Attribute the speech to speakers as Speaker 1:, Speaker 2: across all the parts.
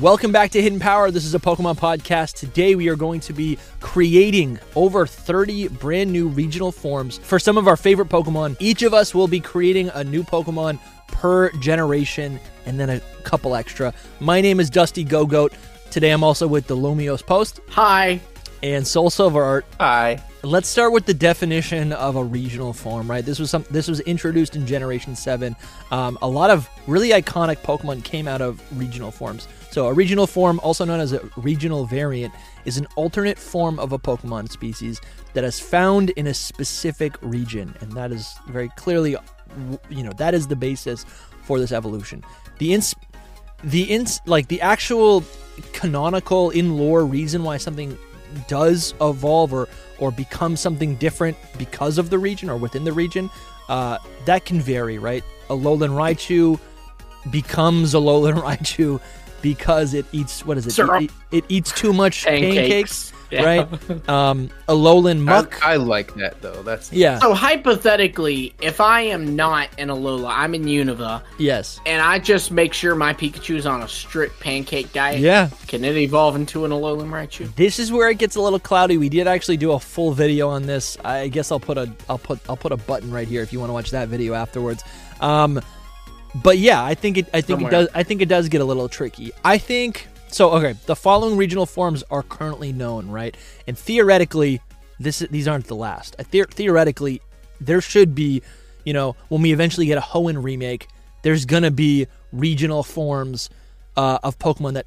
Speaker 1: Welcome back to Hidden Power. This is a Pokemon podcast. Today we are going to be creating over 30 brand new regional forms for some of our favorite Pokemon. Each of us will be creating a new Pokemon per generation and then a couple extra. My name is Dusty GoGoat. Today I'm also with the Lumios Post
Speaker 2: Hi.
Speaker 1: and Soul Silver Art.
Speaker 2: Hi.
Speaker 1: Let's start with the definition of a regional form, right? This was some. This was introduced in Generation Seven. Um, a lot of really iconic Pokemon came out of regional forms. So a regional form, also known as a regional variant, is an alternate form of a Pokemon species that is found in a specific region, and that is very clearly, you know, that is the basis for this evolution. The ins- the ins like the actual canonical in lore reason why something does evolve or or become something different because of the region or within the region uh, that can vary right a lowland raichu becomes a lowland raichu because it eats what is it
Speaker 2: Syrup.
Speaker 1: It, it eats too much pancakes,
Speaker 2: Pancakes. Yeah.
Speaker 1: right um a lowland muck
Speaker 3: I, I like that though. That's
Speaker 1: yeah
Speaker 2: So hypothetically, if I am not in Alola, I'm in Unova,
Speaker 1: yes
Speaker 2: and I just make sure my Pikachu's on a strict pancake diet.
Speaker 1: yeah
Speaker 2: Can it evolve into an Alolan Raichu?
Speaker 1: This is where it gets a little cloudy. We did actually do a full video on this. I guess I'll put a I'll put I'll put a button right here if you want to watch that video afterwards. Um, but yeah, I think it I think it
Speaker 2: Somewhere.
Speaker 1: does I think it does get a little tricky. I think so. Okay, the following regional forms are currently known, right? And theoretically, this these aren't the last. I the- theoretically, there should be, you know, when we eventually get a Hoenn remake, there's gonna be regional forms uh, of Pokemon that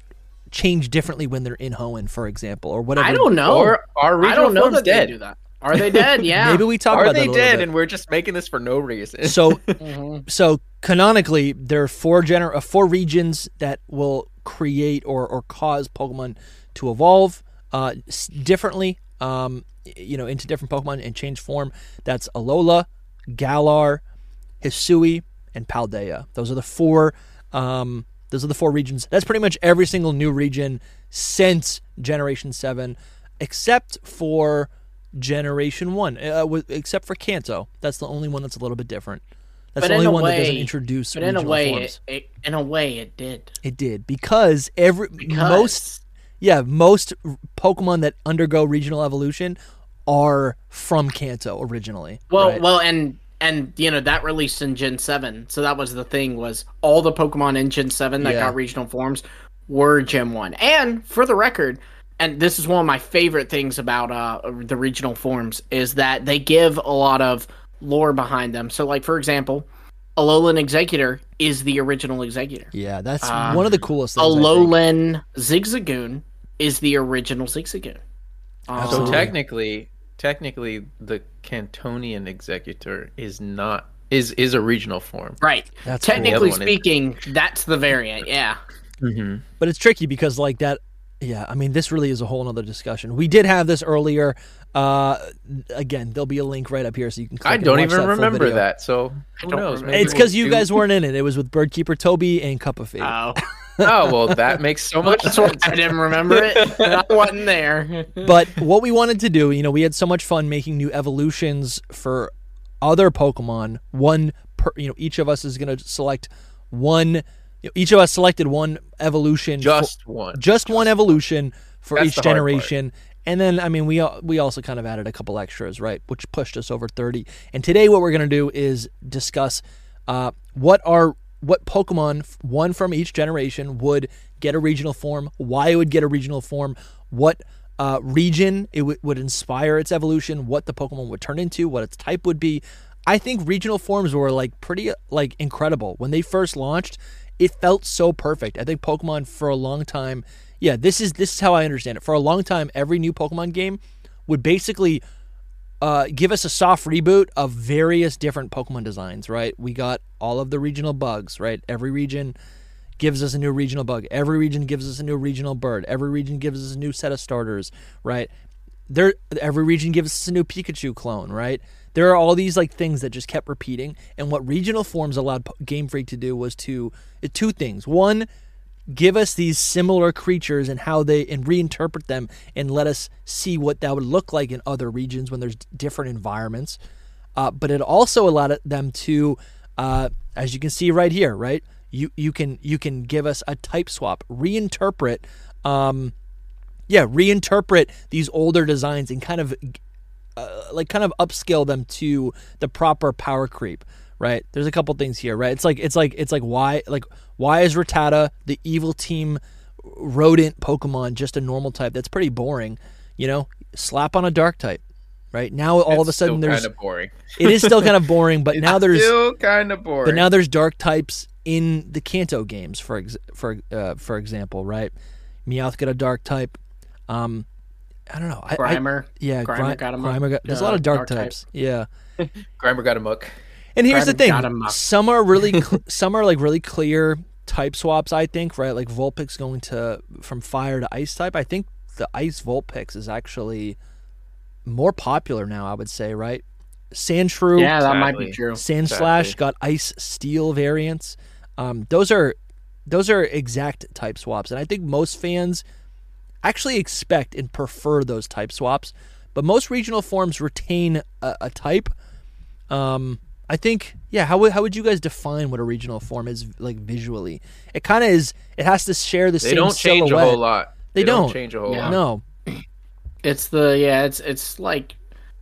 Speaker 1: change differently when they're in Hoenn, for example, or whatever.
Speaker 2: I don't know.
Speaker 3: Or are
Speaker 2: I
Speaker 3: regional
Speaker 2: don't know
Speaker 3: forms
Speaker 2: that
Speaker 3: dead?
Speaker 2: they do that. Are they dead? Yeah.
Speaker 1: Maybe we talk
Speaker 3: Are
Speaker 1: about that
Speaker 3: they
Speaker 1: a little
Speaker 3: dead?
Speaker 1: bit.
Speaker 3: And we're just making this for no reason.
Speaker 1: so
Speaker 2: Mhm.
Speaker 1: so canonically there are four gener- uh, four regions that will create or or cause pokemon to evolve uh s- differently um y- you know into different pokemon and change form that's alola galar hisui and paldea those are the four um those are the four regions that's pretty much every single new region since generation 7 except for generation 1 uh, wi- except for kanto that's the only one that's a little bit different that's
Speaker 2: But
Speaker 1: the
Speaker 2: in
Speaker 1: only
Speaker 2: a
Speaker 1: one that doesn't
Speaker 2: way-
Speaker 1: introduce
Speaker 2: But in a
Speaker 1: regional
Speaker 2: way,
Speaker 1: forms.
Speaker 2: it, it, in a way, it did.
Speaker 1: It did because every
Speaker 2: Because-
Speaker 1: most yeah most r- Pokemon that undergo regional evolution are from Kanto originally.
Speaker 2: Well,
Speaker 1: right?
Speaker 2: well, and and you know that released in Gen Seven, so that was the thing was all the Pokemon in Gen Seven that
Speaker 1: Yeah.
Speaker 2: got regional forms were Gen One. And for the record, and this is one of my favorite things about uh the regional forms is that they give a lot of lore behind them. So, like for example, Alolan Executor is the original Executor.
Speaker 1: yeah, that's
Speaker 2: um,
Speaker 1: one of the coolest things. I think.
Speaker 2: Alolan Zigzagoon is the original Zigzagoon. Um,
Speaker 3: So
Speaker 1: Absolutely.
Speaker 3: technically, technically, the Cantonian executor is not is is a regional form.
Speaker 2: Right.
Speaker 1: That's cool.
Speaker 2: Technically
Speaker 3: The other one is-
Speaker 2: speaking, that's the variant. Yeah.
Speaker 1: but it's tricky because like that yeah i mean this really is a whole nother discussion we did have this earlier uh again there'll be a link right up here so you can click
Speaker 3: I
Speaker 1: and
Speaker 3: don't
Speaker 1: watch
Speaker 3: even
Speaker 1: that full
Speaker 3: remember
Speaker 1: video.
Speaker 3: that. So who
Speaker 2: don't
Speaker 3: knows?
Speaker 2: remember.
Speaker 3: Maybe
Speaker 1: it's because you
Speaker 3: we'll
Speaker 1: guys weren't in it it was with birdkeeper toby and cup of fate
Speaker 2: Oh.
Speaker 3: do- Oh well, that makes so much
Speaker 2: That's why
Speaker 3: sense.
Speaker 2: I didn't remember it. and I wasn't there.
Speaker 1: but what we wanted to do, you know, we had so much fun making new evolutions for other Pokemon. One, per, you know, each of us is going to select one. you know, each of us selected one evolution, for-
Speaker 3: Just one.
Speaker 1: just one evolution for
Speaker 3: That's
Speaker 1: each
Speaker 3: the hard part.
Speaker 1: generation. And then, I mean, we al- we also kind of added a couple extras, right, which pushed us over thirty. And today, what we're going to do is discuss uh, what are what Pokemon f- one from each generation would get a regional form, why it would get a regional form, what uh, region it would would inspire its evolution, what the Pokemon would turn into, what its type would be. I think regional forms were like pretty like incredible when they first launched. It felt so perfect. I think Pokemon for a long time, yeah, this is this is how I understand it. For a long time, every new Pokemon game would basically uh, give us a soft reboot of various different Pokemon designs. Right, we got all of the regional bugs. Right, every region gives us a new regional bug. Every region gives us a new regional bird. Every region gives us a new set of starters, right? There, every region gives us a new Pikachu clone, right? There are all these like things that just kept repeating. And what regional forms allowed P- Game Freak to do was to uh, two things. One, give us these similar creatures and how they and reinterpret them and let us see what that would look like in other regions when there's d- different environments uh, but it also allowed them to uh, as you can see right here right you you can you can give us a type swap reinterpret um yeah reinterpret these older designs and kind of uh, like kind of upscale them to the proper power creep right there's a couple things here right it's like it's like it's like why like why is Rattata the evil team rodent pokemon just a normal type that's pretty boring you know slap on a dark type right now all of a sudden there's
Speaker 3: kind of boring.
Speaker 1: it is still kind of boring but now there's
Speaker 3: still kind of boring.
Speaker 1: but now there's dark types in the Kanto games, for ex- for uh, for example, right? Meowth got a dark type. Um, I don't know. I, I-
Speaker 2: Grimer.
Speaker 1: yeah,
Speaker 2: Grimer
Speaker 1: Gri-
Speaker 2: got him.
Speaker 1: Grimer got- there's a lot
Speaker 2: uh,
Speaker 1: of dark,
Speaker 2: dark type.
Speaker 1: types. Yeah,
Speaker 3: Grimer got a muck.
Speaker 1: and here's the
Speaker 2: Grimer
Speaker 1: thing:
Speaker 2: got him up.
Speaker 1: some are really cl- some are like really clear type swaps. I think right, like Vulpix going to from fire to ice type. I think the ice Vulpix is actually more popular now. I would say right. Sandshrew,
Speaker 2: Yeah, that might be
Speaker 3: Sadly.
Speaker 2: true.
Speaker 1: Sand
Speaker 3: Exactly.
Speaker 1: Slash got Ice Steel variants. Um, those are those are exact type swaps, and I think most fans actually expect and prefer those type swaps. But most regional forms retain a, a type. Um, I think, yeah. How would how would you guys define what a regional form is like visually? It kind of is. It has to share the
Speaker 3: They
Speaker 1: same
Speaker 3: don't change
Speaker 1: silhouette.
Speaker 3: a whole lot.
Speaker 1: They
Speaker 3: don't.
Speaker 1: don't.
Speaker 3: change a whole
Speaker 2: Yeah.
Speaker 3: lot.
Speaker 1: No,
Speaker 2: It's the yeah, it's it's like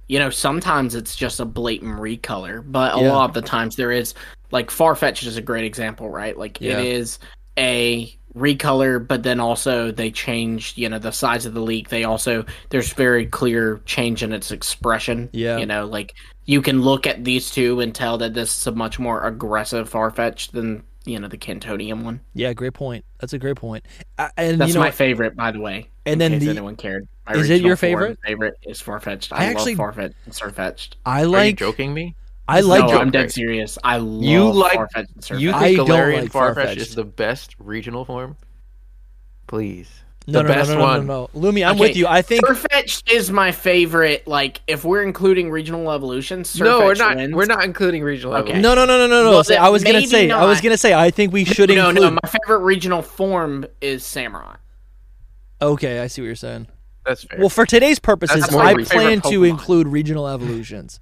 Speaker 2: you know, sometimes it's just a blatant recolor, but a
Speaker 1: Yeah.
Speaker 2: lot of the times there is like Farfetch is a great example, right? Like
Speaker 1: Yeah.
Speaker 2: it is a recolor, but then also they changed, you know, the size of the leak. They also there's very clear change in its expression.
Speaker 1: Yeah.
Speaker 2: You know, like you can look at these two and tell that this is a much more aggressive Farfetch than you know the Cantonium one.
Speaker 1: yeah. Great point. That's a great point. I, and
Speaker 2: That's
Speaker 1: you know,
Speaker 2: my favorite, by the way.
Speaker 1: And
Speaker 2: in
Speaker 1: then
Speaker 2: case
Speaker 1: the-
Speaker 2: anyone cared, My
Speaker 1: Is it your
Speaker 2: original form
Speaker 1: favorite?
Speaker 2: Favorite is Farfetched.
Speaker 1: I
Speaker 2: I,
Speaker 1: actually-
Speaker 2: love Farfetched. It's Farfetched.
Speaker 1: I
Speaker 3: Are you
Speaker 1: like
Speaker 3: joking me?
Speaker 1: I like
Speaker 2: no,
Speaker 1: Joker.
Speaker 2: I'm dead serious. I love
Speaker 3: You like-
Speaker 2: Farfetch'd and Surfetch'd.
Speaker 3: You
Speaker 1: I
Speaker 3: think
Speaker 1: don't
Speaker 3: Galarian
Speaker 1: like
Speaker 3: Farfetch
Speaker 1: Farfetch'd.
Speaker 3: is the best regional form? Please.
Speaker 1: no,
Speaker 3: the
Speaker 1: no,
Speaker 3: best
Speaker 1: no, no,
Speaker 3: one.
Speaker 1: no, no, no. Lumi, I'm
Speaker 2: Okay,
Speaker 1: with you. I think
Speaker 2: Surfetch'd is my favorite. Like, if we're including regional evolutions, Surfetch'd
Speaker 3: no, we're not.
Speaker 2: Wins.
Speaker 3: We're not including regional.
Speaker 2: Okay.
Speaker 3: evolution.
Speaker 1: No, no, no, no, no, no.
Speaker 2: Well,
Speaker 1: Say-
Speaker 2: then
Speaker 1: I was gonna
Speaker 2: maybe
Speaker 1: say. I was
Speaker 2: not.
Speaker 1: gonna say. I think we should
Speaker 2: No, no.
Speaker 1: include.
Speaker 2: My favorite regional form is Samurai.
Speaker 1: okay, I see what you're saying.
Speaker 3: that's fair.
Speaker 1: Well, for today's purposes,
Speaker 3: That's my
Speaker 1: I
Speaker 3: favorite
Speaker 1: plan to
Speaker 3: Pokemon.
Speaker 1: include regional evolutions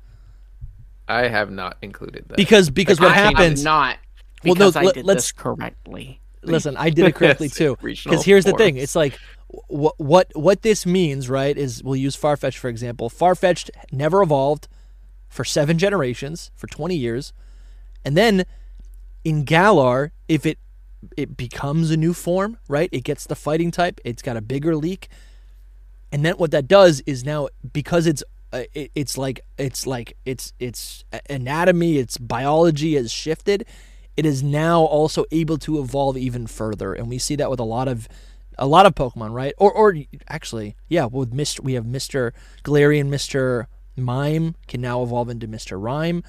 Speaker 3: I have not included that.
Speaker 1: because because what
Speaker 2: I have
Speaker 1: happens.
Speaker 2: Not.
Speaker 1: Well, no,
Speaker 2: Because I
Speaker 1: let-
Speaker 2: did
Speaker 1: let's-
Speaker 2: this correctly.
Speaker 1: Listen, I did it correctly
Speaker 3: Yes,
Speaker 1: too.
Speaker 3: regional
Speaker 1: Because here's the thing:
Speaker 3: forms.
Speaker 1: it's like what what what this means, right? Is we'll use Farfetch for example. Farfetch never evolved for seven generations for 20 years, and then in Galar, if it it becomes a new form, right? It gets the fighting type. It's got a bigger leak, and then what that does is now because it's uh, it, it's like it's like it's it's anatomy, its biology has shifted. It is now also able to evolve even further, and we see that with a lot of a lot of Pokemon, right? Or or actually, yeah, with Mr. we have Mr. Galarian, Mr. Mime can now evolve into Mr. Rhyme.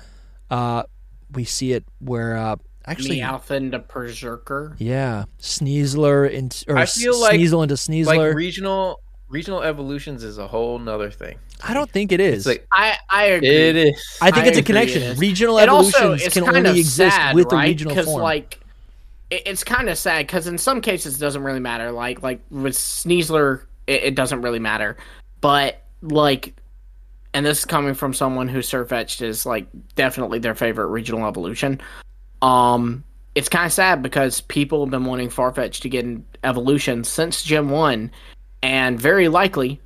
Speaker 1: Uh, we see it where uh, actually
Speaker 2: Meowth into Berserker.
Speaker 1: yeah, Sneasler into or
Speaker 3: I
Speaker 1: S-
Speaker 3: feel like-
Speaker 1: Sneasel into
Speaker 3: like
Speaker 1: Sneasler.
Speaker 3: regional regional evolutions is a whole nother thing.
Speaker 1: I don't think it is.
Speaker 3: It's like
Speaker 2: I I agree.
Speaker 3: it is.
Speaker 1: I think
Speaker 2: I
Speaker 1: it's a
Speaker 2: agree
Speaker 1: connection.
Speaker 2: it is.
Speaker 1: Regional
Speaker 2: It also
Speaker 1: evolutions
Speaker 2: it's
Speaker 1: can
Speaker 2: kind of
Speaker 1: only exist
Speaker 2: sad,
Speaker 1: with
Speaker 2: right?
Speaker 1: a regional
Speaker 2: 'Cause,
Speaker 1: form.
Speaker 2: Like, it- it's kind of sad because in some cases it doesn't really matter. Like like with Sneasler, it, it doesn't really matter. But like, and this is coming from someone who Surfetched is like definitely their favorite regional evolution. Um, it's kind of sad because people have been wanting Farfetch to get an evolution since Gen One, and very likely,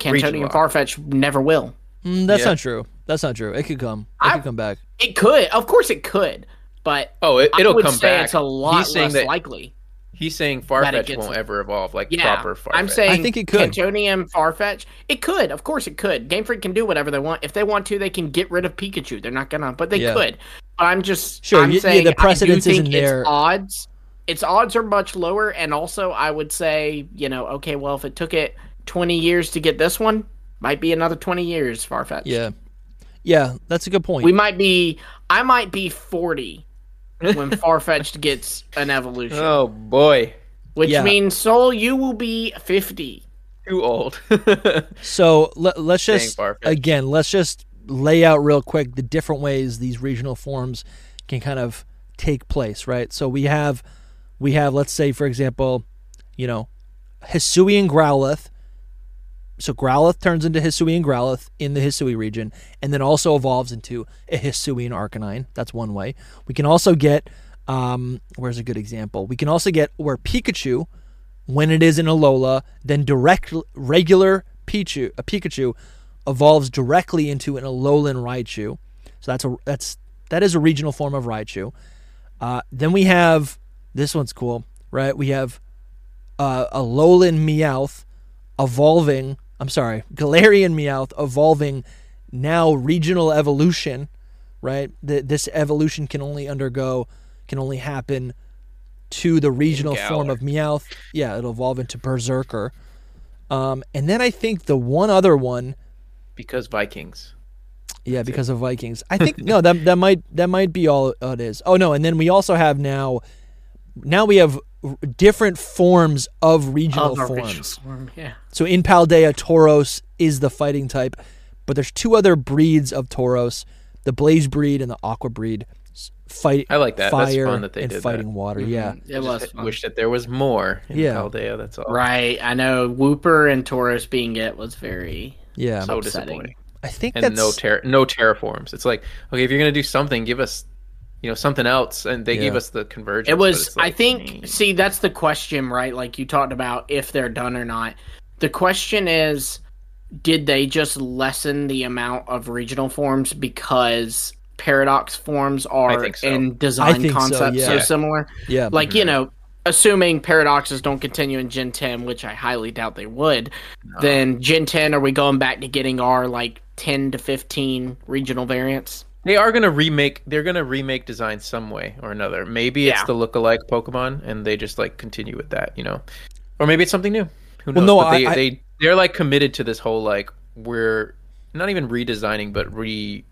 Speaker 2: Cantonian
Speaker 3: Regional.
Speaker 2: Farfetch never will.
Speaker 1: Mm, that's
Speaker 3: Yeah.
Speaker 1: not true. That's not true. It could come. It
Speaker 2: I-
Speaker 1: could come back.
Speaker 2: It could, of course, it could, but
Speaker 3: oh, it,
Speaker 2: I
Speaker 3: it'll
Speaker 2: would
Speaker 3: come
Speaker 2: say
Speaker 3: back.
Speaker 2: It's a lot
Speaker 3: he's saying
Speaker 2: less
Speaker 3: that
Speaker 2: likely.
Speaker 3: he's saying
Speaker 2: it
Speaker 3: Farfetch
Speaker 2: gets-
Speaker 3: won't ever evolve like
Speaker 2: Yeah,
Speaker 3: proper Farfetch.
Speaker 2: I'm saying
Speaker 1: I think it could.
Speaker 2: Cantonium Farfetch. It could, of course, it could. Game Freak can do whatever they want. If they want to, they can get rid of Pikachu. They're not gonna, but they
Speaker 1: Yeah.
Speaker 2: could. But I'm just
Speaker 1: Sure,
Speaker 2: I'm
Speaker 1: y- yeah,
Speaker 2: saying
Speaker 1: the
Speaker 2: I do
Speaker 1: precedence
Speaker 2: think
Speaker 1: isn't
Speaker 2: its
Speaker 1: there.
Speaker 2: Odds, its odds are much lower, and also I would say, you know, okay, well, if it took it 20 years to get this one, might be another 20 years Farfetch.
Speaker 1: Yeah, yeah, that's a good point.
Speaker 2: we might be. I might be 40 when Farfetch'd gets an evolution,
Speaker 3: Oh boy,
Speaker 2: which
Speaker 1: yeah.
Speaker 2: means Soul, you will be fifty.
Speaker 3: too old.
Speaker 1: So let, let's just
Speaker 3: Barfish.
Speaker 1: again, let's just lay out real quick the different ways these regional forms can kind of take place, right? So we have we have let's say for example, you know, Hisuian Growlithe. So Growlithe turns into Hisuian Growlithe in the Hisui region and then also evolves into a Hisuian Arcanine. That's one way. We can also get um, where's a good example? We can also get where Pikachu when it is in Alola, then direct regular Pichu, a Pikachu evolves directly into an Alolan Raichu. So that's a that's that is a regional form of Raichu. Uh, then we have this one's cool, right? We have uh, Alolan Meowth evolving. I'm sorry, Galarian Meowth evolving now regional evolution, right? Th- this evolution can only undergo can only happen to the regional form of Meowth. Yeah, it'll evolve into Berserker. Um, and then I think the one other one,
Speaker 3: because Vikings.
Speaker 1: yeah, because of Vikings. I think no, that that might that might be all it is. Oh no, and then we also have now, now we have r- different forms of regional
Speaker 2: Of our
Speaker 1: forms.
Speaker 2: original form, yeah.
Speaker 1: So in Paldea, Tauros is the fighting type, but there's two other breeds of Tauros: the Blaze breed and the Aqua breed. s- Fight.
Speaker 3: I like that.
Speaker 1: Fire
Speaker 3: That's fun that they
Speaker 1: and
Speaker 3: did that.
Speaker 1: fighting water. Yeah.
Speaker 2: It was fun.
Speaker 3: Wish that there was more in
Speaker 1: Yeah.
Speaker 3: Paldea. That's all.
Speaker 2: right. I know Whooper and Taurus being it was very.
Speaker 1: Yeah.
Speaker 3: So
Speaker 2: Upsetting.
Speaker 3: disappointing.
Speaker 1: I think
Speaker 3: And
Speaker 1: that's
Speaker 3: no terra no terraforms. It's like okay, if you're gonna do something, give us you know something else. And they gave
Speaker 1: Yeah.
Speaker 3: us the convergence.
Speaker 2: It
Speaker 3: but
Speaker 2: was.
Speaker 3: it's like, mm.
Speaker 2: I think. See, that's the question, right? Like you talked about if they're done or not. The question is, did they just lessen the amount of regional forms because paradox forms are
Speaker 3: think so.
Speaker 2: in design
Speaker 1: think so,
Speaker 2: concept so,
Speaker 1: yeah.
Speaker 2: similar?
Speaker 1: Yeah.
Speaker 2: Like you know, assuming paradoxes don't continue in Gen ten, which I highly doubt they would, then Gen ten are we going back to getting our like ten to fifteen regional variants?
Speaker 3: They are gonna remake. They're gonna remake design some way or another. Maybe it's
Speaker 2: Yeah.
Speaker 3: the look-alike Pokemon, and they just like continue with that, you know, or maybe it's something new. Who
Speaker 1: Well,
Speaker 3: knows?
Speaker 1: no,
Speaker 3: But
Speaker 1: I-
Speaker 3: they,
Speaker 1: I-
Speaker 3: they they're like committed to this whole like we're not even redesigning, but re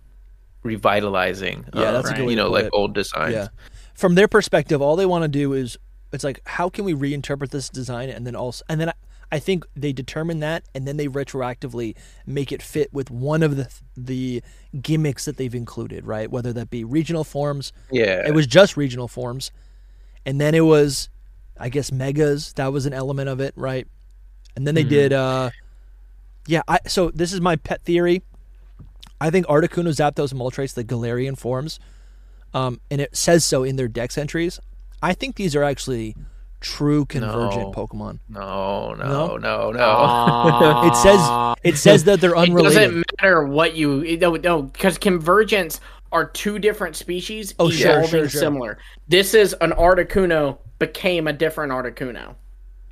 Speaker 3: revitalizing.
Speaker 1: Yeah, that's a good way
Speaker 3: you
Speaker 1: to
Speaker 3: know,
Speaker 1: put
Speaker 3: like
Speaker 1: it.
Speaker 3: old designs.
Speaker 1: Yeah. From their perspective, all they want to do is it's like how can we reinterpret this design and then also and then I, I think they determine that and then they retroactively make it fit with one of the the gimmicks that they've included, right? Whether that be regional forms,
Speaker 3: Yeah.
Speaker 1: it was just regional forms, and then it was I guess megas, that was an element of it, right? And then
Speaker 2: Mm-hmm.
Speaker 1: they did uh yeah, I so this is my pet theory. I think Articuno, Zapdos, and Moltres, the Galarian forms, um, and it says so in their dex entries. I think these are actually true convergent
Speaker 3: No.
Speaker 1: Pokemon.
Speaker 3: no,
Speaker 1: No?
Speaker 3: no, no, no.
Speaker 2: Uh,
Speaker 1: It says it says that they're
Speaker 2: Ah. It
Speaker 1: unrelated.
Speaker 2: doesn't matter what you it- no no because convergence are two different species
Speaker 1: Oh, sure,
Speaker 2: evolving
Speaker 1: sure, sure.
Speaker 2: similar. This is an Articuno became a different Articuno.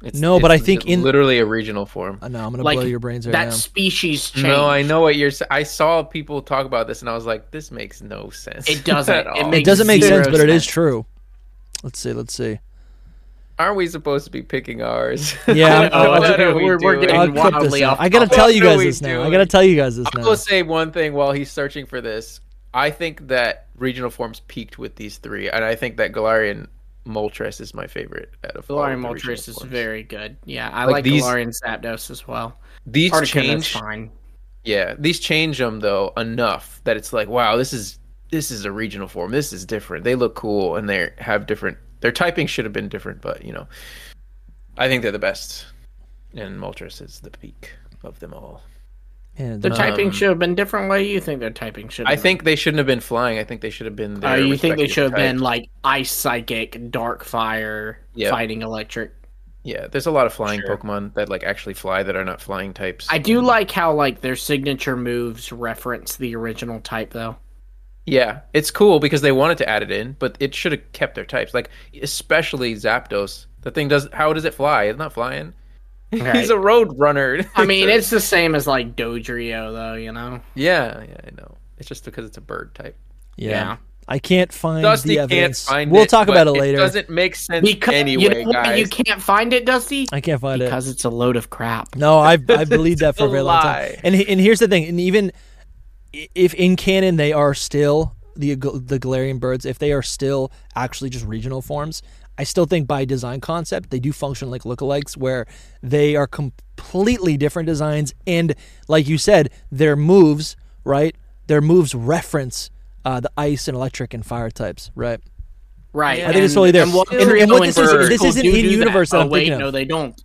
Speaker 3: It's-
Speaker 1: No, but
Speaker 3: it's
Speaker 1: I think in-
Speaker 3: literally a regional form.
Speaker 1: I know I'm gonna
Speaker 2: Like
Speaker 1: blow your brains right
Speaker 2: that
Speaker 1: now.
Speaker 2: species change.
Speaker 3: No, I know what you're. s- I saw people talk about this, and I was like, "This makes no sense."
Speaker 2: It doesn't.
Speaker 3: at
Speaker 2: It
Speaker 3: all.
Speaker 1: It doesn't make
Speaker 2: zero
Speaker 1: sense, but it is
Speaker 2: sense.
Speaker 1: true. Let's see. Let's see.
Speaker 3: Aren't we supposed to be picking ours?
Speaker 1: Yeah,
Speaker 2: Oh,
Speaker 1: I'm- I'll-
Speaker 3: What are we
Speaker 2: we're- we're
Speaker 3: doing?
Speaker 2: getting
Speaker 1: I'll clip this
Speaker 2: wildly
Speaker 1: now.
Speaker 2: off
Speaker 1: I gotta
Speaker 3: topic.
Speaker 1: tell you
Speaker 3: What are
Speaker 1: guys
Speaker 3: we
Speaker 1: this now. I
Speaker 3: doing?
Speaker 1: gotta tell you guys this
Speaker 3: I
Speaker 1: now.
Speaker 3: will say one thing while he's searching for this. I think that regional forms peaked with these three, and I think that Galarian Moltres is my favorite out of all
Speaker 2: Galarian
Speaker 3: of the regional
Speaker 2: Moltres is
Speaker 3: forms.
Speaker 2: very good. Yeah, I
Speaker 3: Like
Speaker 2: like,
Speaker 3: these-
Speaker 2: Galarian Zapdos as well.
Speaker 3: These
Speaker 2: Articuno's
Speaker 3: change,
Speaker 2: fine.
Speaker 3: yeah, these change them though enough that it's like, wow, this is this is a regional form. This is different. They look cool, and they have different. Their typing should have been different, but you know, I think they're the best, and Moltres is the peak of them all.
Speaker 1: And,
Speaker 2: Their
Speaker 1: uh,
Speaker 2: typing should have been different. Why do you think their typing should?
Speaker 3: I
Speaker 2: have been?
Speaker 3: think they shouldn't have been flying. I think they should have been.
Speaker 2: Oh,
Speaker 3: There
Speaker 2: you think they should have been like ice psychic, dark fire,
Speaker 3: Yeah.
Speaker 2: fighting electric?
Speaker 3: Yeah, there's a lot of flying Pokemon that like actually fly that are not flying types.
Speaker 2: I do like how like their signature moves reference the original type though.
Speaker 3: yeah, it's cool because they wanted to add it in, but it should have kept their types. Like especially Zapdos. The thing does. How does it fly? It's not flying. He's a road runner.
Speaker 2: I mean, it's the same as like Dodrio though, you know.
Speaker 3: yeah, yeah, I know. It's just because it's a bird type.
Speaker 1: yeah.
Speaker 2: yeah.
Speaker 1: I can't find
Speaker 3: Dusty
Speaker 1: the
Speaker 3: can't
Speaker 1: evidence.
Speaker 3: find
Speaker 1: we'll
Speaker 3: it,
Speaker 1: talk
Speaker 3: but
Speaker 1: about it later.
Speaker 3: It doesn't make sense
Speaker 2: Because
Speaker 3: anyway,
Speaker 2: you, know why
Speaker 3: guys.
Speaker 2: you can't find it, Dusty.
Speaker 1: I can't find it.
Speaker 2: Because it's a load of crap.
Speaker 1: No, I've I've believed that for a very long time.
Speaker 3: lie.
Speaker 1: And he- and here's the thing, and even i- if in canon they are still the the Galarian birds, if they are still actually just regional forms, I still think by design concept they do function like lookalikes, where they are completely different designs, and like you said, their moves, right? Their moves reference uh, the ice and electric and fire types, right?
Speaker 2: Right.
Speaker 1: I think it's totally there.
Speaker 2: And what,
Speaker 1: And- and
Speaker 2: Trio
Speaker 1: what this
Speaker 2: and
Speaker 1: is-
Speaker 2: Bird
Speaker 1: this
Speaker 2: School
Speaker 1: isn't
Speaker 2: do do
Speaker 1: in-universe that
Speaker 2: Oh,
Speaker 1: I'm
Speaker 2: wait,
Speaker 1: thinking of.
Speaker 2: no, they don't.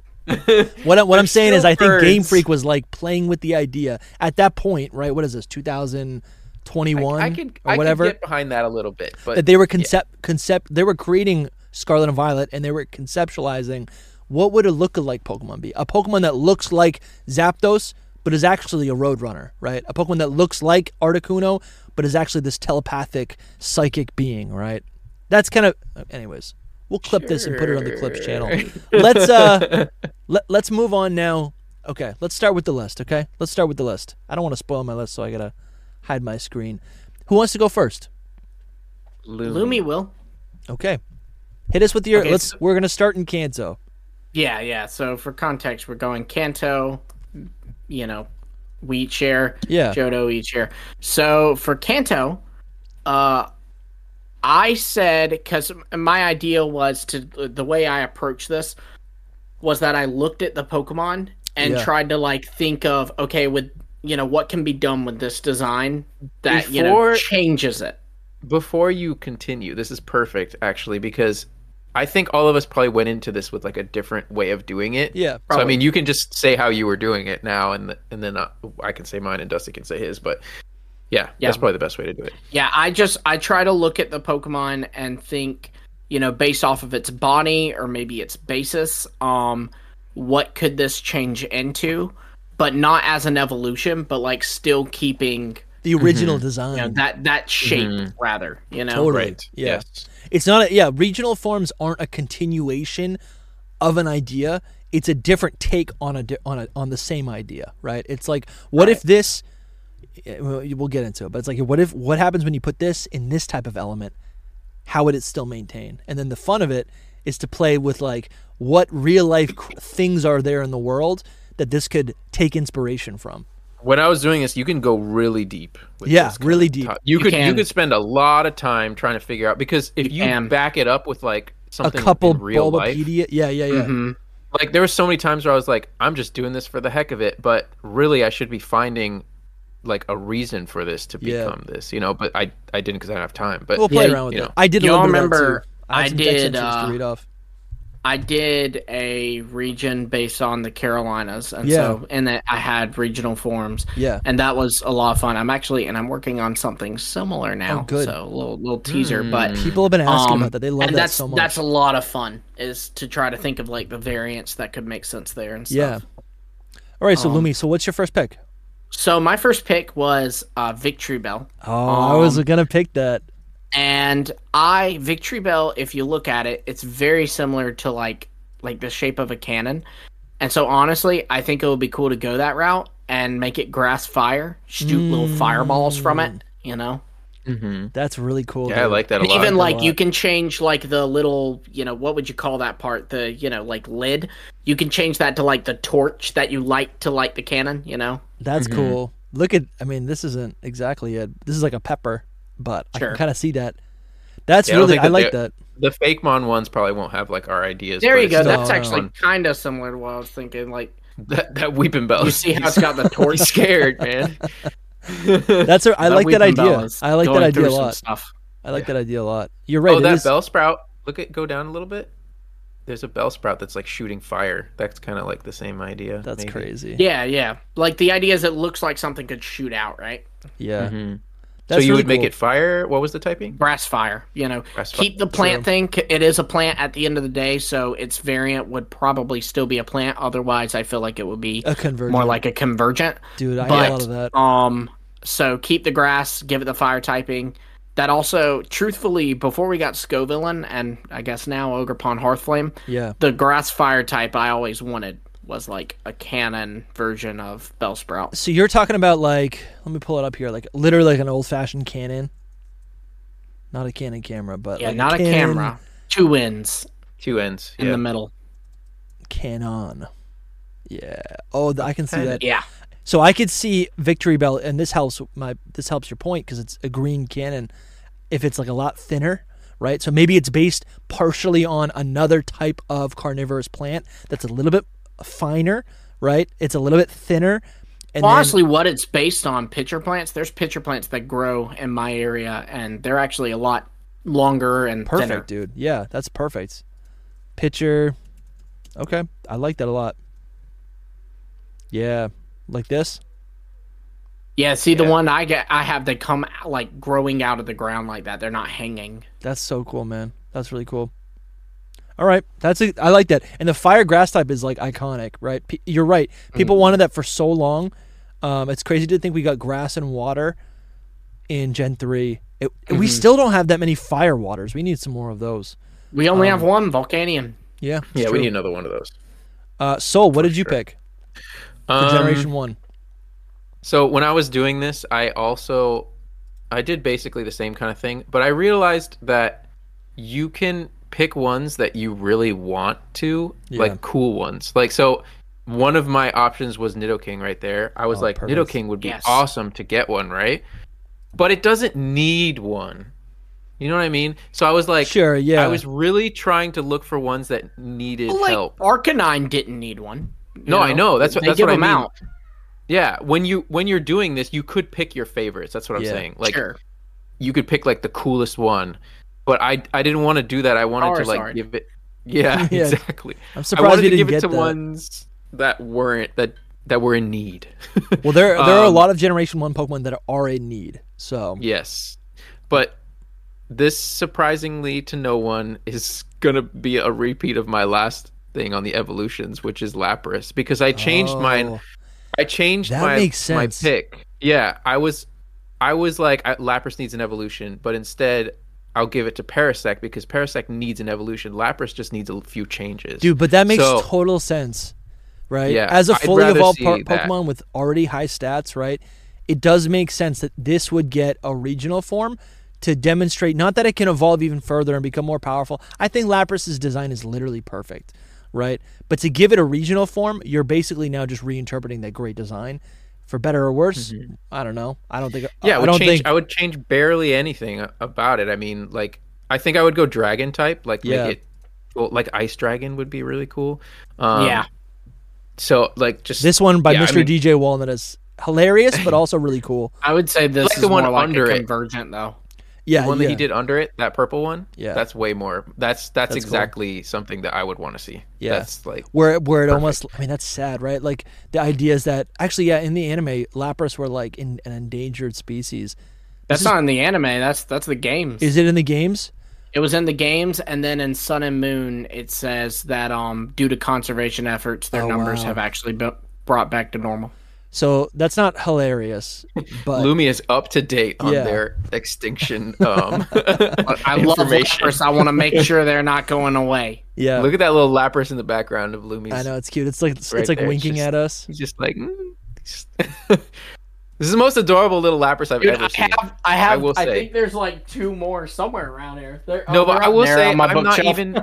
Speaker 1: What, I, what I'm saying is,
Speaker 3: still
Speaker 1: I think Game
Speaker 3: birds.
Speaker 1: Freak was like playing with the idea at that point, right? What is this, 2021
Speaker 3: I could,
Speaker 1: or
Speaker 3: I
Speaker 1: whatever?
Speaker 3: could get behind that a little bit, but
Speaker 1: that they were concept concept they were creating Scarlet and Violet and they were conceptualizing what would a lookalike Pokemon be? A Pokemon that looks like Zapdos but is actually a Roadrunner, right? A Pokemon that looks like Articuno but is actually this telepathic psychic being, right? That's kind of anyways. We'll clip this and put it on the clips channel. Let's uh let, let's move on now. Okay, let's start with the list, okay? Let's start with the list. I don't want to spoil my list so I got to hide my screen. Who wants to go first?
Speaker 2: Lumi will.
Speaker 1: Okay. Hit us with your
Speaker 2: Okay,
Speaker 1: let's
Speaker 2: so-
Speaker 1: we're gonna start in Kanto.
Speaker 2: Yeah, yeah. So for context, we're going Kanto, you know, we each share.
Speaker 1: Yeah.
Speaker 2: Johto, we each share. So for Kanto, uh, I said because my idea was to the way I approached this was that I looked at the Pokemon and
Speaker 1: Yeah.
Speaker 2: tried to like think of okay with you know what can be done with this design that you know
Speaker 3: Before-
Speaker 2: changes it.
Speaker 3: before you continue, this is perfect actually because I think all of us probably went into this with like a different way of doing it.
Speaker 1: Yeah,
Speaker 3: So I
Speaker 1: probably.
Speaker 3: mean, you can just say how you were doing it now, and th- and then uh, I can say mine, and Dusty can say his. But yeah,
Speaker 2: Yeah.
Speaker 3: that's probably the best way to do it.
Speaker 2: Yeah, I just I try to look at the Pokemon and think, you know, based off of its body or maybe its basis, um, what could this change into? But not as an evolution, but like still keeping
Speaker 1: The original design.
Speaker 2: you know, that that shape rather, you know.
Speaker 1: Totally.
Speaker 3: Right,
Speaker 1: Yeah.
Speaker 3: yes.
Speaker 1: It's not a yeah, regional forms aren't a continuation of an idea. It's a different take on a di- on a on the same idea, right? It's like what if this eh, well, we'll get into it, but it's like what if what happens when you put this in this type of element? How would it still maintain? And then the fun of it is to play with like what real life cr- things are there in the world that this could take inspiration from.
Speaker 3: When I was doing this, you can go really deep. With
Speaker 1: Yeah,
Speaker 3: this kind
Speaker 1: really
Speaker 3: of
Speaker 1: deep.
Speaker 3: top- You, could you
Speaker 2: can.
Speaker 3: could spend a lot of time trying to figure out because if you,
Speaker 2: can.
Speaker 3: back it up with like
Speaker 1: a
Speaker 3: something
Speaker 1: couple
Speaker 3: in real life,
Speaker 1: Bulbapedia. Yeah, yeah, yeah.
Speaker 2: Mm-hmm.
Speaker 3: like there were so many times where I was like, I'm just doing this for the heck of it, but really I should be finding like a reason for this to
Speaker 1: Yeah.
Speaker 3: become this, you know. But I I didn't because I don't have time. But
Speaker 1: We'll play
Speaker 2: Yeah,
Speaker 1: around with
Speaker 3: you
Speaker 1: it.
Speaker 3: know.
Speaker 1: I did a
Speaker 2: Y'all
Speaker 1: little bit of that,
Speaker 2: remember
Speaker 1: too.
Speaker 2: I
Speaker 1: had some text
Speaker 2: did,
Speaker 1: entries
Speaker 2: uh,
Speaker 1: to read off.
Speaker 2: I did a region based on the Carolinas, and
Speaker 1: Yeah.
Speaker 2: so and that I had regional forms.
Speaker 1: Yeah.
Speaker 2: and that was a lot of fun. I'm actually and I'm working on something similar now.
Speaker 1: Oh, good.
Speaker 2: So a little little teaser, but
Speaker 1: People have been asking
Speaker 2: um,
Speaker 1: about that. They love
Speaker 2: and
Speaker 1: that
Speaker 2: that's,
Speaker 1: so much.
Speaker 2: That's a lot of fun is to try to think of like the variants that could make sense there and stuff. Um,
Speaker 1: yeah. All right, so Lumi, so what's your first pick?
Speaker 2: So my first pick was uh, Victory Bell,
Speaker 1: Oh, I was gonna pick that.
Speaker 2: and I Victory Bell. If you look at it, it's very similar to like like the shape of a cannon. And so honestly, I think it would be cool to go that route and make it grass fire, shoot little fireballs from
Speaker 1: Mm.
Speaker 2: it. You know,
Speaker 1: That's really cool.
Speaker 3: yeah, I
Speaker 1: dude.
Speaker 3: like that a lot.
Speaker 2: even Hmm? like
Speaker 1: lot.
Speaker 2: you can change like the little you know what would you call that part the you know like lid you can change that to like the torch that you light to light the cannon you know
Speaker 1: That's cool. Look at, I mean, this isn't exactly it. This is like a pepper, but I can
Speaker 2: Sure.
Speaker 1: kind of see that. That's
Speaker 3: Yeah, I don't
Speaker 1: really,
Speaker 3: think
Speaker 1: I
Speaker 3: that
Speaker 1: like
Speaker 3: they-
Speaker 1: that.
Speaker 3: the fake mon ones probably won't have like our ideas.
Speaker 2: there
Speaker 3: but
Speaker 2: you
Speaker 3: it's
Speaker 2: go
Speaker 3: still uh,
Speaker 2: that's
Speaker 1: no,
Speaker 2: actually
Speaker 3: no.
Speaker 2: kind of similar to what i was thinking like
Speaker 3: that, that weeping bell.
Speaker 2: you see how it's got the torch
Speaker 3: He's scared, man.
Speaker 1: That's, a, I like that
Speaker 2: Weeping Bell
Speaker 1: idea.
Speaker 2: is
Speaker 1: I like that
Speaker 2: going
Speaker 1: idea a
Speaker 2: through some
Speaker 1: lot.
Speaker 2: stuff.
Speaker 1: I like that idea a lot. You're right.
Speaker 3: oh,
Speaker 1: it
Speaker 3: that
Speaker 1: is-
Speaker 3: bell sprout. Look at go down a little bit. There's a bell sprout that's like shooting fire. That's kind of like the same idea.
Speaker 1: That's
Speaker 3: maybe.
Speaker 1: crazy.
Speaker 2: yeah yeah like the idea is it looks like something could shoot out right
Speaker 1: Yeah.
Speaker 3: So
Speaker 1: That's
Speaker 3: you
Speaker 1: really
Speaker 3: would make
Speaker 1: cool.
Speaker 3: it fire. What was the typing?
Speaker 2: brass fire you know
Speaker 3: Brass fi-
Speaker 2: keep the plant thing c- it is a plant at the end of the day so its variant would probably still be a plant otherwise i feel like it would be
Speaker 1: a conversion.
Speaker 2: more like a convergent
Speaker 1: dude. I
Speaker 2: but
Speaker 1: get a lot of that.
Speaker 2: um so keep the grass give it the fire typing that also truthfully before we got scovillain and i guess now ogre pond hearthflame
Speaker 1: Yeah.
Speaker 2: the grass fire type i always wanted was like a cannon version of bellsprout
Speaker 1: So you're talking about like, let me pull it up here, like literally like an old fashioned cannon. Not a Canon camera, but
Speaker 2: yeah
Speaker 1: like
Speaker 2: not a
Speaker 1: Canon
Speaker 2: camera two ends
Speaker 3: Two ends.
Speaker 2: in
Speaker 3: yeah.
Speaker 2: the middle
Speaker 1: Canon. Yeah. Oh, th- I can see that.
Speaker 2: yeah
Speaker 1: So I could see Victory Bell, and this helps my this helps your point because it's a green cannon. if it's like a lot thinner, right? So maybe it's based partially on another type of carnivorous plant that's a little bit finer, right? It's a little bit thinner. And
Speaker 2: Well,
Speaker 1: then-
Speaker 2: honestly, what it's based on pitcher plants. There's pitcher plants that grow in my area, and they're actually a lot longer and
Speaker 1: perfect,
Speaker 2: thinner.
Speaker 1: dude. Yeah, that's perfect. Pitcher. Okay, I like that a lot. Yeah, like this.
Speaker 2: Yeah, see the one I get, I have they come out- like growing out of the ground like that. They're not hanging.
Speaker 1: That's so cool, man. That's really cool. All right, that's a, I like that. And the fire grass type is like iconic, right? P- you're right. People
Speaker 3: Mm-hmm.
Speaker 1: wanted that for so long. Um, it's crazy to think we got grass and water in Gen three. It, We
Speaker 3: Mm-hmm.
Speaker 1: still don't have that many fire waters. We need some more of those.
Speaker 2: We only
Speaker 3: Um,
Speaker 2: have one Volcanium.
Speaker 1: Yeah.
Speaker 3: Yeah, we need another one of those.
Speaker 1: Uh, Soul, what did you pick for
Speaker 3: Um,
Speaker 1: Generation One?
Speaker 3: So when I was doing this, I also I did basically the same kind of thing, but I realized that you can pick ones that you really want to,
Speaker 1: Yeah.
Speaker 3: like cool ones. Like so one of my options was Nidoking right there. I was like
Speaker 1: Oh, perfect.
Speaker 3: Nidoking would be
Speaker 2: Yes.
Speaker 3: awesome to get one, right? But it doesn't need one. You know what I mean? So I was like
Speaker 1: Sure, yeah.
Speaker 3: I was really trying to look for ones that needed
Speaker 2: Like
Speaker 3: help.
Speaker 2: Arcanine didn't need one. you
Speaker 3: No, I know. That's what-
Speaker 2: they
Speaker 3: that's
Speaker 2: give
Speaker 3: what I
Speaker 2: them
Speaker 3: mean.
Speaker 2: out.
Speaker 3: Yeah, when you when you're doing this, you could pick your favorites. That's what I'm
Speaker 1: Yeah.
Speaker 3: saying. Like
Speaker 2: sure.
Speaker 3: you could pick like the coolest one, but I I didn't want to do that. I wanted to like
Speaker 2: Charizard.
Speaker 3: give it. Yeah,
Speaker 1: Yeah.
Speaker 3: exactly.
Speaker 1: I'm
Speaker 3: I
Speaker 1: surprised
Speaker 3: wanted
Speaker 1: we didn't
Speaker 3: to give it
Speaker 1: get
Speaker 3: to
Speaker 1: that.
Speaker 3: ones that weren't that that were in need.
Speaker 1: Well, there there are a
Speaker 3: Um,
Speaker 1: lot of Generation One Pokemon that are in need. So
Speaker 3: yes, but this surprisingly to no one is gonna be a repeat of my last thing on the evolutions, which is Lapras, because I changed mine
Speaker 1: Oh,
Speaker 3: I changed
Speaker 1: That
Speaker 3: my
Speaker 1: makes
Speaker 3: my
Speaker 1: sense.
Speaker 3: pick. Yeah, I was I was like I, Lapras needs an evolution, but instead I'll give it to Parasect because Parasect needs an evolution. Lapras just needs a few changes.
Speaker 1: dude, but that makes
Speaker 3: So-
Speaker 1: total sense, right?
Speaker 3: Yeah,
Speaker 1: As a
Speaker 3: I'd
Speaker 1: fully
Speaker 3: rather
Speaker 1: evolved
Speaker 3: see
Speaker 1: po-
Speaker 3: that.
Speaker 1: Pokemon with already high stats, right? It does make sense that this would get a regional form to demonstrate not that it can evolve even further and become more powerful. I think Lapras's design is literally perfect, right? But to give it a regional form, you're basically now just reinterpreting that great design. For better or worse, I don't know. I don't think.
Speaker 3: Mm-hmm. yeah, I,
Speaker 1: I
Speaker 3: would
Speaker 1: don't
Speaker 3: change
Speaker 1: think.
Speaker 3: I would change barely anything a- about it. I mean, like I think I would go dragon type, like
Speaker 1: Yeah.
Speaker 3: make it well, like ice dragon would be really cool. Um,
Speaker 2: yeah.
Speaker 3: So like just
Speaker 1: This one by
Speaker 3: yeah, I
Speaker 1: Mr.
Speaker 3: mean-
Speaker 1: DJ Walnut is hilarious, but also really cool.
Speaker 2: I would say this
Speaker 3: Like
Speaker 2: is
Speaker 3: the one
Speaker 2: more like
Speaker 3: under
Speaker 2: a
Speaker 3: it.
Speaker 2: convergent though.
Speaker 1: Yeah,
Speaker 3: the one
Speaker 1: yeah.
Speaker 3: that he did under it, that purple one.
Speaker 1: Yeah.
Speaker 3: that's way more. That's that's,
Speaker 1: That's cool.
Speaker 3: exactly something that I would want to see.
Speaker 1: Yeah.
Speaker 3: that's like
Speaker 1: Where it- where it almost I mean that's sad, right? Like the idea is that actually, yeah, in the anime, Lapras were like in, an endangered species.
Speaker 2: That's not in the anime. That's that's the games.
Speaker 1: Is it in the games?
Speaker 2: It was in the games, and then in Sun and Moon, it says that um, due to conservation efforts,
Speaker 3: Oh,
Speaker 2: their numbers have actually been brought back to normal.
Speaker 1: So that's not hilarious, but
Speaker 3: Lumi is up to date on
Speaker 1: Yeah.
Speaker 3: their extinction. Um,
Speaker 2: I love
Speaker 3: information.
Speaker 2: Lapras. I want to make sure they're not going away.
Speaker 1: yeah,
Speaker 3: Look at that little Lapras in the background of Lumi's.
Speaker 1: I know it's cute. It's like it's
Speaker 3: Right
Speaker 1: like
Speaker 3: there, it's
Speaker 1: winking
Speaker 3: just-
Speaker 1: at us.
Speaker 3: He's just like. "Mm." this is the most adorable little Lapras I've
Speaker 2: Dude,
Speaker 3: ever
Speaker 2: I
Speaker 3: seen.
Speaker 2: have, I have, I,
Speaker 3: will say.
Speaker 2: think there's like two more somewhere around here. They're- oh,
Speaker 3: no, but
Speaker 2: they're
Speaker 3: I
Speaker 2: up
Speaker 3: will
Speaker 2: there
Speaker 3: say
Speaker 2: on
Speaker 3: I'm
Speaker 2: my
Speaker 3: not
Speaker 2: bookshelf.
Speaker 3: even.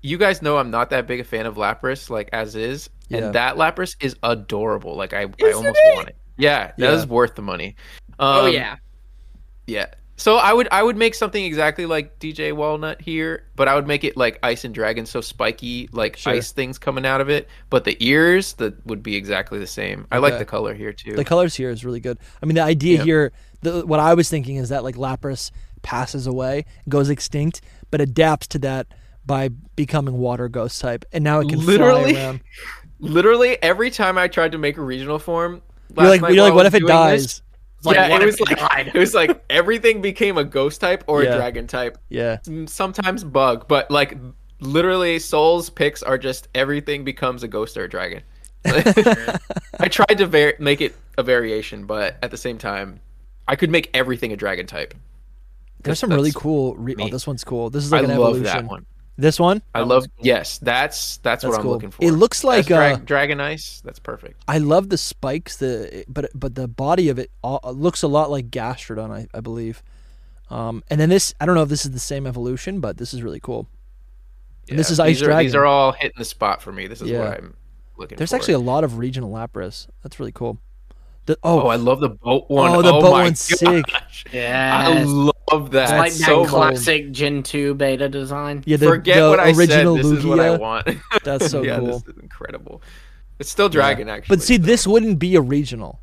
Speaker 3: You guys know I'm not that big a fan of Lapras, like as is,
Speaker 1: Yeah.
Speaker 3: and that Lapras is adorable. Like I, I
Speaker 2: Isn't
Speaker 3: almost
Speaker 2: it?
Speaker 3: want it. Yeah, that is
Speaker 1: Yeah.
Speaker 3: worth the money. Um,
Speaker 2: Oh yeah,
Speaker 3: Yeah. So I would I would make something exactly like DJ Walnut here, but I would make it like ice and dragon, so spiky, like
Speaker 1: Sure.
Speaker 3: ice things coming out of it. But the ears that would be exactly the same. I like
Speaker 1: Okay.
Speaker 3: the color here too.
Speaker 1: The colors here is really good. I mean, the idea
Speaker 3: Yeah.
Speaker 1: here, the, what I was thinking is that like Lapras passes away, goes extinct, but adapts to that by becoming water ghost type, and now it can
Speaker 3: Literally?
Speaker 1: fly around.
Speaker 3: Literally every time I tried to make a regional form,
Speaker 1: You're
Speaker 3: last
Speaker 1: like,
Speaker 3: night
Speaker 1: you're
Speaker 3: while
Speaker 1: like,
Speaker 3: I
Speaker 1: what
Speaker 3: was
Speaker 1: if it
Speaker 3: doing
Speaker 1: dies?
Speaker 3: this-
Speaker 2: like,
Speaker 3: yeah,
Speaker 2: what
Speaker 3: it
Speaker 2: if
Speaker 3: was
Speaker 2: it
Speaker 3: like
Speaker 2: died?
Speaker 3: it was like everything became a ghost type or
Speaker 1: Yeah.
Speaker 3: a dragon type. Mm,
Speaker 1: yeah,
Speaker 3: Sometimes bug, but like literally Soul's picks are just everything becomes a ghost or a dragon. I tried to var- make it a variation, but at the same time, I could make everything a dragon type.
Speaker 1: there's some really
Speaker 3: that's
Speaker 1: cool. Re- oh,
Speaker 3: me.
Speaker 1: this one's cool. This is like
Speaker 3: I
Speaker 1: an
Speaker 3: love
Speaker 1: evolution.
Speaker 3: that one.
Speaker 1: This one.
Speaker 3: I love yes, that's that's,
Speaker 1: That's
Speaker 3: what I'm
Speaker 1: cool.
Speaker 3: looking for.
Speaker 1: It looks like,
Speaker 3: That's
Speaker 1: uh,
Speaker 3: dragon ice. That's perfect.
Speaker 1: I love the spikes, the but but the body of it all, looks a lot like Gastrodon, I, I believe. Um, and then this, I don't know if this is the same evolution, but this is really cool. And this
Speaker 3: Yeah,
Speaker 1: is Ice
Speaker 3: these are,
Speaker 1: Dragon.
Speaker 3: These are all hitting the spot for me. This is
Speaker 1: Yeah.
Speaker 3: what I'm looking
Speaker 1: There's
Speaker 3: for.
Speaker 1: actually a lot of regional Lapras. That's really cool. The, oh,
Speaker 3: Oh, I love the boat one.
Speaker 1: Oh, the boat
Speaker 3: my
Speaker 1: one's sick.
Speaker 3: gosh.
Speaker 2: Yeah.
Speaker 3: I love that.
Speaker 2: like that
Speaker 3: so much.
Speaker 2: classic Gen 2 beta design.
Speaker 1: yeah, the,
Speaker 3: Forget
Speaker 1: the
Speaker 3: what I
Speaker 1: original
Speaker 3: said. This is what I
Speaker 1: Lugia.
Speaker 3: want.
Speaker 1: That's so
Speaker 3: yeah,
Speaker 1: cool.
Speaker 3: this is incredible. It's still Dragon, actually.
Speaker 1: But see, this wouldn't be a regional,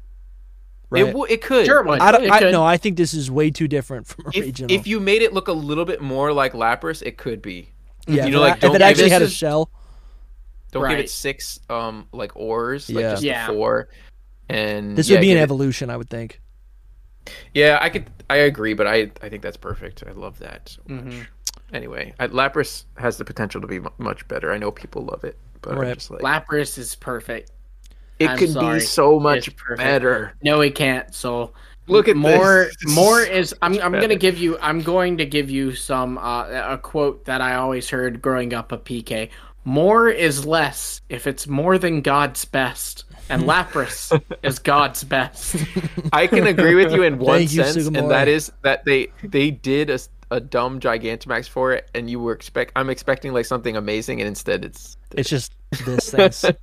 Speaker 1: right?
Speaker 3: it, w- it could.
Speaker 2: Sure, it would.
Speaker 1: I don't.
Speaker 2: It
Speaker 1: I,
Speaker 2: could.
Speaker 1: no, I think this is way too different from a
Speaker 3: If,
Speaker 1: regional.
Speaker 3: if you made it look a little bit more like Lapras, it could be.
Speaker 1: yeah,
Speaker 3: you
Speaker 1: if
Speaker 3: know,
Speaker 1: it-
Speaker 3: like,
Speaker 1: if
Speaker 3: don't
Speaker 1: it actually
Speaker 3: give
Speaker 1: had a
Speaker 3: us-
Speaker 1: shell,
Speaker 3: Don't give
Speaker 2: Right.
Speaker 3: it six um like ores, like
Speaker 1: Yeah.
Speaker 3: just
Speaker 2: Yeah.
Speaker 3: the four. And
Speaker 1: this
Speaker 3: yeah,
Speaker 1: would be an
Speaker 3: give it-
Speaker 1: evolution, I would think.
Speaker 3: Yeah, I could. I agree, but I I think that's perfect. I love that so much.
Speaker 1: Mm-hmm.
Speaker 3: Anyway, I, Lapras has the potential to be mu much better. I know people love it, but
Speaker 1: Right.
Speaker 3: I'm just like
Speaker 2: Lapras is perfect.
Speaker 3: it
Speaker 2: I'm
Speaker 3: could
Speaker 2: sorry.
Speaker 3: be so much
Speaker 2: It's perfect.
Speaker 3: better.
Speaker 2: No, he can't. So
Speaker 3: Look at
Speaker 2: more.
Speaker 3: this. It's
Speaker 2: More
Speaker 3: so
Speaker 2: is. I'm.
Speaker 3: much
Speaker 2: I'm
Speaker 3: better.
Speaker 2: gonna give you. I'm going to give you some. Uh, a quote that I always heard growing up. A PK. More is less if it's more than God's best, and Lapras is God's best.
Speaker 3: I can agree with you in one
Speaker 1: Thank you,
Speaker 3: sense,
Speaker 1: Sugimori.
Speaker 3: and that is that they they did a, s- a dumb Gigantamax for it, and you were expect I'm expecting like something amazing, and instead it's
Speaker 1: It's just this thing.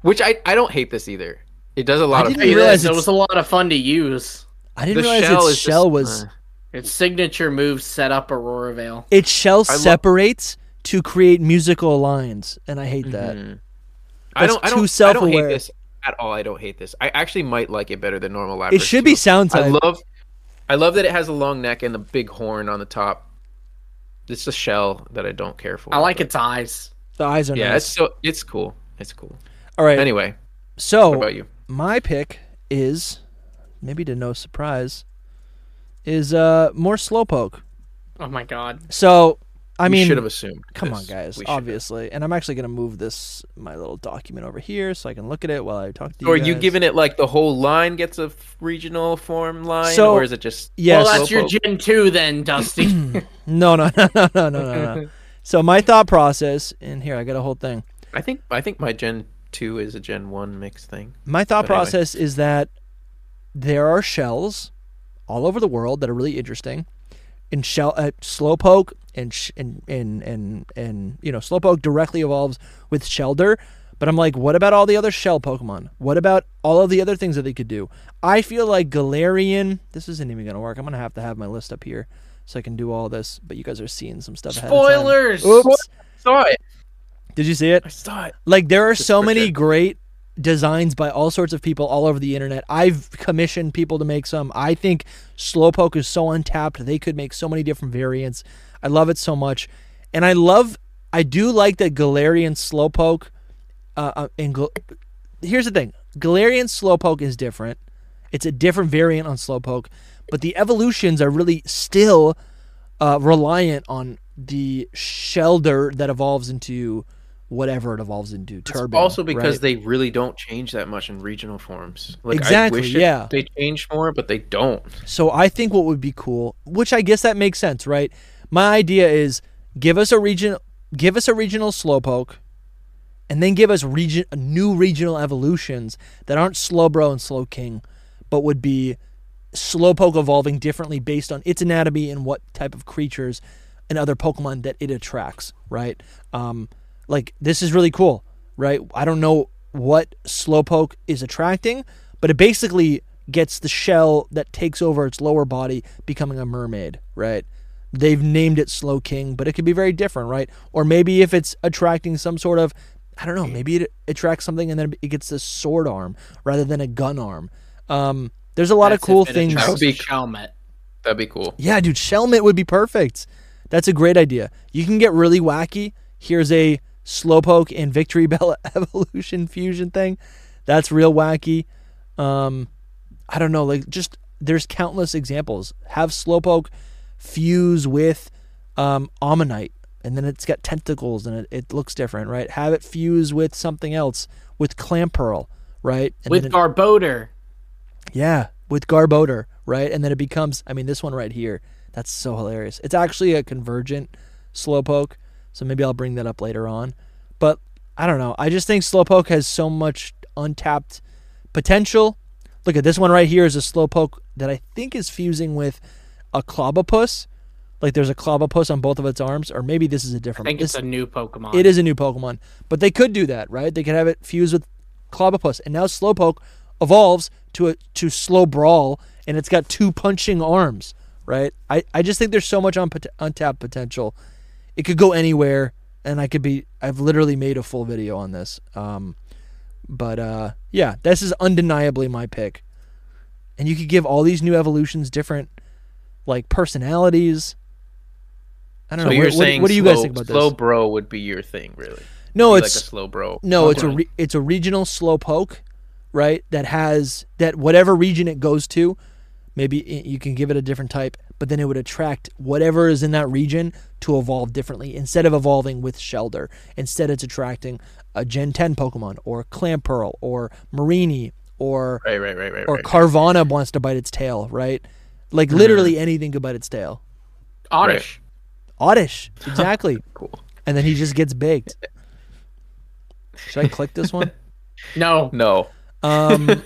Speaker 3: which I I don't hate this either. It does a lot of
Speaker 1: didn't You realize
Speaker 2: it
Speaker 1: it's-
Speaker 2: was a lot of fun to use.
Speaker 1: I didn't
Speaker 3: The
Speaker 1: realize
Speaker 3: shell
Speaker 1: its
Speaker 3: is just-
Speaker 1: shell was
Speaker 3: uh.
Speaker 2: Its signature move set up Aurora Veil.
Speaker 1: its shell
Speaker 3: love-
Speaker 1: separates to create musical lines, and I hate that.
Speaker 3: Mm-hmm. I
Speaker 1: That's
Speaker 3: don't I
Speaker 1: too
Speaker 3: don't, I don't
Speaker 1: self-aware.
Speaker 3: hate this at all. I don't hate this. I actually might like it better than normal Lapras.
Speaker 1: It should be
Speaker 3: too.
Speaker 1: sound
Speaker 3: I
Speaker 1: type.
Speaker 3: love I love that it has a long neck and the big horn on the top. It's a shell that I don't care for.
Speaker 2: I like
Speaker 3: but-
Speaker 2: its eyes.
Speaker 1: the eyes are
Speaker 3: Yeah, it's
Speaker 1: nice.
Speaker 3: so it's cool. It's cool.
Speaker 1: All right.
Speaker 3: Anyway,
Speaker 1: so
Speaker 3: what about you?
Speaker 1: my pick is maybe to no surprise is uh more slowpoke.
Speaker 2: Oh my god.
Speaker 1: So I
Speaker 3: we
Speaker 1: mean,
Speaker 3: should have assumed.
Speaker 1: come on,
Speaker 3: this.
Speaker 1: guys.
Speaker 3: We should have.
Speaker 1: Obviously, and I'm actually gonna move this my little document over here so I can look at it while I talk to you.
Speaker 3: or are you
Speaker 1: guys.
Speaker 3: giving it like the whole line gets a f- regional form line,
Speaker 1: So-
Speaker 3: or is it just
Speaker 1: Yes.
Speaker 2: well, that's your
Speaker 3: Slowpoke.
Speaker 2: Gen 2 then, Dusty.
Speaker 1: No, no, no, no, no, no, no. no. so my thought process, and here I got a whole thing.
Speaker 3: I think I think my Gen two is a Gen one mix thing.
Speaker 1: My thought
Speaker 3: But anyway.
Speaker 1: process is that there are shells all over the world that are really interesting. And shell uh, slowpoke and, sh- and and and and you know slowpoke directly evolves with Shelder, but I'm like, what about all the other shell Pokemon? What about all of the other things that they could do? I feel like Galarian. This isn't even gonna work. I'm gonna have to have my list up here so I can do all this. But you guys are seeing some stuff. ahead of time.
Speaker 2: Spoilers!
Speaker 1: Oops.
Speaker 3: Saw it.
Speaker 1: Did you see it?
Speaker 3: I saw it.
Speaker 1: Like there are so
Speaker 3: for
Speaker 1: many
Speaker 3: sure.
Speaker 1: great designs by all sorts of people all over the internet. I've commissioned people to make some. I think Slowpoke is so untapped. They could make so many different variants. I love it so much. And I love I do like that Galarian Slowpoke uh, uh, and Gal- here's the thing. Galarian Slowpoke is different. It's a different variant on Slowpoke, but the evolutions are really still uh, reliant on the shelter that evolves into whatever it evolves into. Turbo.
Speaker 3: also because
Speaker 1: right?
Speaker 3: they really don't change that much in regional forms. Like
Speaker 1: Exactly,
Speaker 3: I wish it-
Speaker 1: yeah.
Speaker 3: they change more, but they don't.
Speaker 1: So I think what would be cool, which I guess that makes sense, right? My idea is give us a region, give us a regional slowpoke, and then give us region new regional evolutions that aren't Slowbro and Slowking, but would be Slowpoke evolving differently based on its anatomy and what type of creatures and other Pokemon that it attracts, right? Um, like this is really cool, right? I don't know what Slowpoke is attracting, but it basically gets the shell that takes over its lower body, becoming a mermaid, right? They've named it Slow King, but it could be very different, right? Or maybe if it's attracting some sort of, I don't know, maybe it attracts something and then it gets this sword arm rather than a gun arm. Um, there's a lot of cool things.
Speaker 3: attracts- That would be-
Speaker 2: helmet.
Speaker 3: That'd be cool.
Speaker 1: Yeah, dude, Shellmit would be perfect. That's a great idea. You can get really wacky. Here's a Slowpoke and Victory Bell Evolution fusion thing. That's real wacky. Um, I don't know, like just there's countless examples. Have Slowpoke fuse with um, Ammonite, and then it's got tentacles and it, it looks different, right? Have it fuse with something else, with Clamperl, right? And
Speaker 2: With
Speaker 1: then it-
Speaker 2: Barboder.
Speaker 1: yeah, with Garboder, right? And then it becomes, I mean, this one right here, that's so hilarious. It's actually a convergent Slowpoke, so maybe I'll bring that up later on. But I don't know. I just think Slowpoke has so much untapped potential. Look at this one right here is a Slowpoke that I think is fusing with a Clobopus. Like there's a Clobopus on both of its arms, or maybe this is a
Speaker 2: I
Speaker 1: different.
Speaker 2: think
Speaker 1: this,
Speaker 2: it's a new Pokemon.
Speaker 1: it is a new Pokemon, but they could do that, right? They could have it fused with Clobopus, and now Slowpoke evolves to a to slow brawl, and it's got two punching arms. Right? I, I just think there's so much unpot- untapped potential. It could go anywhere, and I could be. I've literally made a full video on this. Um, but uh, yeah, this is undeniably my pick. And you could give all these new evolutions different, like personalities. I don't
Speaker 3: So
Speaker 1: know.
Speaker 3: you're
Speaker 1: what, what-
Speaker 3: saying
Speaker 1: what do you
Speaker 3: slow,
Speaker 1: guys think about
Speaker 3: slow
Speaker 1: this?
Speaker 3: bro would be your thing, really?
Speaker 1: No,
Speaker 3: Be
Speaker 1: it's
Speaker 3: like a slow bro.
Speaker 1: no, it's a
Speaker 3: Okay.
Speaker 1: re- it's a regional slowpoke, right? That has that whatever region it goes to, maybe i- you can give it a different type, but then it would attract whatever is in that region to evolve differently. Instead of evolving with Shelder, instead it's attracting a Gen 10 Pokemon or Clamperl or Marini or
Speaker 3: right, right, right, right,
Speaker 1: or
Speaker 3: right.
Speaker 1: Carvana wants to bite its tail, right?
Speaker 3: Mm-hmm.
Speaker 1: Like literally anything could bite its tail.
Speaker 2: Oddish.
Speaker 1: Oddish, exactly.
Speaker 3: cool.
Speaker 1: And then he just gets baked. Should I click this one?
Speaker 2: No.
Speaker 3: No,
Speaker 1: Um,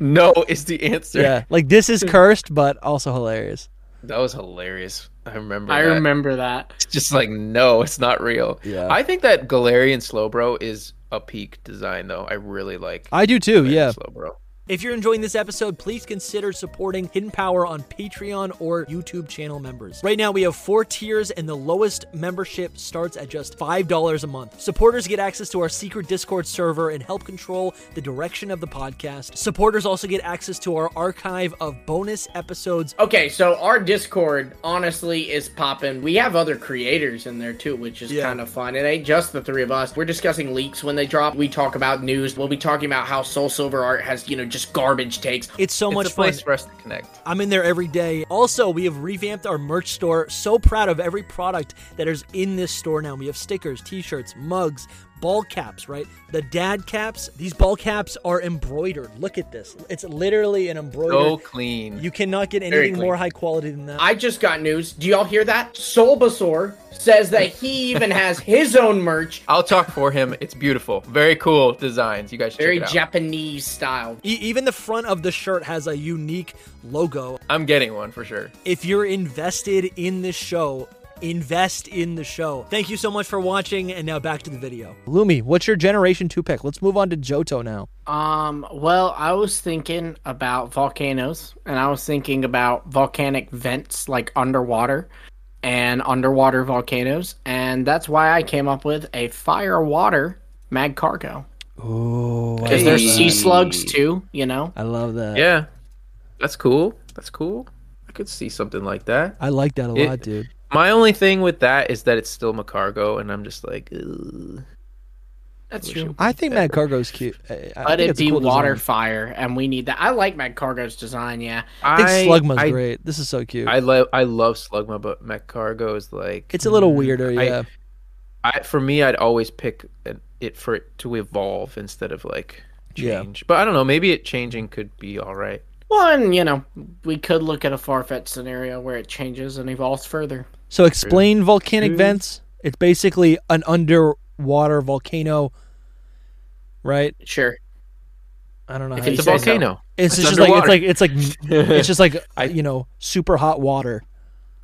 Speaker 3: no is the answer.
Speaker 1: yeah, like this is cursed, but also hilarious.
Speaker 3: That was hilarious. I remember.
Speaker 2: I
Speaker 3: that.
Speaker 2: remember that.
Speaker 3: It's just like no, it's not real.
Speaker 1: Yeah.
Speaker 3: I think that Galarian Slowbro is a peak design though. I really like.
Speaker 1: I do too.
Speaker 3: Galarian
Speaker 1: Yeah.
Speaker 3: Slowbro.
Speaker 1: If you're enjoying this episode, please consider supporting Hidden Power on Patreon or YouTube channel members. Right now, we have four tiers, and the lowest membership starts at just $5 a month. Supporters get access to our secret Discord server and help control the direction of the podcast. Supporters also get access to our archive of bonus episodes.
Speaker 2: Okay, so our Discord honestly is popping. We have other creators in there too, which is kind of fun. It ain't just the three of us. We're discussing leaks when they drop. We talk about news. We'll be talking about how Soul Silver Art has, you know, just garbage takes.
Speaker 1: It's so
Speaker 3: It's
Speaker 1: much
Speaker 3: a
Speaker 1: fun.
Speaker 3: place for us to connect.
Speaker 1: I'm in there every day. Also, we have revamped our merch store. So proud of every product that is in this store now. We have stickers, t-shirts, mugs, ball caps, right? The dad caps. These ball caps are embroidered. Look at this. It's literally an embroidered.
Speaker 3: So clean.
Speaker 1: You cannot get
Speaker 2: Very
Speaker 1: anything
Speaker 2: clean.
Speaker 1: more high quality than that.
Speaker 2: I just got news. Do y'all hear that? Bulbasaur says that he even has his own merch,
Speaker 3: I'll talk for him. It's beautiful. Very cool designs. You guys should
Speaker 2: very
Speaker 3: check it out.
Speaker 2: Japanese style.
Speaker 1: E- even the front of the shirt has a unique logo.
Speaker 3: I'm getting one for sure.
Speaker 1: If you're invested in this show, invest in the show. Thank you so much for watching, and now back to the video. Lumi, what's your Generation 2 pick? Let's move on to Johto now.
Speaker 2: Um, well, I was thinking about volcanoes and I was thinking about volcanic vents like underwater and underwater volcanoes, and that's why I came up with a fire water mag cargo.
Speaker 1: Oh,
Speaker 2: Because there's sea slugs too, you know?
Speaker 1: I love that.
Speaker 3: Yeah, that's cool. That's cool. I could see something like that.
Speaker 1: I like that a
Speaker 3: It-
Speaker 1: lot, dude.
Speaker 3: My only thing with that is that it's still Macargo, and I'm just like, Ugh.
Speaker 2: That's true.
Speaker 1: I think Mad Cargo's cute. I, I
Speaker 2: But
Speaker 1: think
Speaker 2: it'd
Speaker 1: it's a
Speaker 2: be
Speaker 1: cool
Speaker 2: water
Speaker 1: Design.
Speaker 2: fire, and we need that. I like mag cargo's design, yeah.
Speaker 1: I think Slugma's
Speaker 3: I,
Speaker 1: great. This is so cute.
Speaker 3: I love I love Slugma, but Macargo is like
Speaker 1: it's a
Speaker 2: Mm,
Speaker 1: little weirder, yeah.
Speaker 3: I for me, I'd always pick an, it for it to evolve instead of like
Speaker 1: Yeah.
Speaker 3: change. But I don't know. Maybe it changing could be all right.
Speaker 2: Well, and you know, we could look at a far fetched scenario where it changes and evolves further.
Speaker 1: so explain volcanic vents. It's basically an underwater volcano, right?
Speaker 2: Sure.
Speaker 1: I don't know.
Speaker 2: If
Speaker 1: how
Speaker 2: You
Speaker 3: It's a
Speaker 1: you
Speaker 2: say so.
Speaker 3: volcano.
Speaker 1: it's,
Speaker 3: it's
Speaker 1: just like it's like it's like it's just like you know super hot water.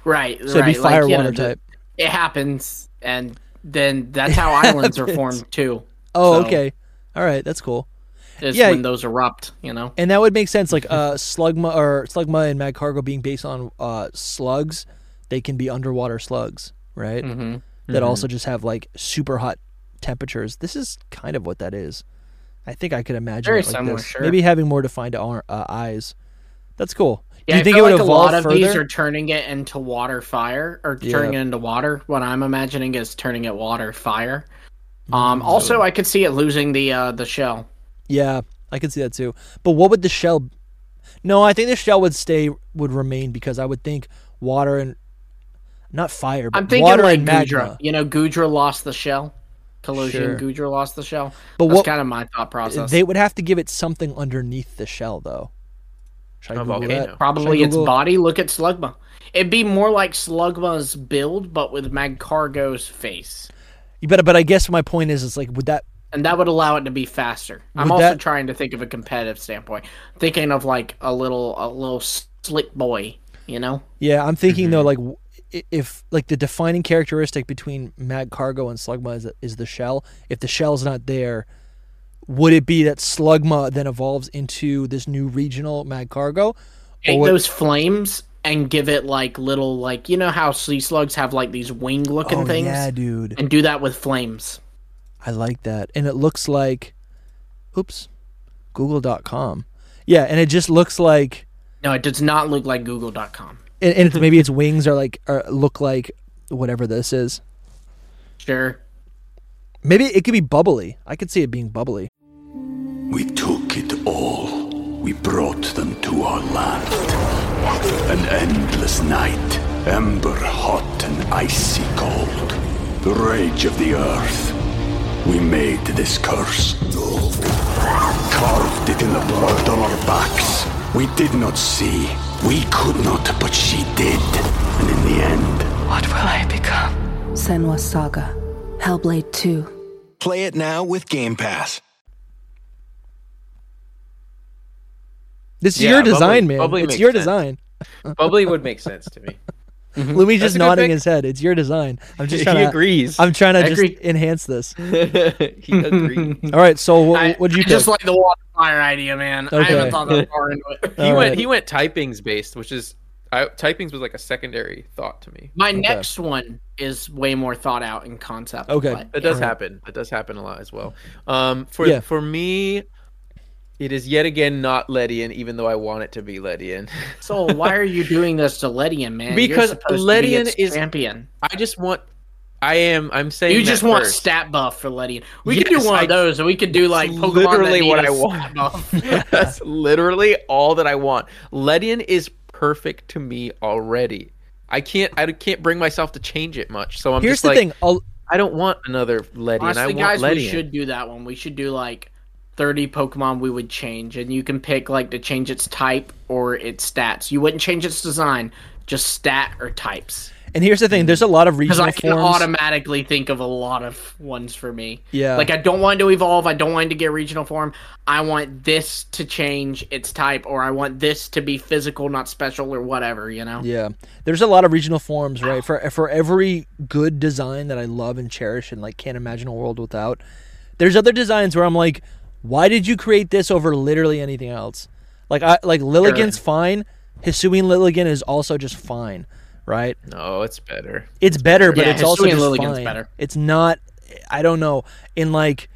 Speaker 2: Right.
Speaker 1: So
Speaker 2: right.
Speaker 1: it'd be fire
Speaker 2: like, you know,
Speaker 1: water
Speaker 2: the-
Speaker 1: type.
Speaker 2: it happens and then that's how islands are formed too
Speaker 1: Oh,
Speaker 2: so-
Speaker 1: okay. All right, that's cool.
Speaker 2: is
Speaker 1: Yeah.
Speaker 2: when those erupt you know
Speaker 1: And that would make sense, like
Speaker 2: Mm-hmm.
Speaker 1: uh, Slugma or Slugma and Mad Cargo being based on uh, slugs, they can be underwater slugs, right?
Speaker 2: Mhm.
Speaker 1: That also just have like super hot temperatures. This is kind of what that is. I think I could imagine
Speaker 2: Very
Speaker 1: it like
Speaker 2: similar,
Speaker 1: this.
Speaker 2: sure.
Speaker 1: Maybe having more defined ar- uh, eyes. That's cool.
Speaker 2: yeah,
Speaker 1: Do you
Speaker 2: I
Speaker 1: think it
Speaker 2: feel
Speaker 1: would
Speaker 2: like a
Speaker 1: evolve
Speaker 2: lot of
Speaker 1: further?
Speaker 2: these are turning it into water fire or turning it into water what i'm imagining is turning it water fire
Speaker 1: Mm-hmm.
Speaker 2: um also i could see it losing the uh the shell
Speaker 1: Yeah, I could see that too. But what would the shell? No, I think the shell would stay would remain because I would think water and not fire, but
Speaker 2: i'm thinking
Speaker 1: water
Speaker 2: like
Speaker 1: and magma.
Speaker 2: gudra you know gudra lost the shell collision
Speaker 1: Sure.
Speaker 2: gudra lost the shell
Speaker 1: But
Speaker 2: that's
Speaker 1: what-
Speaker 2: kind of my thought process
Speaker 1: They would have to give it something underneath the shell, though. Should I
Speaker 3: A
Speaker 1: Google
Speaker 3: volcano.
Speaker 1: that?
Speaker 2: Probably
Speaker 1: Should I
Speaker 2: its
Speaker 1: Google-
Speaker 2: body. Look at Slugma. It'd be more like Slugma's build, but with Magcargo's face.
Speaker 1: You better, but I guess my point is, it's like would that?
Speaker 2: And that would allow it to be faster. I'm
Speaker 1: Would
Speaker 2: also
Speaker 1: that-
Speaker 2: trying to think of a competitive standpoint. Thinking of like a little a little slick boy, you know?
Speaker 1: Yeah, I'm thinking
Speaker 3: Mm-hmm.
Speaker 1: though, like w- i- if like the defining characteristic between Mag Cargo and Slugma is, is the shell. If the shell's not there, would it be that Slugma then evolves into this new regional Magcargo?
Speaker 2: Take those flames and give it like little like you know how sea slugs have like these wing looking
Speaker 1: Oh,
Speaker 2: things
Speaker 1: yeah, dude.
Speaker 2: and do that with flames.
Speaker 1: I like that. And it looks like, oops, google.com. Yeah, and it just looks like,
Speaker 2: No, it does not look like Google.com.
Speaker 1: and, and it's, maybe its wings are like, are, look like whatever this is.
Speaker 2: Sure.
Speaker 1: Maybe it could be bubbly. I could see it being bubbly.
Speaker 4: We took it all. We brought them to our land. An endless night, ember hot and icy cold. The rage of the earth. We made this curse. Carved it in the blood on our backs. We did not see. We could not, but she did. And in the end,
Speaker 5: What will I become?
Speaker 6: Senwa Saga. Hellblade 2.
Speaker 7: Play it now with Game Pass.
Speaker 1: This is
Speaker 3: Yeah,
Speaker 1: your
Speaker 3: bubbly-
Speaker 1: design, man.
Speaker 3: bubbly
Speaker 1: it's
Speaker 3: makes
Speaker 1: your
Speaker 3: sense.
Speaker 1: design.
Speaker 3: Bubbly would make sense to me.
Speaker 1: Lumi's
Speaker 3: That's
Speaker 1: just
Speaker 3: a good
Speaker 1: nodding
Speaker 3: pick.
Speaker 1: his head. It's your design. I'm just
Speaker 3: He
Speaker 1: trying to,
Speaker 3: agrees.
Speaker 1: I'm trying to
Speaker 2: I
Speaker 1: just
Speaker 2: agree.
Speaker 1: enhance this.
Speaker 3: he agrees.
Speaker 1: All right, so
Speaker 2: I-
Speaker 1: what, what did you
Speaker 2: I just
Speaker 1: pick?
Speaker 2: like the water fire idea, man. I
Speaker 1: Okay.
Speaker 2: haven't thought that far into it.
Speaker 3: He
Speaker 1: All
Speaker 3: went.
Speaker 1: right.
Speaker 3: He went typings based, which is I, typings was like a secondary thought to me.
Speaker 2: My next one is way more thought out in concept.
Speaker 1: Okay.
Speaker 2: but-
Speaker 3: That does happen. That does happen a lot as well. Um, for
Speaker 1: Yeah.
Speaker 3: for me, it is yet again not Ledian, even though I want it to be Ledian.
Speaker 2: So why are you doing this to Ledian, man? You're
Speaker 3: Because
Speaker 2: supposed to be
Speaker 3: Ledian
Speaker 2: its
Speaker 3: is-
Speaker 2: champion.
Speaker 3: I just want. I am. I'm saying
Speaker 2: You
Speaker 3: that
Speaker 2: just want
Speaker 3: first.
Speaker 2: stat buff for Ledian. We could
Speaker 3: Yes,
Speaker 2: do one
Speaker 3: I-
Speaker 2: of those, and we could do like Pokemon that
Speaker 3: literally
Speaker 2: need
Speaker 3: what
Speaker 2: a
Speaker 3: I
Speaker 2: stat
Speaker 3: want.
Speaker 2: buff.
Speaker 3: That's literally all that I want. Ledian is perfect to me already. I can't. I can't bring myself to change it much. So I'm
Speaker 1: Here's
Speaker 3: just
Speaker 1: the
Speaker 3: like,
Speaker 1: thing. I'll,
Speaker 3: I don't want another Ledian. I
Speaker 2: Honestly,
Speaker 3: want
Speaker 2: guys,
Speaker 3: Ledian.
Speaker 2: we should do that one. We should do like thirty Pokemon we would change, and you can pick like to change its type or its stats. You wouldn't change its design, just stat or types.
Speaker 1: and here's the thing. There's a lot of
Speaker 2: Because
Speaker 1: regional
Speaker 2: I can
Speaker 1: forms.
Speaker 2: automatically think of a lot of ones for me.
Speaker 1: Yeah.
Speaker 2: Like I don't want to evolve. I don't want to get regional form. I want this to change its type, or I want this to be physical, not special, or whatever. You know.
Speaker 1: Yeah, there's a lot of regional forms, right? For for every good design that I love and cherish and like can't imagine a world without, there's other designs where I'm like, why did you create this over literally anything else? Like I like Lilligan's fine. Hisuian Lilligan is also just fine, right?
Speaker 3: No, it's better.
Speaker 1: It's better, but
Speaker 2: Yeah,
Speaker 1: it's also
Speaker 2: Hisuian
Speaker 1: just
Speaker 2: Lilligan's
Speaker 1: fine.
Speaker 2: better.
Speaker 1: It's not. I don't know. In like,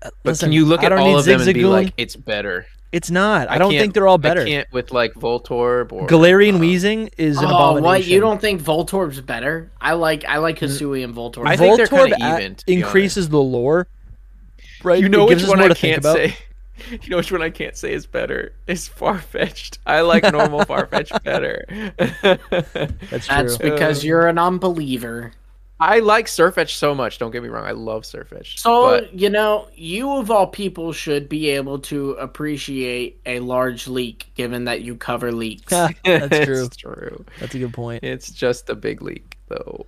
Speaker 3: But
Speaker 1: listen,
Speaker 3: can you look
Speaker 1: I
Speaker 3: at
Speaker 1: don't
Speaker 3: all
Speaker 1: need
Speaker 3: of them and be
Speaker 1: Zigzagoon.
Speaker 3: like, it's better?
Speaker 1: it's not. I, don't
Speaker 3: can't-
Speaker 1: think they're all
Speaker 3: I
Speaker 1: better.
Speaker 3: can't with like Voltorb or
Speaker 1: Galarian Wheezing is an
Speaker 2: Uh-huh. Oh,
Speaker 1: abomination. Mm.
Speaker 2: what? You don't think Voltorb's better? I like I like Hisui and Voltorb.
Speaker 3: I think they're
Speaker 1: Voltorb
Speaker 3: kinda
Speaker 1: at-
Speaker 3: even, to be
Speaker 1: increases the lore. Right?
Speaker 3: You know
Speaker 1: it gives us
Speaker 3: which one
Speaker 1: more
Speaker 3: I
Speaker 1: to think
Speaker 3: can't
Speaker 1: about.
Speaker 3: say. You know which one I can't say is better. It's far fetched. I like normal far fetched better.
Speaker 1: That's true.
Speaker 2: That's
Speaker 3: Um,
Speaker 2: because you're an unbeliever.
Speaker 3: I like Surfetch so much. Don't get me wrong. I love Surfetch.
Speaker 2: So
Speaker 3: but
Speaker 2: you know, you of all people should be able to appreciate a large leak, given that you cover leaks.
Speaker 1: That's true.
Speaker 3: It's true.
Speaker 1: That's a good point.
Speaker 3: It's just a big leak, though.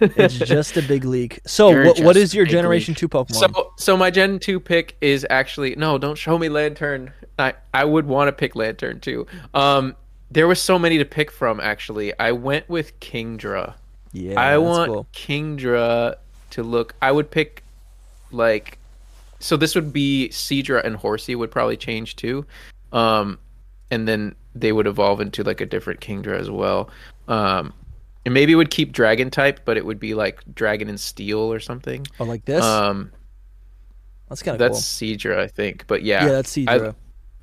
Speaker 1: It's just a big leak. So,
Speaker 2: You're
Speaker 1: what, what
Speaker 2: just
Speaker 1: is your
Speaker 2: a big
Speaker 1: Generation
Speaker 2: leak.
Speaker 1: 2 Pokemon?
Speaker 3: So, so my Gen two pick is actually no. Don't show me Lantern. I I would want to pick Lantern too. Um, there was so many to pick from. Actually, I went with Kingdra.
Speaker 1: yeah,
Speaker 3: I
Speaker 1: that's
Speaker 3: want
Speaker 1: cool.
Speaker 3: Kingdra to look. I would pick like so. This would be Seedra and Horsey would probably change too, um, and then they would evolve into like a different Kingdra as well. Um, and maybe it would keep Dragon type, but it would be like Dragon and Steel or something.
Speaker 1: Oh, like this?
Speaker 3: Um,
Speaker 1: that's kind of cool.
Speaker 3: that's Seedra, I think. But yeah,
Speaker 1: Yeah, that's Seedra.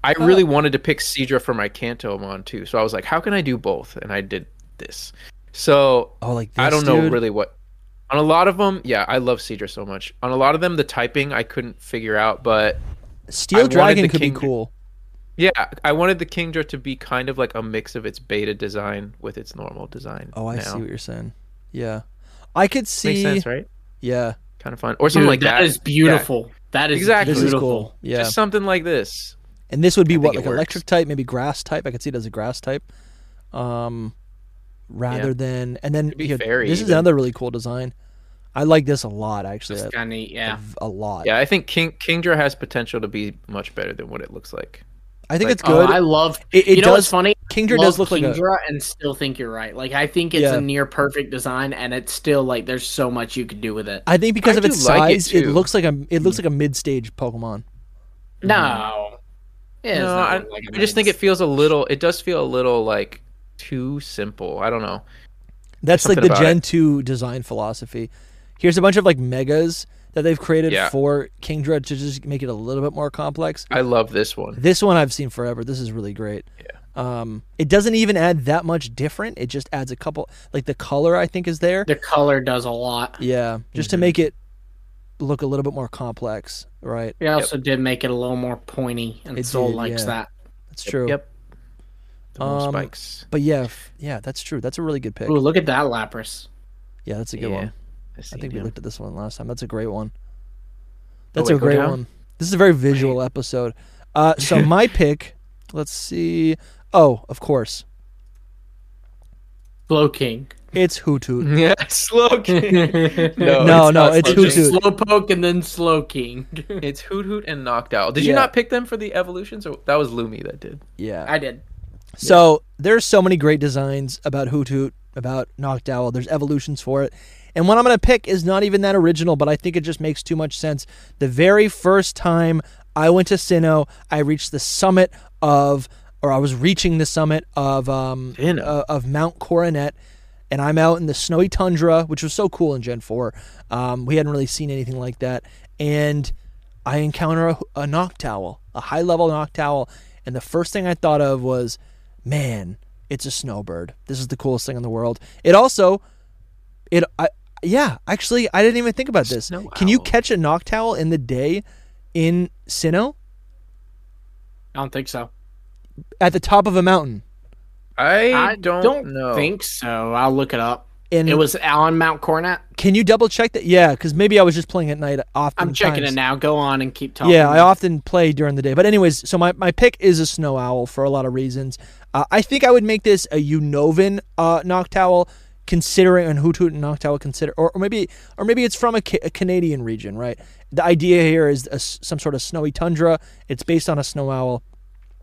Speaker 3: I, I really wanted to pick Seedra for my Cantomon too, so I was like, how can I do both? And I did this. So
Speaker 1: Oh, like this.
Speaker 3: I don't know
Speaker 1: dude?
Speaker 3: really what. On a lot of them, yeah, I love Seedra so much. On a lot of them, the typing I couldn't figure out, but I
Speaker 1: Steel
Speaker 3: wanted
Speaker 1: Dragon
Speaker 3: the
Speaker 1: could be
Speaker 3: King-
Speaker 1: cool.
Speaker 3: yeah, I wanted the Kingdra to be kind of like a mix of its beta design with its normal design.
Speaker 1: Oh, I
Speaker 3: now.
Speaker 1: see what you're saying. Yeah. I could see.
Speaker 3: Makes sense, right?
Speaker 1: Yeah.
Speaker 3: Kind of fun, or
Speaker 2: Dude,
Speaker 3: something like that.
Speaker 2: that is beautiful. That is
Speaker 3: Exactly.
Speaker 1: This
Speaker 3: It's
Speaker 1: is
Speaker 2: beautiful.
Speaker 1: cool. Yeah.
Speaker 3: Yeah. Just something like this.
Speaker 1: And this would be what,
Speaker 3: think
Speaker 1: like
Speaker 3: it works.
Speaker 1: electric type, maybe grass type. I could see it as a grass type, um, rather
Speaker 3: Yeah.
Speaker 1: than and then
Speaker 3: be
Speaker 1: here,
Speaker 3: fairy
Speaker 1: this is
Speaker 3: even.
Speaker 1: another really cool design. I like this a lot, actually,
Speaker 2: It's kind of neat. Yeah.
Speaker 1: a lot.
Speaker 3: Yeah, I think King Kingdra has potential to be much better than what it looks like.
Speaker 1: I think
Speaker 3: Like,
Speaker 1: it's
Speaker 2: Oh,
Speaker 1: good.
Speaker 2: I love.
Speaker 1: It- it
Speaker 2: you know what's
Speaker 1: does-
Speaker 2: funny?
Speaker 1: Kingdra
Speaker 2: Love
Speaker 1: does look like a-
Speaker 2: Kingdra and still think you're right. Like I think it's
Speaker 1: Yeah.
Speaker 2: a near perfect design, and it's still like there's so much you could do with it.
Speaker 1: I think because
Speaker 3: I
Speaker 1: of
Speaker 3: do
Speaker 1: its
Speaker 3: like it
Speaker 1: size, it,
Speaker 3: too.
Speaker 1: looks like a it looks like a mid stage Pokemon. Mm-hmm.
Speaker 2: No. It is
Speaker 3: no,
Speaker 2: not
Speaker 3: I,
Speaker 2: like a
Speaker 3: I just think it
Speaker 2: maze.
Speaker 3: feels a little. It does feel a little like too simple. I don't know.
Speaker 1: That's like
Speaker 3: Something
Speaker 1: the
Speaker 3: about
Speaker 1: Gen 2 design philosophy. Here's a bunch of like megas that they've created
Speaker 3: Yeah.
Speaker 1: for Kingdra to just make it a little bit more complex.
Speaker 3: I love this one.
Speaker 1: This one I've seen forever. This is really great. Yeah. Um, it doesn't even add that much different. It just adds a couple, like the color I think is there.
Speaker 2: the color does a lot.
Speaker 1: Yeah, just
Speaker 3: Mm-hmm.
Speaker 1: to make it look a little bit more complex, right?
Speaker 2: It also did make it a little more pointy, and
Speaker 1: It
Speaker 2: Soul
Speaker 1: did,
Speaker 2: likes
Speaker 1: yeah.
Speaker 2: that.
Speaker 1: That's true.
Speaker 3: Yep. The more
Speaker 1: Um,
Speaker 3: spikes.
Speaker 1: But yeah, f- yeah, that's true. That's a really good pick.
Speaker 2: Ooh, look at that Lapras.
Speaker 1: Yeah, that's a good
Speaker 3: Yeah.
Speaker 1: one. I
Speaker 3: see
Speaker 1: think we
Speaker 3: now.
Speaker 1: looked at this one last time. That's a great one. That's
Speaker 3: Oh, wait,
Speaker 1: a
Speaker 3: go
Speaker 1: great
Speaker 3: down?
Speaker 1: one. This is a very visual episode. Uh, so my pick, let's see. Oh, of course,
Speaker 2: Glow King.
Speaker 1: it's Hootoo.
Speaker 3: Yeah, slow king. no,
Speaker 1: No, no,
Speaker 3: not
Speaker 1: it's
Speaker 3: Slow
Speaker 1: Hoot
Speaker 3: King.
Speaker 1: Hoot.
Speaker 2: Slowpoke and then Slow King.
Speaker 3: It's Hoot Hoot and Knocked Out. Did
Speaker 1: Yeah.
Speaker 3: you not pick them for the evolutions? Or that was Lumi that did.
Speaker 1: Yeah.
Speaker 2: I did.
Speaker 1: So there's so many great designs about Hoot Hoot, about Knocked Owl. There's evolutions for it. And what I'm going to pick is not even that original, but I think it just makes too much sense. The very first time I went to Sinnoh, I reached the summit of, or I was reaching the summit of, um,
Speaker 3: Sinnoh.
Speaker 1: uh, of Mount Coronet. And I'm out in the snowy tundra, which was so cool in Gen 4. Um, we hadn't really seen anything like that. And I encounter a, a Noctowl, a high level Noctowl, and the first thing I thought of was, man, it's a snowbird. This is the coolest thing in the world. It also, it, I, yeah, actually, I didn't even think about this.
Speaker 3: Snow
Speaker 1: Can you
Speaker 3: owl.
Speaker 1: catch a Noctowl in the day in Sinnoh
Speaker 2: I don't think so.
Speaker 1: at the top of a mountain?
Speaker 3: I, don't, know.
Speaker 2: think so. I'll look it up.
Speaker 1: And
Speaker 2: It was on Mount Cornet.
Speaker 1: Can you double check that? Yeah, because maybe I was just playing at night. Often
Speaker 2: I'm checking it now. Go on and keep talking.
Speaker 1: Yeah, I often play during the day. But anyways, so my, my pick is a snow owl for a lot of reasons. Uh, I think I would make this a Unovan uh, Noctowl, considering and Hoot Hoot and Noctowl consider, or, or maybe or maybe it's from a, ca- a Canadian region, right? The idea here is a s some sort of snowy tundra. It's based on a snow owl,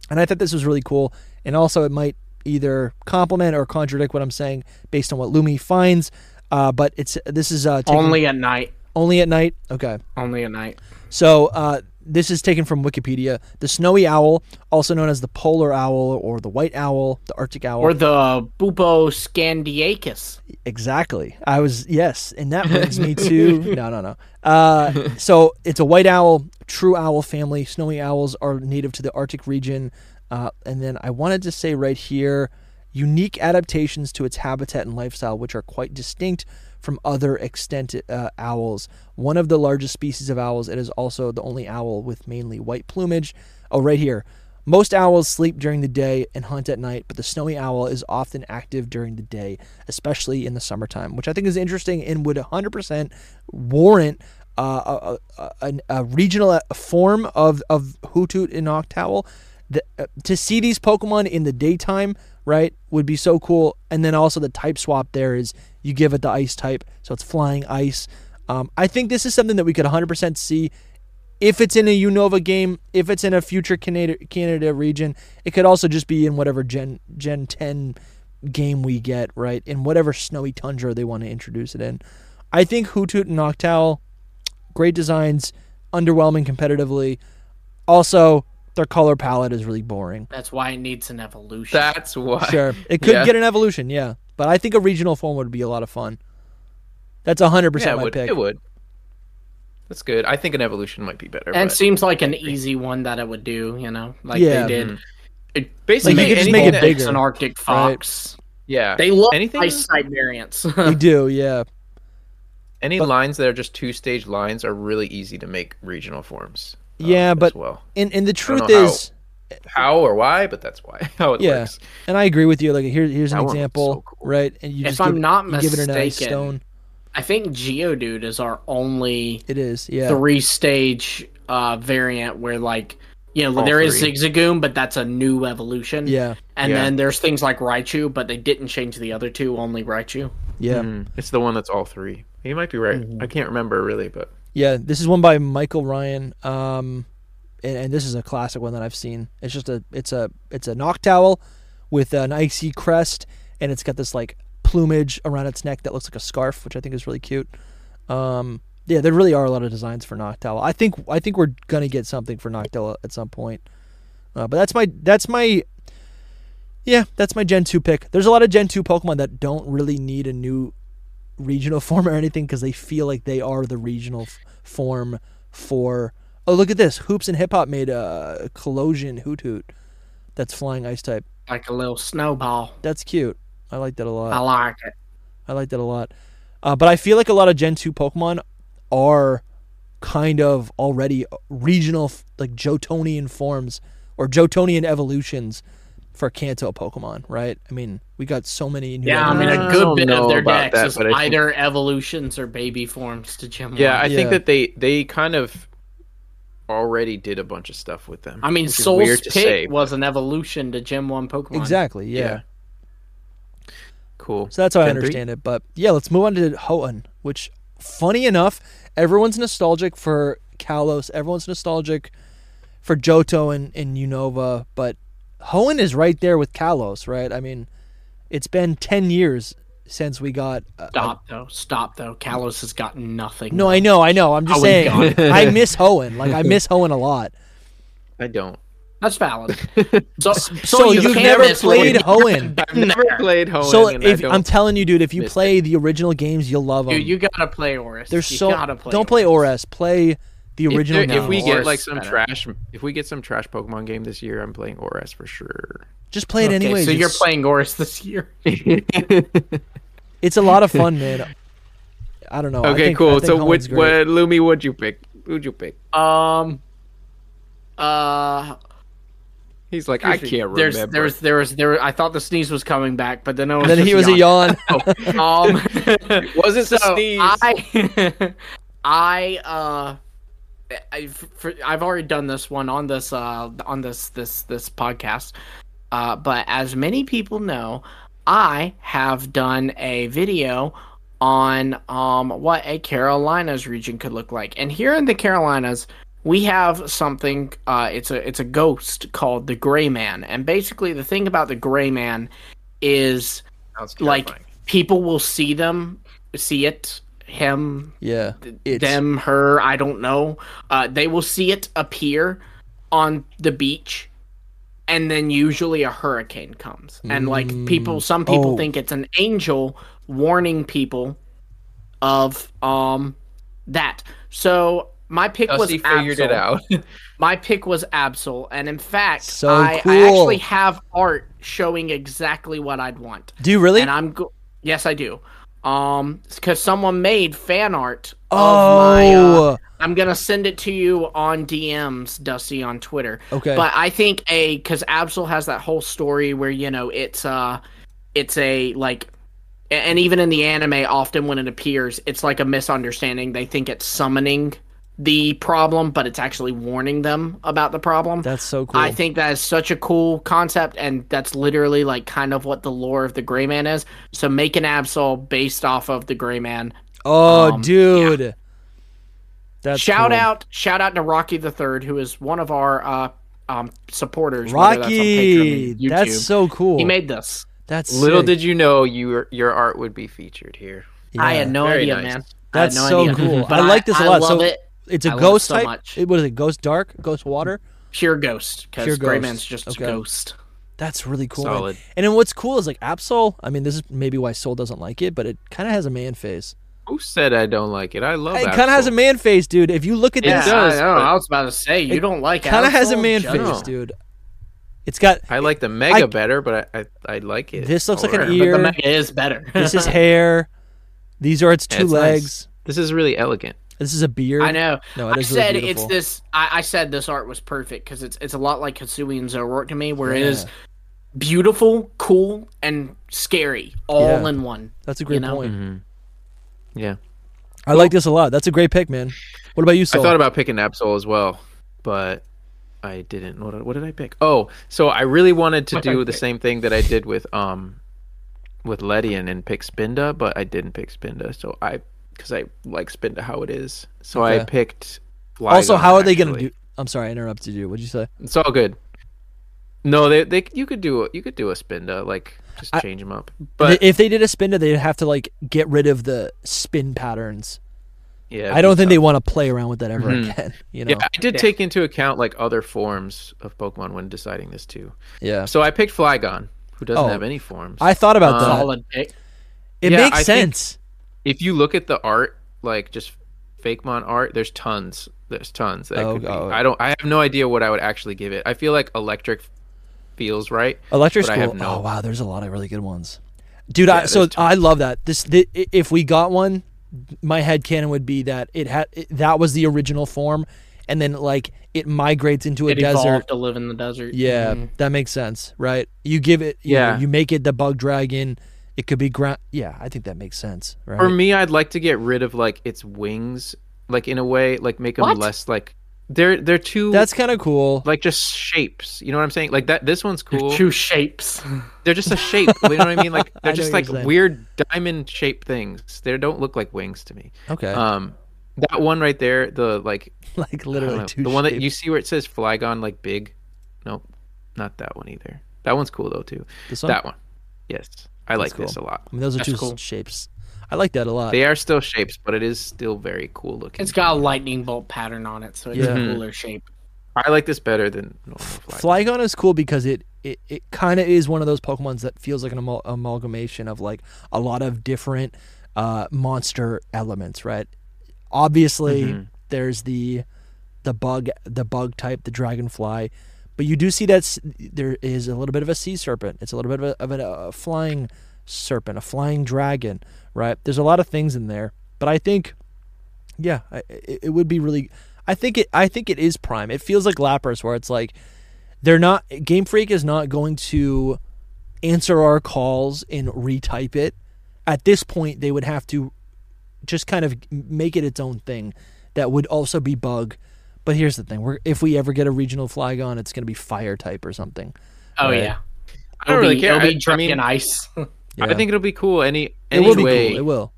Speaker 1: and I thought this was really cool. And also, it might either complement or contradict what I'm saying based on what Lumi finds. Uh, but it's this is uh, taken
Speaker 2: Only at night.
Speaker 1: only at night. Okay.
Speaker 2: Only at night.
Speaker 1: So uh, this is taken from Wikipedia. The snowy owl, also known as the polar owl or the white owl, the Arctic owl.
Speaker 2: Or the Bubo Scandiacus.
Speaker 1: exactly. I was yes, and that brings me to no, no, no. Uh, so it's a white owl, true owl family. Snowy owls are native to the Arctic region, uh, and then I wanted to say right here, unique adaptations to its habitat and lifestyle, which are quite distinct from other extent uh, owls. One of the largest species of owls, it is also the only owl with mainly white plumage. Oh, right here. Most owls sleep during the day and hunt at night, but the snowy owl is often active during the day, especially in the summertime, which I think is interesting and would 100% warrant uh, a, a, a, a regional uh, form of, of Hoothoot and Noctowl. The, uh, to see these Pokemon in the daytime, right, would be so cool. And then also the type swap there is you give it the ice type, so it's flying ice. Um, I think this is something that we could 100% see if it's in a Unova game, if it's in a future Canada Canada region, it could also just be in whatever Gen Gen 10 game we get, right? In whatever snowy tundra they want to introduce it in. I think Hoothoot and Noctowl, great designs, underwhelming competitively. Also, their color palette is really boring.
Speaker 2: That's why it needs an evolution.
Speaker 3: That's why.
Speaker 1: Sure. It could
Speaker 3: Yeah.
Speaker 1: get an evolution, yeah. But I think a regional form would be a lot of fun. That's 100%
Speaker 3: Yeah, it
Speaker 1: my
Speaker 3: would.
Speaker 1: pick.
Speaker 3: It would. That's good. I think an evolution might be Mm-hmm. better.
Speaker 2: and
Speaker 3: but
Speaker 2: seems like an easy one that it would do, you know? Like
Speaker 1: Yeah.
Speaker 2: they did.
Speaker 3: it basically
Speaker 1: Like, you could just make
Speaker 3: anything
Speaker 1: it
Speaker 3: that-
Speaker 1: big. bigger,
Speaker 2: It's an Arctic Fox.
Speaker 3: Yeah.
Speaker 2: They love
Speaker 3: anything.
Speaker 2: ice type variants.
Speaker 1: You do,
Speaker 3: Oh,
Speaker 1: yeah.
Speaker 3: any lines that are just two stage lines are really easy to make regional forms. uh,
Speaker 1: Yeah,
Speaker 3: as
Speaker 1: but-
Speaker 3: well,
Speaker 1: And and the
Speaker 3: don't
Speaker 1: truth
Speaker 3: know how-
Speaker 1: is
Speaker 3: how or why? But that's why how it
Speaker 1: Yeah,
Speaker 3: works.
Speaker 1: and I agree with you. Like here, here's an
Speaker 3: That one looks
Speaker 1: example,
Speaker 3: so cool.
Speaker 1: right? And you
Speaker 2: If
Speaker 1: just
Speaker 2: I'm
Speaker 1: give,
Speaker 2: not
Speaker 1: you give it an ice
Speaker 2: mistaken,
Speaker 1: stone.
Speaker 2: I think Geodude is our only
Speaker 1: It is, yeah.
Speaker 2: three stage uh, variant where like you know there is
Speaker 3: three.
Speaker 2: Zigzagoon, but that's a new evolution.
Speaker 1: Yeah.
Speaker 2: and
Speaker 3: Yeah.
Speaker 2: then there's things like Raichu, but they didn't change the other two, only Raichu.
Speaker 1: yeah,
Speaker 3: Mm, It's the one that's all three. You might be right.
Speaker 1: Mm-hmm.
Speaker 3: I can't remember really, but
Speaker 1: yeah. This is one by Michael Ryan, um, and, and this is a classic one that I've seen. It's just a, it's a, it's a noctowl with an icy crest, and it's got this like plumage around its neck that looks like a scarf, which I think is really cute. Um, Yeah, there really are a lot of designs for Noctowl. I think I think we're gonna get something for Noctowl at some point. Uh, but that's my that's my yeah that's my Gen two pick. There's a lot of Gen two Pokemon that don't really need a new regional form or anything because they feel like they are the regional f- form for. Oh look at this! Hoops and Hip Hop made a Collision Hoot Hoot that's flying ice type.
Speaker 2: Like a little snowball.
Speaker 1: That's cute. I like that a lot.
Speaker 2: I like it.
Speaker 1: I like that a lot. Uh, but I feel like a lot of Gen 2 Pokemon are kind of already regional, f- like Jotonian forms or Jotonian evolutions for Kanto Pokemon, right? I mean, we got so many new.
Speaker 2: Yeah, I mean,
Speaker 1: evolutions.
Speaker 2: a
Speaker 3: I
Speaker 2: good
Speaker 3: don't
Speaker 2: bit of
Speaker 3: know
Speaker 2: their
Speaker 3: about
Speaker 2: decks
Speaker 3: that,
Speaker 2: is
Speaker 3: but I think-
Speaker 2: either evolutions or baby forms to Gem
Speaker 3: Yeah, I
Speaker 2: One.
Speaker 3: think
Speaker 1: Yeah.
Speaker 3: that they they kind of already did a bunch of stuff with them.
Speaker 2: I mean,
Speaker 3: which is
Speaker 2: Soul's
Speaker 3: weird to say,
Speaker 2: Pick was an evolution to Gem 1 Pokemon.
Speaker 1: exactly. Yeah.
Speaker 3: Yeah. Cool.
Speaker 1: So that's how I
Speaker 3: Gen three?
Speaker 1: understand it. But yeah, let's move on to Hoenn, which, funny enough, everyone's nostalgic for Kalos. Everyone's nostalgic for Johto and, and Unova. But Hoenn is right there with Kalos, right? I mean, it's been 10 years since we got. Uh,
Speaker 2: Stop, though. Stop, though. Kalos has gotten nothing.
Speaker 1: no, I know, I know. I'm just
Speaker 2: Hoenn
Speaker 1: saying.
Speaker 2: gone.
Speaker 1: I miss Hoenn. Like, I miss Hoenn a lot.
Speaker 3: I don't.
Speaker 2: That's valid. so, so,
Speaker 1: So,
Speaker 2: you
Speaker 1: you've
Speaker 2: can't
Speaker 1: never
Speaker 2: miss
Speaker 1: played
Speaker 2: Hoenn.
Speaker 1: Hoenn.
Speaker 3: I've never played Hoenn.
Speaker 1: So
Speaker 3: and
Speaker 1: if
Speaker 3: I don't,
Speaker 1: I'm telling you, dude, if you
Speaker 3: miss
Speaker 1: play the original games, you'll love them.
Speaker 2: Dude, you gotta play Oris.
Speaker 1: There's
Speaker 2: you
Speaker 1: so
Speaker 2: gotta play
Speaker 1: don't play Ores. Play the
Speaker 3: if,
Speaker 1: original.
Speaker 3: there- if we
Speaker 1: games.
Speaker 3: get
Speaker 2: Oris
Speaker 3: like
Speaker 2: is
Speaker 3: some
Speaker 2: better.
Speaker 3: trash, if we get some trash Pokemon game this year, I'm playing Oras for sure.
Speaker 1: Just play it
Speaker 2: Okay,
Speaker 1: anyway.
Speaker 2: so you're playing Oris this year.
Speaker 1: It's a lot of fun, man. I don't know. I
Speaker 3: Okay,
Speaker 1: think- I
Speaker 3: cool.
Speaker 1: think
Speaker 3: So
Speaker 1: Hoenn's
Speaker 3: which
Speaker 1: great.
Speaker 3: what Lumi? What'd you pick? Who'd you pick?
Speaker 2: Um. Uh,
Speaker 3: He's like, I
Speaker 2: excuse me.
Speaker 3: can't remember.
Speaker 2: There's, there was, there was, there. I thought the sneeze was coming back, but then I was.
Speaker 1: Then
Speaker 2: just
Speaker 1: he was a yawn.
Speaker 2: yawn. Um,
Speaker 3: Wasn't
Speaker 2: so
Speaker 3: the sneeze?
Speaker 2: I, I, uh, I've, for, I've already done this one on this, uh, on this, this, this podcast. Uh, but as many people know, I have done a video on um what a Carolinas region could look like, and here in the Carolinas. We have something. Uh, it's a it's a ghost called the Gray Man, and basically the thing about the Gray Man is
Speaker 3: Sounds
Speaker 2: like
Speaker 3: terrifying.
Speaker 2: people will see them see it him
Speaker 1: yeah. It's,
Speaker 2: them her i don't know uh, they will see it appear on the beach and then usually a hurricane comes and like people some people
Speaker 1: Oh.
Speaker 2: think it's an angel warning people of um that so my pick
Speaker 3: Dusty
Speaker 2: was
Speaker 3: figured it
Speaker 2: Absol.
Speaker 3: out.
Speaker 2: My pick was Absol, and in fact,
Speaker 1: So
Speaker 2: I, I
Speaker 1: cool.
Speaker 2: actually have art showing exactly what I'd want.
Speaker 1: Do you really?
Speaker 2: And I'm go- yes, I do. Um, because someone made fan art. Of my, uh,
Speaker 1: oh,
Speaker 2: I'm gonna send it to you on DMs, Dusty, on Twitter.
Speaker 1: Okay.
Speaker 2: But I think a because Absol has that whole story where you know it's uh, it's a like, a- and even in the anime, often when it appears, it's like a misunderstanding. They think it's summoning the problem, but it's actually warning them about the problem.
Speaker 1: that's so cool.
Speaker 2: I think that is such a cool concept, and that's literally like kind of what the lore of the Gray Man is. So make an Absol based off of the Gray Man.
Speaker 1: oh,
Speaker 2: um,
Speaker 1: dude. That's
Speaker 2: shout
Speaker 1: cool.
Speaker 2: out, shout out to Rocky the Third, who is one of our uh, um, supporters. whether that's on
Speaker 1: Rocky.
Speaker 2: Patreon or
Speaker 1: That's,
Speaker 2: YouTube.
Speaker 1: so cool.
Speaker 2: He made this.
Speaker 1: that's
Speaker 3: Little
Speaker 1: sick.
Speaker 3: did you know your your art would be featured here.
Speaker 2: I
Speaker 1: Yeah.
Speaker 2: had no
Speaker 3: Very
Speaker 2: idea,
Speaker 3: nice.
Speaker 2: man.
Speaker 1: That's
Speaker 2: I had no
Speaker 1: so
Speaker 2: idea.
Speaker 1: cool.
Speaker 2: But
Speaker 1: I like this a
Speaker 2: I
Speaker 1: lot.
Speaker 2: love
Speaker 1: so
Speaker 2: it.
Speaker 1: it's a
Speaker 2: I love it
Speaker 1: ghost
Speaker 2: so
Speaker 1: type.
Speaker 2: much.
Speaker 1: It was it ghost dark, ghost water.
Speaker 2: Pure ghost, because
Speaker 1: Pure
Speaker 2: Gray
Speaker 1: ghost.
Speaker 2: Man's just
Speaker 1: Okay.
Speaker 2: a ghost.
Speaker 1: That's really cool. man.
Speaker 3: Solid.
Speaker 1: And then what's cool is like Absol. I mean, this is maybe why Soul doesn't like it, but it kind of has a man face.
Speaker 3: Who said I don't like it? I love
Speaker 1: it kind of has a man face, dude. If you look at
Speaker 3: Yeah.
Speaker 1: this,
Speaker 3: Oh, does,
Speaker 2: I, know,
Speaker 3: but-
Speaker 2: I was about to say you
Speaker 1: It
Speaker 2: don't like.
Speaker 1: kind of has a
Speaker 2: Absol?
Speaker 1: man
Speaker 2: Judge.
Speaker 1: face,
Speaker 3: No.
Speaker 1: dude. It's got
Speaker 3: I like the Mega
Speaker 1: I-
Speaker 3: better, but I, I I like it.
Speaker 1: This looks like an
Speaker 3: Alright.
Speaker 1: ear.
Speaker 2: But the mega is better.
Speaker 1: this is hair. These are its
Speaker 3: Yeah,
Speaker 1: two
Speaker 3: it's nice.
Speaker 1: legs.
Speaker 3: This is really elegant.
Speaker 1: This is a beard.
Speaker 2: I know.
Speaker 1: No, it
Speaker 2: I
Speaker 1: is really
Speaker 2: said it's
Speaker 1: beautiful.
Speaker 2: this. I, I said this art was perfect because it's it's a lot like Katsui and Zoroark to me, where it is
Speaker 1: Yeah.
Speaker 2: beautiful, cool, and scary all
Speaker 1: Yeah.
Speaker 2: in one.
Speaker 1: That's a great
Speaker 2: you know?
Speaker 1: point.
Speaker 3: Mm-hmm. Yeah,
Speaker 1: I like this a lot. That's a great pick, man. What about you, Sol?
Speaker 3: I thought about picking Absol as well, but I didn't. What, what did I pick? Oh, so I really wanted to do the same thing that I did with um with Ledian and pick Spinda, but I didn't pick Spinda. So I because I like Spinda how it is. So I
Speaker 1: Okay.
Speaker 3: picked. Flygon,
Speaker 1: also, how are they going to
Speaker 3: actually.
Speaker 1: do? I'm sorry, I interrupted you. What'd you say?
Speaker 3: It's all good. No, they they you could do a, you could do a Spinda like just
Speaker 1: I-
Speaker 3: change them up, but
Speaker 1: if they did a spinda, they'd have to like get rid of the spin patterns.
Speaker 3: Yeah,
Speaker 1: I don't think they want to play around with that ever again. You know?
Speaker 3: Mm-hmm. Yeah, I did take into account like other forms of Pokemon when deciding this too.
Speaker 1: Yeah.
Speaker 3: So I picked Flygon, who doesn't
Speaker 1: Oh.
Speaker 3: have any forms.
Speaker 1: I thought about that.
Speaker 2: Solid pick.
Speaker 1: It
Speaker 3: Yeah,
Speaker 1: makes
Speaker 3: I think-
Speaker 1: sense.
Speaker 3: if you look at the art, like just Fakemon art, there's tons. There's tons. That
Speaker 1: Oh,
Speaker 3: could be.
Speaker 1: oh.
Speaker 3: I don't. I have no idea what I would actually give it. I feel like Electric feels right.
Speaker 1: Electric
Speaker 3: but I
Speaker 1: School.
Speaker 3: have no-
Speaker 1: Oh wow, there's a lot of really good ones, dude. I,
Speaker 3: there's
Speaker 1: so
Speaker 3: tons.
Speaker 1: I love that. This the, i- if we got one, my head canon would be that it had it, that was the original form, and then like it migrates into a
Speaker 2: It
Speaker 1: desert.
Speaker 2: evolved to live in the desert.
Speaker 1: Yeah, that makes sense, right? You give it. you know,
Speaker 3: Mm-hmm. Yeah.
Speaker 1: you make it the bug dragon. It could be ground. Yeah, I think that makes sense, right?
Speaker 3: For me, I'd like to get rid of like its wings, like in a way, like make them
Speaker 2: What?
Speaker 3: less like they're they're too
Speaker 1: That's kind of cool.
Speaker 3: like just shapes. You know what I'm saying? Like that. This one's cool.
Speaker 2: Two shapes.
Speaker 3: They're just a shape. you know what I mean? Like
Speaker 1: I
Speaker 3: they're
Speaker 1: know
Speaker 3: just
Speaker 1: what
Speaker 3: like
Speaker 1: you're saying.
Speaker 3: weird diamond shaped things. They don't look like wings to me.
Speaker 1: okay,
Speaker 3: Um, that one right there, the like
Speaker 1: like
Speaker 3: I don't
Speaker 1: literally
Speaker 3: know,
Speaker 1: two.
Speaker 3: the one that
Speaker 1: shapes.
Speaker 3: you see where it says Flygon like big. Nope, not that one either. That one's cool though too.
Speaker 1: This one?
Speaker 3: That one. Yes, I like this a
Speaker 1: cool.
Speaker 3: lot.
Speaker 1: I mean, those are
Speaker 2: That's
Speaker 1: two
Speaker 2: cool.
Speaker 1: shapes. I like that a lot.
Speaker 3: They are still shapes, but it is still very cool looking.
Speaker 2: It's got a lightning bolt pattern on it, so it's
Speaker 1: Yeah.
Speaker 2: a cooler shape.
Speaker 3: I like this better than normal Flygon.
Speaker 1: Flygon is cool because it it, it kind of is one of those Pokemons that feels like an amal- amalgamation of like a lot of different uh, monster elements, right? Obviously, there's the the bug the bug type, the dragonfly, but you do see that s- there is a little bit of a sea serpent. It's a little bit of a, of a, a flying serpent, a flying dragon, right? There's a lot of things in there, but I think yeah, I- it, it would be really. I think it. I think it is prime. It feels like Lapras, where it's like they're not. Game Freak is not going to answer our calls and retype it. At this point, they would have to just kind of make it its own thing that would also be bug. But here's the thing: we're if we ever get a regional Flygon, it's going to be fire type or something.
Speaker 2: Oh
Speaker 1: Right.
Speaker 2: yeah.
Speaker 3: I don't
Speaker 2: It'll
Speaker 3: really
Speaker 2: be-
Speaker 3: care.
Speaker 2: It'll
Speaker 3: I-
Speaker 2: be
Speaker 3: I,
Speaker 2: drunk
Speaker 3: mean,
Speaker 2: in ice.
Speaker 3: I think it'll be cool. Any
Speaker 1: it
Speaker 3: any
Speaker 1: will be
Speaker 3: way.
Speaker 1: cool. It will.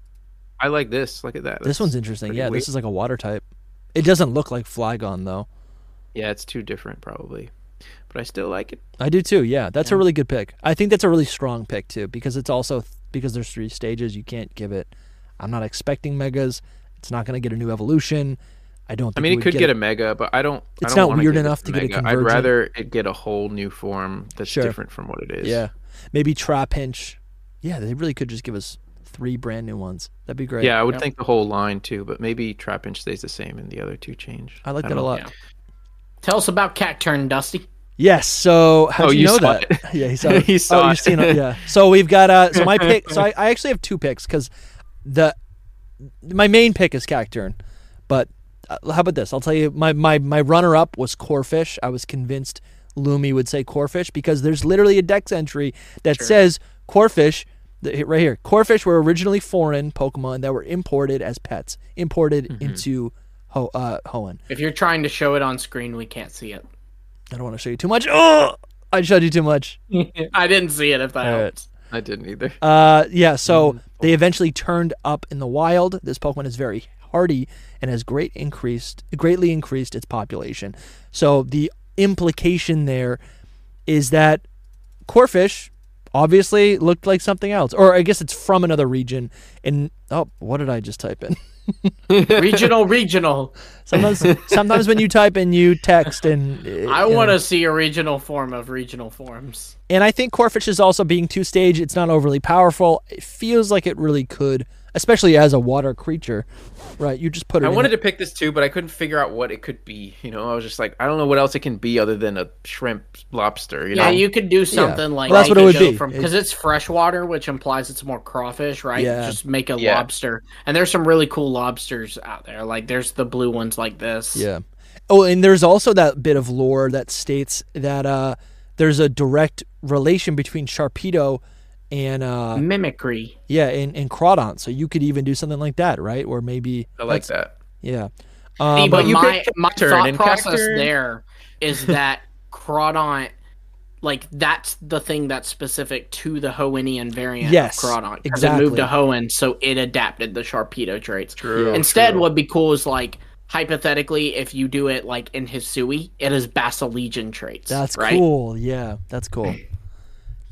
Speaker 3: I like this. Look at that.
Speaker 1: This
Speaker 3: That's
Speaker 1: one's interesting.
Speaker 3: pretty
Speaker 1: Yeah,
Speaker 3: weird.
Speaker 1: this is like a water type. It doesn't look like Flygon though.
Speaker 3: yeah. It's too different probably, but I still like it.
Speaker 1: I do too. Yeah, that's a really good pick. I think that's a really strong pick too because it's also because there's three stages. You can't give it. I'm not expecting megas. It's not going to get a new evolution. I don't. Think
Speaker 3: I mean,
Speaker 1: we
Speaker 3: it could
Speaker 1: get,
Speaker 3: get, a mega, but I don't. I
Speaker 1: It's
Speaker 3: don't
Speaker 1: not
Speaker 3: wanna
Speaker 1: weird
Speaker 3: give it
Speaker 1: enough to get a
Speaker 3: mega. I'd
Speaker 1: convergent-
Speaker 3: rather it get a whole new form that's
Speaker 1: Sure.
Speaker 3: different from what it is.
Speaker 1: Yeah, maybe Trapinch. Yeah, they really could just give us three brand new ones. That'd be great.
Speaker 3: Yeah, I would think the whole line too, but maybe Trapinch stays the same and the other two change.
Speaker 1: I like that
Speaker 3: don't
Speaker 1: a
Speaker 3: know.
Speaker 1: lot.
Speaker 2: Tell us about Cacturn, Dusty.
Speaker 1: Yes. So how
Speaker 3: Oh,
Speaker 1: do you,
Speaker 3: you
Speaker 1: know
Speaker 3: saw
Speaker 1: that?
Speaker 3: it.
Speaker 1: Yeah, he saw it.
Speaker 3: He saw
Speaker 1: oh,
Speaker 3: it.
Speaker 1: You've seen it. Yeah. So we've got uh. So my pick. So I, I actually have two picks because the my main pick is Cacturn, but uh, how about this? I'll tell you. My my my runner up was Corfish. I was convinced Lumi would say Corfish because there's literally a dex entry that says Corfish. th- Right here, Corfish were originally foreign Pokemon that were imported as pets, imported
Speaker 3: Mm-hmm.
Speaker 1: into Ho- uh, Hoenn.
Speaker 2: If you're trying to show it on screen, we can't see it.
Speaker 1: I don't want to show you too much. Oh, I showed you too much.
Speaker 2: I didn't see it if that
Speaker 1: right.
Speaker 2: helps.
Speaker 3: I didn't either.
Speaker 1: Uh, yeah, so they eventually turned up in the wild. This Pokemon is very hardy and has great increased, greatly increased its population. So the implication there is that Corfish obviously looked like something else, or I guess it's from another region. And oh, what did I just type in?
Speaker 2: regional, regional.
Speaker 1: Sometimes, sometimes when you type in, you text and
Speaker 2: I want to see a regional form of regional forms.
Speaker 1: And I think Corfish is also being two stage. It's not overly powerful. It feels like it really could, especially as a water creature, right? You just put it.
Speaker 3: I
Speaker 1: in
Speaker 3: wanted to pick this too, but I couldn't figure out what it could be. You know, I was just like, I don't know what else it can be other than a shrimp lobster. You know,
Speaker 2: Yeah, you could do something like
Speaker 1: Well, that's
Speaker 2: you
Speaker 1: what it
Speaker 2: could
Speaker 1: would
Speaker 2: go
Speaker 1: be.
Speaker 2: from
Speaker 1: It-
Speaker 2: because it's freshwater, which implies it's more crawfish, right?
Speaker 1: Yeah.
Speaker 2: Just make a
Speaker 3: Yeah.
Speaker 2: lobster, and there's some really cool lobsters out there. Like there's the blue ones like this.
Speaker 1: Yeah. Oh, and there's also that bit of lore that states that uh, there's a direct relation between Sharpedo and uh,
Speaker 2: mimicry.
Speaker 1: yeah, and, and Crawdon. So you could even do something like that, right? Or maybe
Speaker 2: Oh.
Speaker 3: I like that.
Speaker 1: yeah.
Speaker 2: See,
Speaker 1: Um,
Speaker 2: but
Speaker 3: you
Speaker 2: my,
Speaker 3: picked
Speaker 2: my
Speaker 3: Cacturn,
Speaker 2: thought
Speaker 3: and
Speaker 2: process
Speaker 3: Cacturn-
Speaker 2: there is that Crawdont, like that's the thing that's specific to the Hoenian variant
Speaker 1: Yes,
Speaker 2: of Crawdont. 'cause It
Speaker 1: exactly.
Speaker 2: moved to Hoenn, so it adapted the Sharpedo traits. Instead, what'd be cool is like hypothetically, if you do it like in Hisui, it is Basilegion traits.
Speaker 1: that's
Speaker 2: right?
Speaker 1: cool. Yeah, that's cool.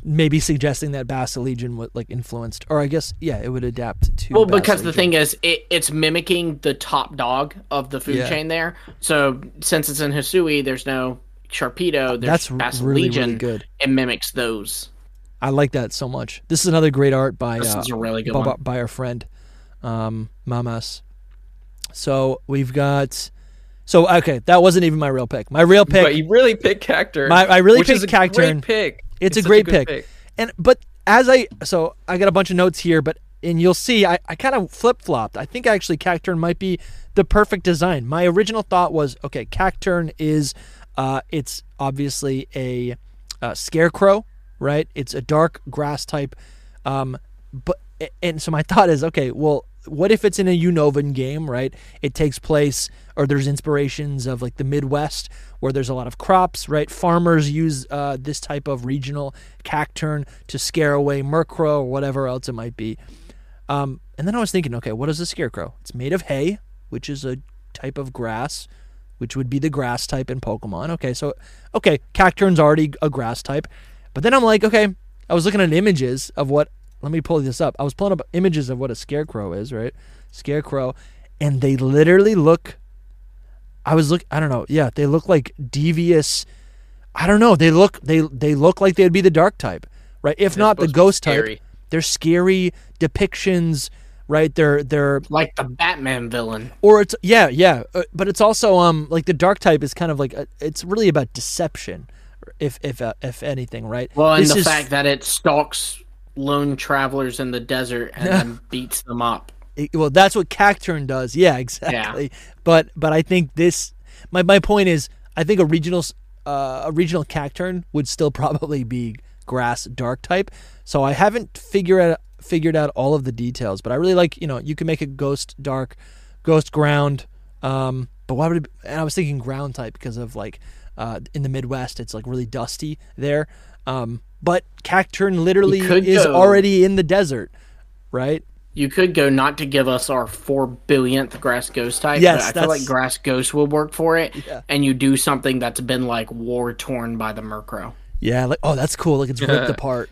Speaker 1: maybe suggesting that Bassa Legion was like influenced, or I guess yeah, it would adapt to.
Speaker 2: Well,
Speaker 1: Bassa
Speaker 2: because the
Speaker 1: Legion.
Speaker 2: thing is, it, it's mimicking the top dog of the food
Speaker 1: Yeah.
Speaker 2: chain there. So since it's in Hisui, there's no Sharpedo. There's
Speaker 1: That's r-
Speaker 2: Basil
Speaker 1: really, really
Speaker 2: Legion.
Speaker 1: good.
Speaker 2: It mimics those.
Speaker 1: I like that so much. This is another great art by
Speaker 2: This
Speaker 1: uh,
Speaker 2: is a really good
Speaker 1: by,
Speaker 2: one.
Speaker 1: by our friend um, Mamas. So we've got. So okay, that wasn't even my real pick. My real pick.
Speaker 3: But you really picked Cacturn.
Speaker 1: My- I really
Speaker 3: which is
Speaker 1: picked
Speaker 3: a great
Speaker 1: Cacturn.
Speaker 3: pick.
Speaker 1: it's, a
Speaker 3: such
Speaker 1: great
Speaker 3: good
Speaker 1: pick. And but as I so I got a bunch of notes here, but and you'll see I, I kind of flip flopped. I think actually Cacturn might be the perfect design. My original thought was okay, Cacturn is uh it's obviously a uh, scarecrow, right? It's a dark grass type. Um but and so my thought is okay, well what if it's in a Unovan game, right? It takes place, or there's inspirations of like the Midwest where there's a lot of crops, right? Farmers use uh, this type of regional cacturn to scare away murkrow or whatever else it might be. Um, and then I was thinking, okay, what is a scarecrow? It's made of hay, which is a type of grass, which would be the grass type in Pokemon. Okay, so okay, Cacturn's already a grass type. But then I'm like, okay, I was looking at images of what let me pull this up. I was pulling up images of what a scarecrow is, right? Scarecrow. And they literally look I was look I don't know, yeah, they look like devious I don't know, they look they they look like they'd be the dark type, right? If not the
Speaker 3: supposed to be
Speaker 1: ghost type.
Speaker 3: scary.
Speaker 1: They're scary depictions, right? They're they're
Speaker 2: Like the Batman villain.
Speaker 1: or it's yeah yeah, uh, but it's also um like the dark type is kind of like a, it's really about deception, if if uh, if anything, right?
Speaker 2: Well, and
Speaker 1: This
Speaker 2: the
Speaker 1: is-
Speaker 2: fact that it stalks lone travelers in the desert and then beats them up.
Speaker 1: it- well that's what Cacturn does. Yeah, exactly. But but I think this my my point is I think a regional s- uh, a regional Cacturn would still probably be grass dark type. So I haven't figured out figured out all of the details, but I really like, you know, you can make a ghost dark, ghost ground um but why would it, and I was thinking ground type because of like uh in the Midwest it's like really dusty there. Um but Cacturn literally
Speaker 2: could
Speaker 1: is
Speaker 2: go-
Speaker 1: already in the desert, right?
Speaker 2: You could go not to give us our four billionth grass ghost type.
Speaker 1: Yes,
Speaker 2: but I feel
Speaker 1: that's-
Speaker 2: like grass ghost will work for it. And you do something that's been like war torn by the Murkrow.
Speaker 1: Yeah, like oh that's cool. Like it's ripped apart.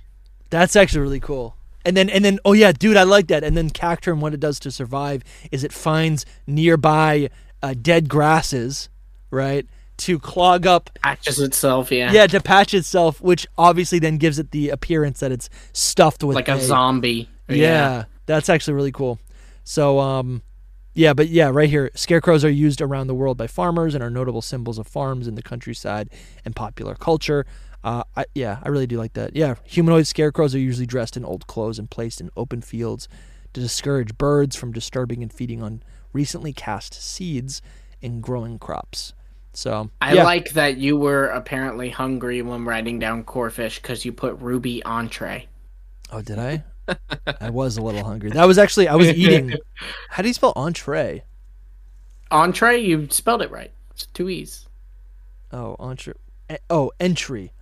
Speaker 1: That's actually really cool. And then and then oh yeah, dude, I like that. And then Cacturn, what it does to survive is it finds nearby uh, dead grasses, right, to clog up.
Speaker 2: Patches itself, yeah.
Speaker 1: Yeah, to patch itself, which obviously then gives it the appearance that it's stuffed with
Speaker 2: Like a
Speaker 1: hay.
Speaker 2: zombie.
Speaker 1: Yeah, that's actually really cool. So, um, yeah, but yeah, right here, scarecrows are used around the world by farmers and are notable symbols of farms in the countryside and popular culture. Uh, I, yeah, I really do like that. Yeah, humanoid scarecrows are usually dressed in old clothes and placed in open fields to discourage birds from disturbing and feeding on recently cast seeds and growing crops. So
Speaker 2: I
Speaker 1: yeah.
Speaker 2: like that you were apparently hungry when writing down core fish because you put ruby entree.
Speaker 1: Oh, did I? I was a little hungry. That was actually I was eating. How do you spell entree?
Speaker 2: Entree, you spelled it right. It's two E's.
Speaker 1: Oh, entree. e- Oh, entry.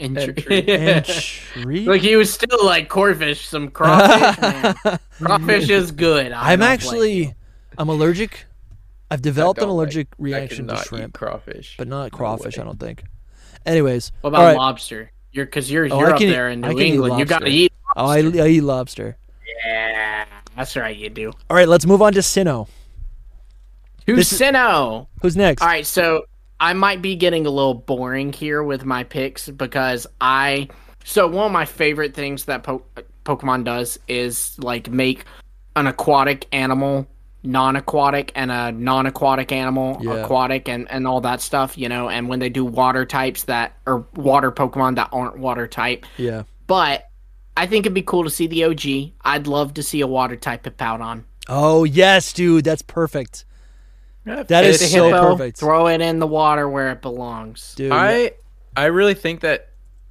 Speaker 2: Entree.
Speaker 1: Entry.
Speaker 2: like he was still like core fish, some crawfish. man. crawfish is good. I don't
Speaker 1: I'm
Speaker 2: blame
Speaker 1: actually, I'm allergic. I've developed an
Speaker 3: don't like-
Speaker 1: allergic reaction to
Speaker 3: I cannot eat
Speaker 1: shrimp,
Speaker 3: crawfish.
Speaker 1: but not crawfish. I don't think. Anyways,
Speaker 2: What about
Speaker 1: all right.
Speaker 2: lobster? You're because you're
Speaker 1: Oh,
Speaker 2: you're
Speaker 1: I
Speaker 2: up
Speaker 1: can eat-
Speaker 2: there in
Speaker 1: I
Speaker 2: New
Speaker 1: can eat
Speaker 2: England. You gotta
Speaker 1: lobster.
Speaker 2: eat.
Speaker 1: Oh, I, I eat lobster.
Speaker 2: Yeah, that's right. You do.
Speaker 1: All right, let's move on to Sinnoh.
Speaker 2: Who's
Speaker 1: is-
Speaker 2: Sinnoh?
Speaker 1: Who's next?
Speaker 2: All right, so I might be getting a little boring here with my picks because I. So one of my favorite things that po- Pokemon does is like make an aquatic animal non-aquatic and a non-aquatic animal
Speaker 1: Yeah.
Speaker 2: aquatic and and all that stuff you know and when they do water types that or water pokemon that aren't water type
Speaker 1: Yeah.
Speaker 2: but I think it'd be cool to see the OG. I'd love to see a water type Hippowdon.
Speaker 1: Oh yes, dude, that's perfect.
Speaker 3: Yeah,
Speaker 1: That
Speaker 3: it's-
Speaker 1: is
Speaker 2: It's a
Speaker 1: so
Speaker 2: hippo,
Speaker 1: perfect,
Speaker 2: Throw it in the water where it belongs.
Speaker 1: dude.
Speaker 3: I I really think that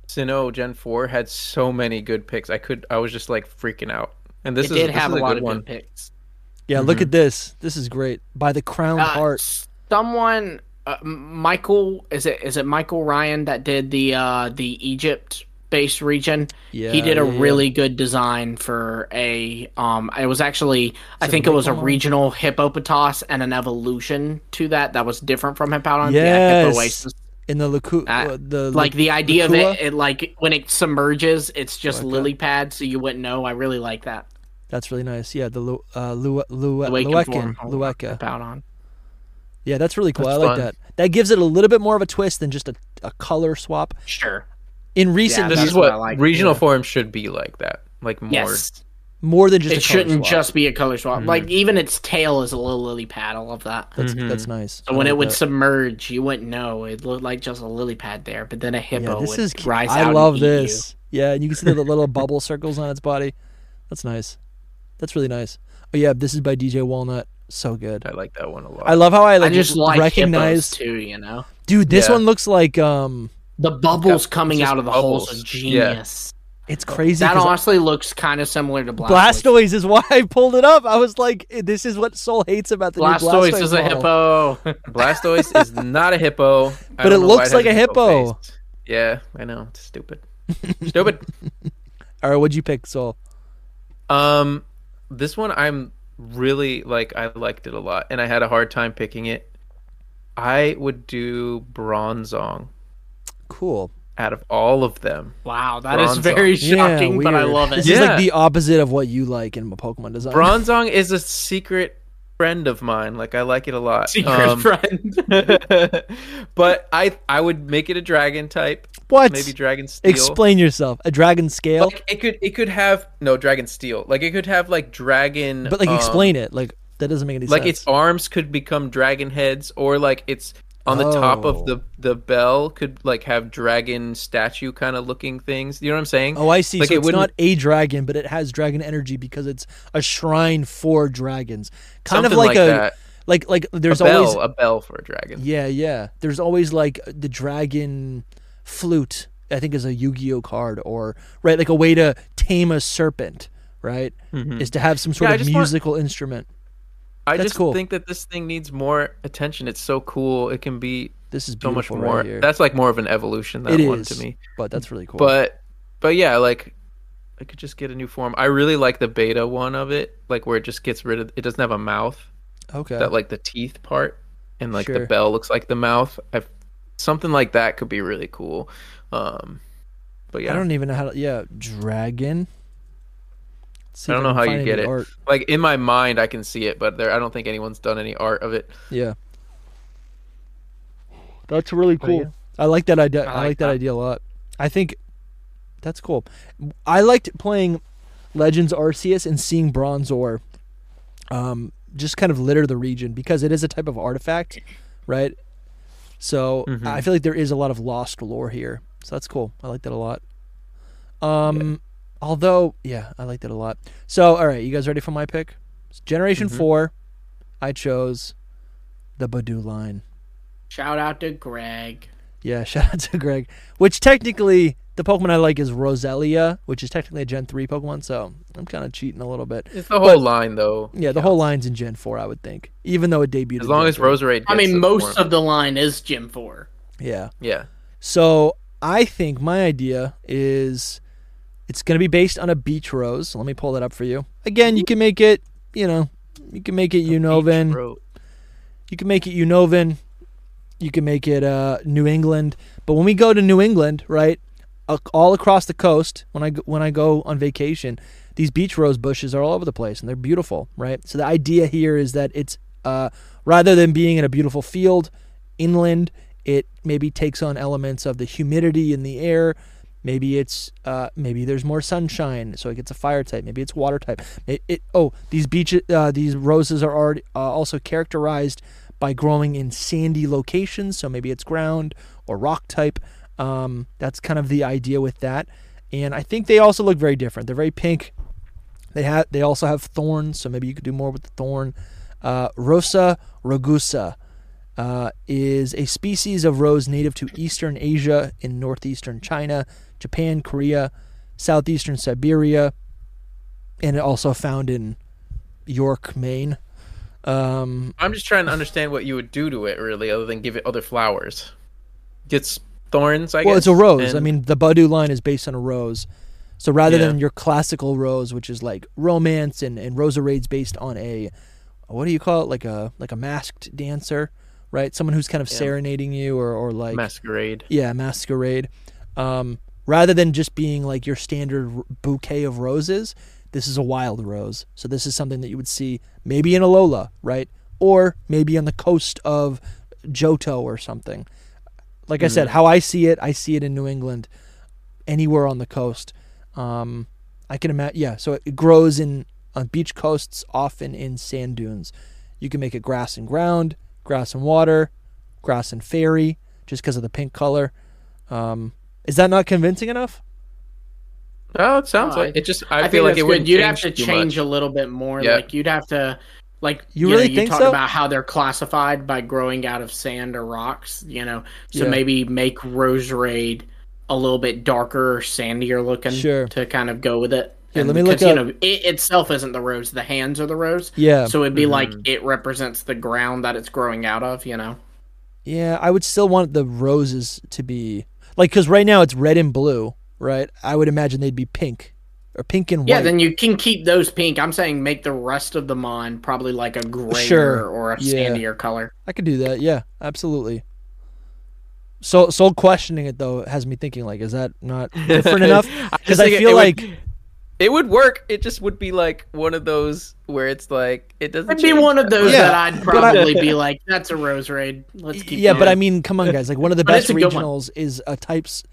Speaker 3: Sinnoh Gen Four had so many good picks. I could I was just like freaking out. And this
Speaker 2: it
Speaker 3: is
Speaker 2: did
Speaker 3: this
Speaker 2: have
Speaker 3: is
Speaker 2: a lot
Speaker 3: good
Speaker 2: of
Speaker 3: one.
Speaker 2: good picks.
Speaker 1: yeah, look at this. This is great. By the Crown
Speaker 2: Uh,
Speaker 1: Heart.
Speaker 2: someone, uh, M- Michael, is it is it Michael Ryan that did the uh, the Egypt based region?
Speaker 1: Yeah,
Speaker 2: he did a
Speaker 1: yeah, yeah.
Speaker 2: really good design for a. Um, it was actually I
Speaker 1: it
Speaker 2: think it was a
Speaker 1: Michael?
Speaker 2: regional Hippopotas and an evolution to that that was different from Hippowdon. Yeah,
Speaker 1: Yes.
Speaker 2: Hippoasis.
Speaker 1: in the Laku,
Speaker 2: Uh,
Speaker 1: uh, the
Speaker 2: like
Speaker 1: Lu-
Speaker 2: the idea of
Speaker 1: Lacua?
Speaker 2: it, it like when it submerges it's just lily pad so you wouldn't know i really like that
Speaker 1: That's really nice. Yeah, the Lu- uh, Lu- Lu-
Speaker 2: the waking
Speaker 1: Luekin,
Speaker 2: form I'll
Speaker 1: Lueca.
Speaker 2: rip out on
Speaker 1: Yeah, that's really cool.
Speaker 3: That's
Speaker 1: I like
Speaker 3: fun.
Speaker 1: that. That gives it a little bit more of a twist than just a, a color swap.
Speaker 2: sure
Speaker 1: In recent
Speaker 2: Yeah,
Speaker 3: This
Speaker 1: years,
Speaker 2: that's
Speaker 3: is what,
Speaker 2: what I like,
Speaker 3: regional forums should be like that. Like more.
Speaker 2: yes
Speaker 1: more than just a
Speaker 2: it
Speaker 1: color
Speaker 2: shouldn't
Speaker 1: swap.
Speaker 2: just be a color swap Mm-hmm. like even its tail is a little lily pad i love that
Speaker 1: That's, that's nice.
Speaker 2: Mm-hmm.
Speaker 1: Uh,
Speaker 2: so
Speaker 1: I
Speaker 2: when
Speaker 1: like
Speaker 2: it would
Speaker 1: that.
Speaker 2: submerge you wouldn't know it looked like just a lily pad there but then a hippo
Speaker 1: yeah, this
Speaker 2: would
Speaker 1: is cu-
Speaker 2: rise out
Speaker 1: I
Speaker 2: and
Speaker 1: love
Speaker 2: eat you.
Speaker 1: this. Yeah, and you can see the little bubble circles on its body. That's nice. That's really nice. Oh yeah, this is by DJ Walnut. So good.
Speaker 3: I like that one a lot.
Speaker 1: I love how I
Speaker 2: i
Speaker 1: like
Speaker 2: just like
Speaker 1: recognize.
Speaker 2: hippos too you know
Speaker 1: Dude, this
Speaker 3: Yeah.
Speaker 1: one looks like um.
Speaker 2: the bubbles coming
Speaker 3: just
Speaker 2: out of the holes
Speaker 3: bubbles.
Speaker 2: are
Speaker 3: Yeah.
Speaker 2: genius
Speaker 1: It's crazy.
Speaker 2: that
Speaker 1: 'cause
Speaker 2: honestly looks kind of similar to blastoise
Speaker 1: Blastoise is why I pulled it up. I was like, this is what Soul hates about the new
Speaker 2: Blastoise,
Speaker 1: Blastoise
Speaker 2: is a
Speaker 1: model.
Speaker 2: hippo.
Speaker 3: Blastoise is not a hippo. I
Speaker 1: But
Speaker 3: don't
Speaker 1: it
Speaker 3: know why
Speaker 1: looks
Speaker 3: has
Speaker 1: like a hippo.
Speaker 3: face. Yeah, I know. It's stupid. stupid.
Speaker 1: All right, what'd you pick, Soul?
Speaker 3: Um, this one I'm really like. I liked it a lot, and I had a hard time picking it. I would do Bronzong
Speaker 1: Cool.
Speaker 3: out of all of them.
Speaker 2: wow, that is
Speaker 3: Bronzong.
Speaker 2: very shocking,
Speaker 1: yeah,
Speaker 2: but I
Speaker 1: weird.
Speaker 2: love it.
Speaker 1: This is like
Speaker 3: Yeah.
Speaker 1: the opposite of what you like in Pokemon design.
Speaker 3: Bronzong is a secret friend of mine. Like I like it a lot. Um,
Speaker 2: friend.
Speaker 3: but I I would make it a dragon type.
Speaker 1: what?
Speaker 3: Maybe dragon steel.
Speaker 1: Explain yourself. A dragon scale,
Speaker 3: Like it could it could have no dragon steel. Like it could have like dragon.
Speaker 1: but like
Speaker 3: um,
Speaker 1: explain it. Like that doesn't make any
Speaker 3: like
Speaker 1: sense.
Speaker 3: its arms could become dragon heads or like it's on the top
Speaker 1: Oh.
Speaker 3: of the the bell could like have dragon statue kind of looking things you know what i'm saying
Speaker 1: oh, I see.
Speaker 3: like
Speaker 1: so
Speaker 3: it
Speaker 1: it's
Speaker 3: wouldn't-
Speaker 1: not a dragon, but it has dragon energy because it's a shrine for dragons. Kind of
Speaker 3: Something
Speaker 1: like,
Speaker 3: like
Speaker 1: a
Speaker 3: that.
Speaker 1: like like
Speaker 3: a
Speaker 1: there's
Speaker 3: bell
Speaker 1: always
Speaker 3: a bell for a dragon
Speaker 1: Yeah, yeah. There's always like the dragon flute, I think is a Yu-Gi-Oh card or right like a way to tame a serpent, right? Is to have some sort
Speaker 3: Mm-hmm. Yeah, I
Speaker 1: of
Speaker 3: just want-
Speaker 1: musical instrument.
Speaker 3: i
Speaker 1: that's
Speaker 3: just
Speaker 1: cool.
Speaker 3: think that this thing needs more attention it's so cool it can be
Speaker 1: This is
Speaker 3: so much
Speaker 1: beautiful
Speaker 3: more
Speaker 1: right here.
Speaker 3: that's like more of an evolution that
Speaker 1: It
Speaker 3: one
Speaker 1: is,
Speaker 3: to me
Speaker 1: But that's really cool.
Speaker 3: but but yeah like i could just get a new form i really like the beta one of it like where it just gets rid of it doesn't have a mouth
Speaker 1: okay.
Speaker 3: that like the teeth part and like
Speaker 1: Sure.
Speaker 3: the bell looks like the mouth I've, something like that could be really cool um but yeah
Speaker 1: I don't even know how to yeah, dragon. Let's see if
Speaker 3: know
Speaker 1: can
Speaker 3: how you
Speaker 1: find
Speaker 3: get
Speaker 1: any
Speaker 3: it
Speaker 1: art.
Speaker 3: like in my mind i can see it but there i don't think anyone's done any art of it
Speaker 1: Yeah. That's really cool. I like that idea. I like,
Speaker 2: like
Speaker 1: that
Speaker 2: that.
Speaker 1: idea a lot. I think that's cool. I liked playing Legends Arceus and seeing Bronzor um, just kind of litter the region because it is a type of artifact, right? So I feel like there is a lot of lost lore here. So that's cool. I like that a lot. Um, although yeah, I like that a lot. So all right, you guys ready for my pick? Generation four. I chose the Badoo line.
Speaker 2: Shout out to Greg.
Speaker 1: Yeah, shout out to Greg. Which technically, the Pokemon I like is Roselia, which is technically a Gen 3 Pokemon, so I'm kind of cheating a little bit.
Speaker 3: it's the whole line though
Speaker 1: Yeah, the whole line's in Gen 4, I would think, even though it debuted.
Speaker 3: as
Speaker 1: in
Speaker 3: long
Speaker 1: Gen
Speaker 3: as
Speaker 1: 3.
Speaker 3: roserade
Speaker 2: I
Speaker 3: gets
Speaker 2: mean,
Speaker 3: the
Speaker 2: most
Speaker 3: form.
Speaker 2: of the line is Gym Four.
Speaker 1: Yeah.
Speaker 3: yeah
Speaker 1: So I think my idea is it's going to be based on a beach rose. Let me pull that up for you. Again, you can make it, you know, you can make it Unovan.
Speaker 3: Each row-
Speaker 1: You can make it Unovan. You can make it uh, New England. But when we go to New England, right, a- all across the coast, when I go, when I go on vacation, these beach rose bushes are all over the place and they're beautiful, right? So the idea here is that it's uh, rather than being in a beautiful field inland, it maybe takes on elements of the humidity in the air. Maybe it's uh, maybe there's more sunshine, so it gets a fire type. Maybe it's water type. It, it oh these beaches uh, these roses are already uh, also characterized by growing in sandy locations, so maybe it's ground or rock type. Um, that's kind of the idea with that, and I think they also look very different. They're very pink. They have they also have thorns, so maybe you could do more with the thorn. Uh, Rosa rugosa uh, is a species of rose native to Eastern Asia in northeastern China, Japan, Korea, southeastern Siberia, and it also found in York, Maine. Um,
Speaker 3: i'm just trying to understand what you would do to it really other than give it other flowers gets thorns i guess
Speaker 1: well, it's a rose. I
Speaker 3: and-
Speaker 1: mean, the Badu line is based on a rose. So rather
Speaker 3: Yeah.
Speaker 1: than your classical rose, which is like romance and and Rosa Raid's based on a what do you call it? Like a like a masked dancer, right? Someone who's kind of serenading you or, or like
Speaker 3: Masquerade.
Speaker 1: yeah, masquerade. Um, rather than just being like your standard r- bouquet of roses, this is a wild rose. So this is something that you would see maybe in Alola, right? Or maybe on the coast of Johto or something. Like I said, how I see it, I see it in New England, anywhere on the coast. Um, I can imagine. Yeah, so it grows in on beach coasts, often in sand dunes. You can make it grass and ground, grass and water, grass and fairy, just because of the pink color. Um, is that not convincing enough?
Speaker 3: Oh, it sounds
Speaker 2: No,
Speaker 3: like
Speaker 2: I-
Speaker 3: it. Just
Speaker 2: I,
Speaker 3: I,
Speaker 2: feel
Speaker 3: feel
Speaker 2: think
Speaker 3: like
Speaker 2: like
Speaker 3: it would.
Speaker 2: good. You'd have to change a little bit more.
Speaker 3: Yeah.
Speaker 2: Like you'd have to, like
Speaker 1: You
Speaker 2: you,
Speaker 1: really
Speaker 2: know, you
Speaker 1: think
Speaker 2: talk
Speaker 1: so?
Speaker 2: about how they're classified by growing out of sand or rocks. You know, so
Speaker 1: Yeah.
Speaker 2: maybe make Rose Raid a little bit darker, sandier looking
Speaker 1: Sure.
Speaker 2: to kind of go with it.
Speaker 1: Here,
Speaker 2: And
Speaker 1: let me look
Speaker 2: because, you
Speaker 1: up-
Speaker 2: know, it itself isn't the rose; the hands are the rose.
Speaker 1: Yeah.
Speaker 2: So it'd
Speaker 3: Mm-hmm.
Speaker 2: be like it represents the ground that it's growing out of. You know.
Speaker 1: Yeah, I would still want the roses to be like because right now it's red and blue, right? I would imagine they'd be pink or pink and
Speaker 2: Yeah,
Speaker 1: white.
Speaker 2: then you can keep those pink. I'm saying make the rest of the mon probably like a grayer
Speaker 1: Sure.
Speaker 2: or a
Speaker 1: Yeah.
Speaker 2: sandier color.
Speaker 1: I could do that. Yeah, absolutely. So, so questioning it though has me thinking like, is that not different enough? Because I,
Speaker 3: think it-
Speaker 1: feel
Speaker 3: it would-
Speaker 1: like
Speaker 3: It would work. It just would be like one of those where it's like it doesn't.
Speaker 2: It'd be
Speaker 3: change
Speaker 2: one of
Speaker 3: that
Speaker 2: those
Speaker 1: Yeah,
Speaker 2: that I'd
Speaker 1: but I-
Speaker 2: probably be like, "That's a rose raid. Let's keep."
Speaker 1: yeah, but
Speaker 2: going."
Speaker 1: I mean, come on, guys. Like one of the
Speaker 2: But
Speaker 1: best
Speaker 2: it's a good one.
Speaker 1: regionals is a types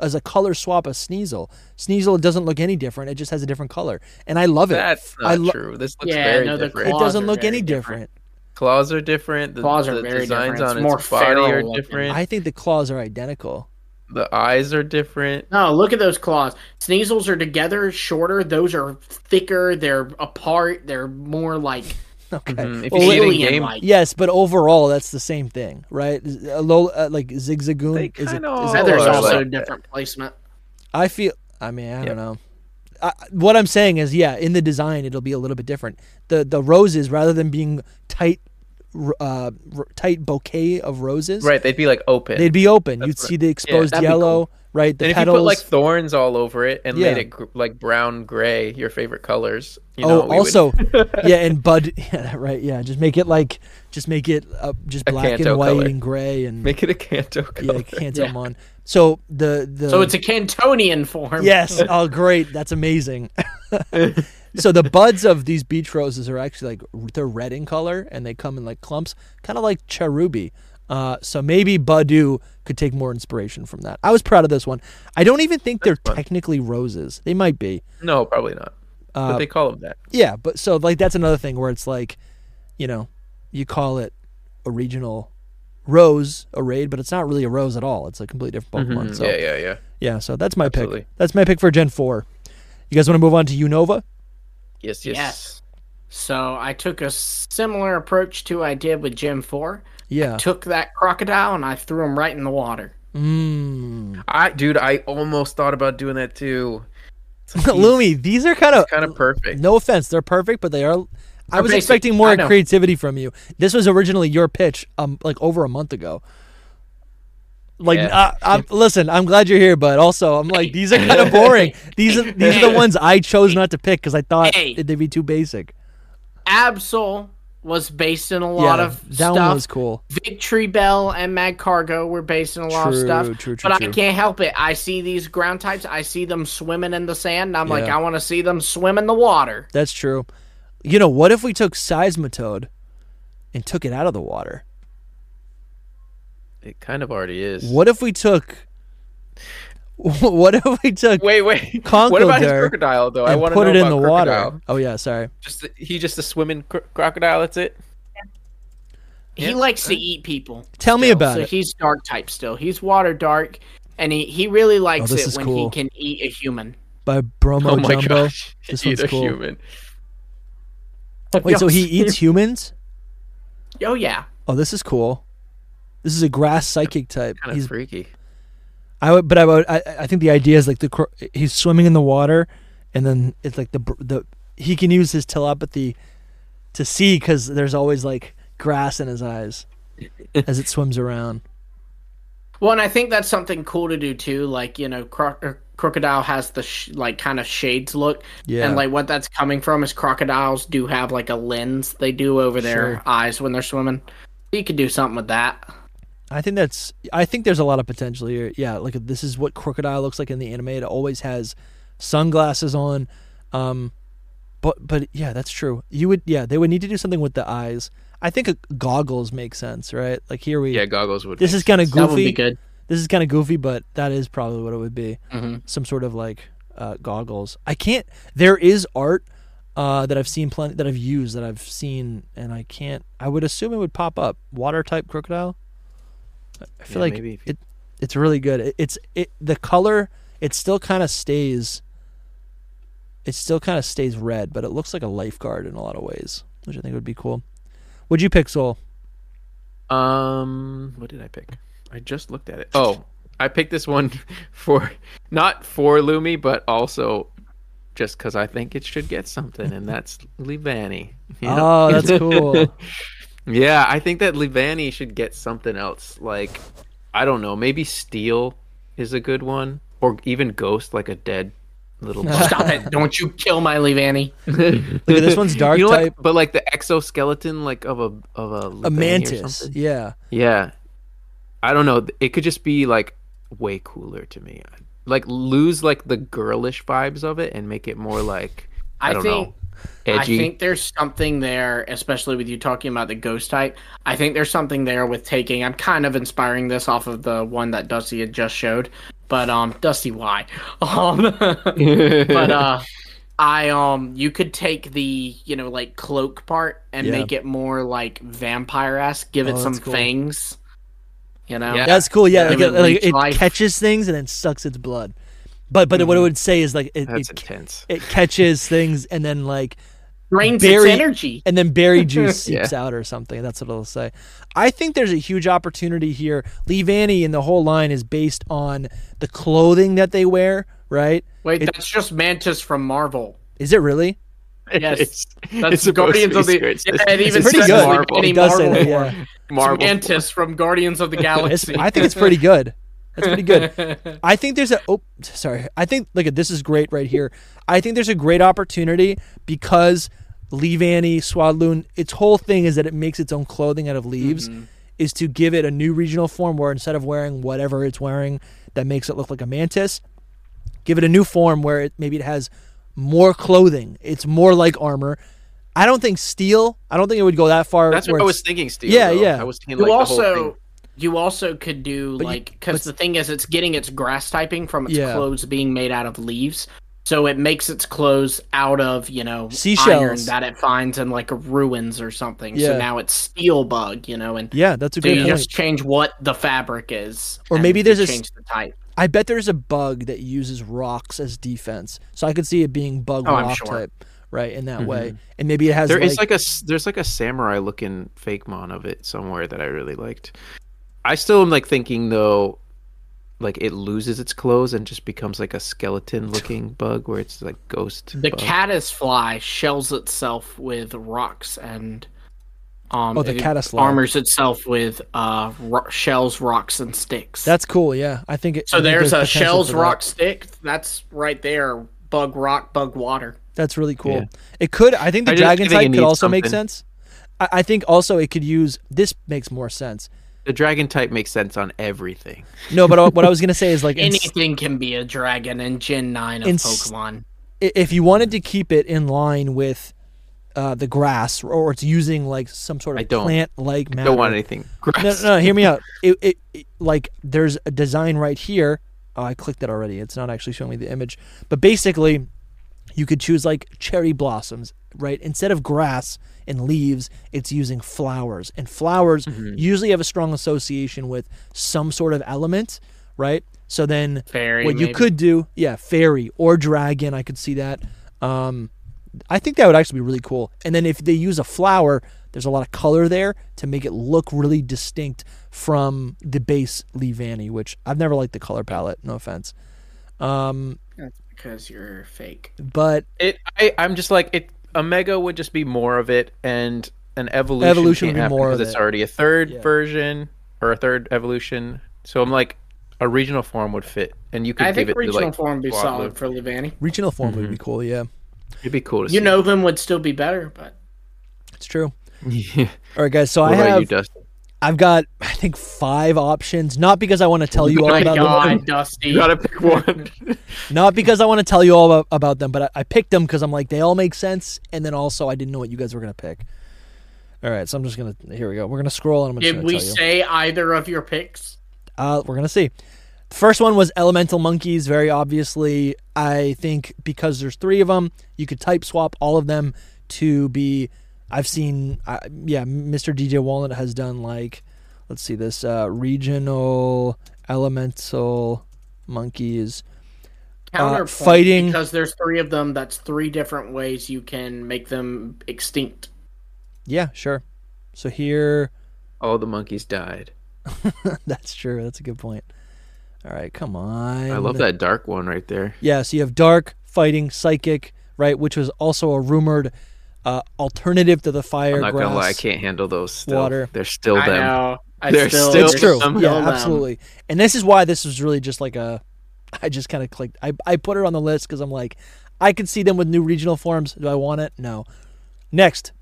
Speaker 1: as a color swap of Sneasel. Sneasel doesn't look any different. It just has a different color, and I love it.
Speaker 3: That's
Speaker 1: I
Speaker 3: not
Speaker 1: lo-
Speaker 3: true. This looks
Speaker 2: Yeah,
Speaker 3: very
Speaker 2: no, the
Speaker 3: different.
Speaker 1: It
Speaker 2: claws
Speaker 1: doesn't
Speaker 2: are
Speaker 1: look
Speaker 2: very
Speaker 1: any
Speaker 2: different.
Speaker 1: different.
Speaker 3: claws are different. The,
Speaker 2: Claws are
Speaker 3: the
Speaker 2: very
Speaker 3: designs
Speaker 2: different. It's
Speaker 3: on its
Speaker 2: more
Speaker 3: body
Speaker 2: feral
Speaker 3: are
Speaker 2: looking.
Speaker 3: different.
Speaker 1: I think the claws are identical.
Speaker 3: The eyes are different.
Speaker 2: no, look at those claws. Sneasels are together, shorter. Those are thicker. They're apart. They're more like
Speaker 1: Okay.
Speaker 3: Mm, If you
Speaker 1: Well,
Speaker 3: see it in
Speaker 2: alien
Speaker 3: game,
Speaker 2: like.
Speaker 1: Yes, but overall, that's the same thing, right? Z- a low- uh, like
Speaker 3: They
Speaker 1: Zigzagoon is, a, is
Speaker 3: kinda
Speaker 1: a
Speaker 3: all
Speaker 2: Feathers
Speaker 3: are
Speaker 1: claw.
Speaker 2: also
Speaker 3: like that.
Speaker 2: different placement.
Speaker 1: I feel. I mean, I
Speaker 3: Yep.
Speaker 1: don't know. I, what I'm saying is, yeah, in the design, it'll be a little bit different. The the roses, rather than being tight, r- uh, r- tight bouquet of roses,
Speaker 3: right? They'd be like open.
Speaker 1: They'd be open. You'd see the exposed
Speaker 3: that'd be
Speaker 1: yellow, right? The
Speaker 3: and if you
Speaker 1: petals.
Speaker 3: put like thorns all over it and made
Speaker 1: Yeah.
Speaker 3: it gr- like brown gray, your favorite colors. You know,
Speaker 1: oh,
Speaker 3: we would-
Speaker 1: also, yeah, and bud. Yeah, right. Yeah, just make it like, just make it uh, just black and
Speaker 3: Kanto
Speaker 1: white
Speaker 3: color.
Speaker 1: and gray and
Speaker 3: make it a canto color.
Speaker 1: yeah, Kantomon. So the the
Speaker 2: So it's a Cantonian form.
Speaker 1: Yes. Oh, great. That's amazing. so the buds of these beach roses are actually like they're red in color and they come in like clumps, kind of like cherubi. Uh, so maybe Badu could take more inspiration from that. I was proud of this one. I don't even think they're technically roses. They might be.
Speaker 3: No, probably not.
Speaker 1: Uh,
Speaker 3: but they call them that.
Speaker 1: Yeah, but so like that's another thing where it's like, you know, you call it a regional rose arrayed, but it's not really a rose at all. It's a completely different Pokemon. So
Speaker 3: yeah, yeah, yeah.
Speaker 1: yeah, so that's my
Speaker 3: Absolutely.
Speaker 1: pick. That's my pick for Gen 4. You guys want to move on to Unova?
Speaker 3: Yes, yes.
Speaker 2: Yes. So I took a similar approach to I did with Gem Four.
Speaker 1: Yeah.
Speaker 2: Took that crocodile and I threw him right in the water.
Speaker 1: Mm.
Speaker 3: I, dude, I almost thought about doing that too.
Speaker 1: Lumi, these are kind of
Speaker 3: Kind of perfect.
Speaker 1: no offense, they're perfect, but they are I was
Speaker 2: basic.
Speaker 1: expecting
Speaker 2: I
Speaker 1: more
Speaker 2: know.
Speaker 1: creativity from you. This was originally your pitch um like over a month ago. Like
Speaker 3: Yeah.
Speaker 1: I, I'm, listen, I'm glad you're here, but also I'm like these are kind of boring. These are these are the ones I chose not to pick because I thought
Speaker 2: Hey.
Speaker 1: they'd be too basic.
Speaker 2: Absol was based in a lot
Speaker 1: yeah,
Speaker 2: of
Speaker 1: that
Speaker 2: stuff.
Speaker 1: one was cool.
Speaker 2: Victory Bell and Mag Cargo were based in a lot
Speaker 1: True,
Speaker 2: of stuff.
Speaker 1: true, true,
Speaker 2: but
Speaker 1: true.
Speaker 2: I can't help it. I see these ground types. I see them swimming in the sand. And I'm like,
Speaker 1: Yeah.
Speaker 2: I want to see them swim in the water.
Speaker 1: That's true. You know, what if we took Seismitoad and took it out of the water?
Speaker 3: It kind of already is.
Speaker 1: What if we took? What if we took
Speaker 3: Wait, wait.
Speaker 1: Conkle
Speaker 3: what about his
Speaker 1: there
Speaker 3: crocodile though? I
Speaker 1: and
Speaker 3: want to
Speaker 1: put
Speaker 3: know
Speaker 1: it in the
Speaker 3: about crocodile.
Speaker 1: water? Oh yeah, sorry.
Speaker 3: Just he just a swimming cro- crocodile. That's it.
Speaker 2: He likes to eat people.
Speaker 1: Tell me
Speaker 2: still,
Speaker 1: about
Speaker 2: so
Speaker 1: it.
Speaker 2: he's dark type still. He's water dark, and he, he really likes
Speaker 1: Oh, this is
Speaker 2: it when
Speaker 1: cool.
Speaker 2: he can eat a human.
Speaker 1: By Bromo
Speaker 3: Oh my
Speaker 1: Jumbo.
Speaker 3: gosh!
Speaker 1: This
Speaker 3: Eat
Speaker 1: one's
Speaker 3: a
Speaker 1: cool.
Speaker 3: human.
Speaker 1: Wait, so he eats humans?
Speaker 2: Oh yeah,
Speaker 1: Oh, this is cool. This is a grass psychic type.
Speaker 3: Kind of
Speaker 1: He's,
Speaker 3: freaky.
Speaker 1: I would, but I would, I, I think the idea is like the cro- he's swimming in the water, and then it's like the br- the he can use his telepathy to see because there's always like grass in his eyes as it swims around.
Speaker 2: Well, and I think that's something cool to do too. Like you know, cro- er, crocodile has the sh- like kind of shades look,
Speaker 1: Yeah.
Speaker 2: and like what that's coming from is crocodiles do have like a lens they do over their
Speaker 1: Sure.
Speaker 2: eyes when they're swimming. You could do something with that.
Speaker 1: I think that's. I think there's a lot of potential here. Yeah, like this is what crocodile looks like in the anime. It always has sunglasses on. Um, but but yeah, that's true. You would yeah, they would need to do something with the eyes. I think uh, goggles make sense, right? Like here we.
Speaker 3: Yeah, goggles would.
Speaker 1: this
Speaker 3: make
Speaker 1: is kind of
Speaker 3: sense.
Speaker 1: goofy.
Speaker 2: That would be good. Mm-hmm.
Speaker 1: This is kind of goofy, but that is probably what it would be. Some sort of like uh, goggles. I can't. There is art uh, that I've seen plenty that I've used that I've seen, and I can't. I would assume it would pop up. Water type crocodile. I feel
Speaker 3: Yeah,
Speaker 1: like
Speaker 3: maybe if you-
Speaker 1: it. It's really good. It, it's it. The color. It still kind of stays. It still kind of stays red, but it looks like a lifeguard in a lot of ways, which I think would be cool. Would you pick Soul?
Speaker 3: Um, what did I pick? I just looked at it. Oh, I picked this one for not for Lumi, but also just because I think it should get something, and that's Levani. Yeah.
Speaker 1: Oh, that's cool.
Speaker 3: yeah, I think that Levani should get something else. Like, I don't know, maybe Steel is a good one, or even Ghost, like a dead little.
Speaker 2: Stop it! Don't you kill my Levani.
Speaker 1: Look, this one's dark
Speaker 3: You know, like-
Speaker 1: type.
Speaker 3: but like the exoskeleton, like of a of a Levani or
Speaker 1: a mantis.
Speaker 3: something.
Speaker 1: Yeah.
Speaker 3: Yeah. I don't know. It could just be like way cooler to me. Like lose like the girlish vibes of it and make it more like I,
Speaker 2: I
Speaker 3: don't
Speaker 2: think-
Speaker 3: know. Edgy.
Speaker 2: I think there's something there, especially with you talking about the ghost type. I think there's something there with taking. I'm kind of inspiring this off of the one that Dusty had just showed, but um, Dusty, why? Um, but uh, I um, you could take the you know like cloak part and
Speaker 1: Yeah.
Speaker 2: make it more like vampire esque. Give it
Speaker 1: Oh,
Speaker 2: some
Speaker 1: that's cool.
Speaker 2: fangs. You know,
Speaker 3: Yeah.
Speaker 1: That's cool.
Speaker 2: Yeah,
Speaker 1: Yeah, like,
Speaker 2: it
Speaker 1: it, like,
Speaker 2: leech
Speaker 1: it
Speaker 2: life.
Speaker 1: catches things and then sucks its blood. But but what it would say is like it
Speaker 3: Mm-hmm. That's
Speaker 1: it,
Speaker 3: intense.
Speaker 1: it catches things and then like
Speaker 2: drains
Speaker 1: Very-
Speaker 2: its energy.
Speaker 1: and then berry juice
Speaker 3: Yeah.
Speaker 1: seeps out or something. That's what it'll say. I think there's a huge opportunity here. Lee Vanny and the whole line is based on the clothing that they wear, right?
Speaker 2: Wait,
Speaker 1: it-
Speaker 2: that's just Mantis from Marvel.
Speaker 1: Is it really?
Speaker 2: Yes,
Speaker 3: It's-
Speaker 2: that's
Speaker 3: it's supposed
Speaker 2: Guardians
Speaker 3: to
Speaker 2: of
Speaker 3: be
Speaker 2: the.
Speaker 3: skirts.
Speaker 2: Yeah,
Speaker 3: It's-
Speaker 2: it
Speaker 3: it's
Speaker 2: even
Speaker 1: pretty
Speaker 2: says
Speaker 1: good.
Speaker 2: Marvel.
Speaker 1: It
Speaker 2: Any
Speaker 1: does say
Speaker 2: Marvel
Speaker 1: that, yeah.
Speaker 2: lore.
Speaker 3: Marvel.
Speaker 2: Mantis from Guardians of the
Speaker 1: It's,
Speaker 2: Galaxy.
Speaker 1: I think it's pretty good. That's pretty good. I think there's a oh sorry. I think look at this is great right here. I think there's a great opportunity because Lee Vanny, Swadloon, its whole thing is that it makes its own clothing out of leaves
Speaker 3: Mm-hmm.
Speaker 1: is to give it a new regional form where instead of wearing whatever it's wearing that makes it look like a mantis, give it a new form where it maybe it has more clothing. It's more like armor. I don't think steel. I don't think it would go that far.
Speaker 3: That's what
Speaker 1: where
Speaker 3: I
Speaker 1: it's-
Speaker 3: was thinking, Steve.
Speaker 1: Yeah,
Speaker 3: though.
Speaker 1: yeah.
Speaker 3: I was thinking
Speaker 2: you
Speaker 3: like the whole
Speaker 2: also
Speaker 3: thing.
Speaker 2: you also could do like because the thing is it's getting its grass typing from its
Speaker 1: Yeah.
Speaker 2: clothes being made out of leaves. So it makes its clothes out of, you know, iron
Speaker 1: Seashells.
Speaker 2: that it finds in like ruins or something.
Speaker 1: Yeah.
Speaker 2: So now it's steel bug, you know, and
Speaker 1: Yeah, that's a
Speaker 2: so
Speaker 1: great
Speaker 2: you
Speaker 1: point.
Speaker 2: just change what the fabric is.
Speaker 1: Or
Speaker 2: and
Speaker 1: maybe
Speaker 2: you
Speaker 1: there's a s-
Speaker 2: change the type.
Speaker 1: I bet there's a bug that uses rocks as defense. So I could see it being bug
Speaker 2: Oh, I'm
Speaker 1: rock
Speaker 2: sure.
Speaker 1: type, right? In that way, and maybe it has
Speaker 3: Mm-hmm. There
Speaker 1: like,
Speaker 3: is like a s- there's like a samurai looking fake mon of it somewhere that I really liked. I still am like thinking though, like it loses its clothes and just becomes like a skeleton looking bug where it's like ghost.
Speaker 2: The
Speaker 3: bug.
Speaker 2: caddis fly shells itself with rocks and um,
Speaker 1: Oh, the
Speaker 2: it
Speaker 1: caddis fly.
Speaker 2: armors itself with uh, ro- shells, rocks, and sticks.
Speaker 1: that's cool. Yeah, I think. It,
Speaker 2: so
Speaker 1: I think
Speaker 2: there's a
Speaker 1: potential
Speaker 2: shells
Speaker 1: for that.
Speaker 2: rock stick. That's right there. Bug rock, bug water.
Speaker 1: That's really cool.
Speaker 3: Yeah.
Speaker 1: It could. I think the
Speaker 3: I just
Speaker 1: dragon
Speaker 3: think it
Speaker 1: type could
Speaker 3: needs
Speaker 1: also make
Speaker 3: something.
Speaker 1: sense. I, I think also it could use. This makes more sense.
Speaker 3: The dragon type makes sense on everything.
Speaker 1: No, but I- what I was gonna say is like in,
Speaker 2: Anything can be a dragon in Gen Nine of
Speaker 1: In s-
Speaker 2: Pokemon.
Speaker 1: i- if you wanted to keep it in line with. Uh, the grass, or it's using like some sort
Speaker 3: I
Speaker 1: of
Speaker 3: don't-
Speaker 1: plant-like matter.
Speaker 3: Don't want anything.
Speaker 1: no,
Speaker 3: Grass.
Speaker 1: no, no, hear me out. It, it, it- like there's a design right here. Oh, I clicked it already. It's not actually showing me the image, but basically, you could choose like cherry blossoms, right? Instead of grass and leaves, it's using flowers, and flowers
Speaker 2: Mm-hmm.
Speaker 1: usually have a strong association with some sort of element, right? So then,
Speaker 2: Fairy,
Speaker 1: what you
Speaker 2: maybe.
Speaker 1: could do, yeah, fairy or dragon, I could see that. Um, I think that would actually be really cool. And then if they use a flower, there's a lot of color there to make it look really distinct from the base Levani, which I've never liked the color palette. No offense,
Speaker 2: That's because you're fake.
Speaker 1: but
Speaker 3: It. I. I'm just like it. Omega would just be more of it, and an evolution.
Speaker 1: Evolution would
Speaker 3: can't
Speaker 1: be
Speaker 3: happen
Speaker 1: more
Speaker 3: because
Speaker 1: of
Speaker 3: It's
Speaker 1: it.
Speaker 3: already a third version or a third evolution. So I'm like, a regional form would fit, and you could
Speaker 2: I
Speaker 3: give
Speaker 2: think
Speaker 3: it to
Speaker 2: regional
Speaker 3: like.
Speaker 2: form would be
Speaker 3: Waddler.
Speaker 2: solid for Levani.
Speaker 1: regional form would
Speaker 2: Mm-hmm.
Speaker 1: be cool. Yeah,
Speaker 3: It'd be cool to
Speaker 2: You
Speaker 3: see.
Speaker 2: know, them would still be better, but
Speaker 1: it's true. All right, guys. So
Speaker 3: What
Speaker 1: I
Speaker 3: about
Speaker 1: have
Speaker 3: you, Dustin?
Speaker 1: I've got I think five options. Not because I want to tell
Speaker 3: Oh
Speaker 1: you all
Speaker 2: My
Speaker 1: about them.
Speaker 2: God, Dusty.
Speaker 3: You gotta pick one.
Speaker 1: Not because I want to tell you all about, about them, but I, I picked them because I'm like they all make sense. And then also I didn't know what you guys were gonna pick. All right, so I'm just gonna here we go. We're gonna scroll and I'm just
Speaker 2: Did
Speaker 1: gonna
Speaker 2: we
Speaker 1: tell you.
Speaker 2: say either of your picks?
Speaker 1: Uh, we're gonna see. The first one was elemental monkeys. Very obviously, I think because there's three of them, you could type swap all of them to be. I've seen, uh, yeah, Mr. DJ Walnut has done like, let's see this uh, regional elemental monkeys.
Speaker 2: Counterpoint,
Speaker 1: Uh, fighting-
Speaker 2: because there's three of them. That's three different ways you can make them extinct.
Speaker 1: Yeah, sure. So here,
Speaker 3: All the monkeys died.
Speaker 1: that's true. That's a good point. All right, come on.
Speaker 3: I love that dark one right there.
Speaker 1: Yeah, so you have dark fighting psychic, right, which was also a rumored uh, alternative to the fire.
Speaker 3: I'm not
Speaker 1: grass.
Speaker 3: gonna lie, I can't handle those. Still.
Speaker 1: water.
Speaker 3: They're still
Speaker 2: I
Speaker 3: them.
Speaker 2: know. I
Speaker 3: They're still-
Speaker 1: It's true.
Speaker 3: Some-
Speaker 1: Yeah,
Speaker 2: them.
Speaker 1: absolutely. And this is why this was really just like a. I just kind of clicked. I I put it on the list because I'm like, I can see them with new regional forms. Do I want it? No. Next,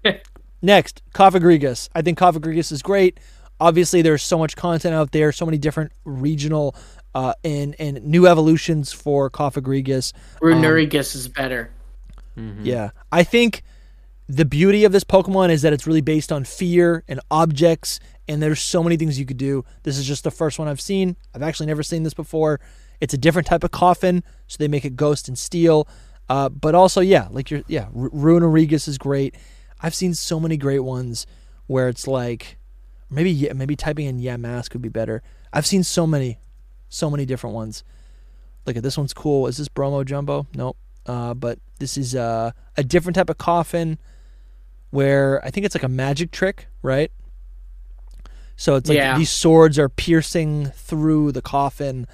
Speaker 1: next, Kofagrigus. I think Kofagrigus is great. Obviously, there's so much content out there, so many different regional uh, and and new evolutions for Kofagrigus.
Speaker 2: Runurigus
Speaker 1: Um,
Speaker 2: is better.
Speaker 1: uh, Yeah. I think the beauty of this Pokemon is that it's really based on fear and objects, and there's so many things you could do. This is just the first one I've seen. I've actually never seen this before. It's a different type of coffin, so they make it ghost and steel. Uh, but also, yeah, like your yeah, R- Ruinarigus is great. I've seen so many great ones where it's like maybe yeah, maybe typing in yeah mask would be better. I've seen so many, so many different ones. Look at this one's cool. Is this Bromo Jumbo? Nope. Uh, but this is uh, a different type of coffin where I think it's like a magic trick, right? So it's like
Speaker 2: Yeah.
Speaker 1: these swords are piercing through the coffin,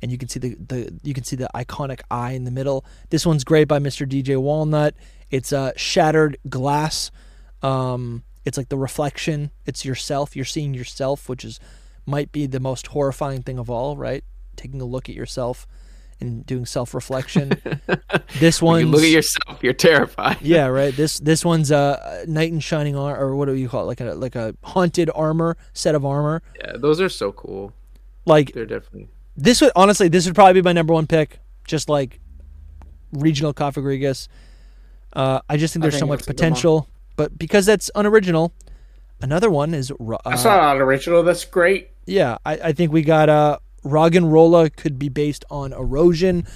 Speaker 1: and you can see the, the you can see the iconic eye in the middle. This one's great by Mr. DJ Walnut. It's uh, shattered glass. Um, it's like the reflection. It's yourself. You're seeing yourself, which is might be the most horrifying thing of all, right? Taking a look at yourself and doing self-reflection. this
Speaker 3: When
Speaker 1: one,
Speaker 3: you look at yourself, you're terrified.
Speaker 1: yeah, right. This this one's a knight in shining armor, or what do you call it? Like a like a haunted armor set of armor.
Speaker 3: Yeah, those are so cool.
Speaker 1: Like
Speaker 3: They're definitely.
Speaker 1: this would honestly, this would probably be my number one pick. Just like regional Kofagrigus. Uh, I just think there's so
Speaker 2: think
Speaker 1: much
Speaker 2: that's a good one.
Speaker 1: potential, but because that's unoriginal, another one is Ro- uh,
Speaker 2: an original. That's great.
Speaker 1: yeah, I, I think we got uh rock and rolla could be based on erosion,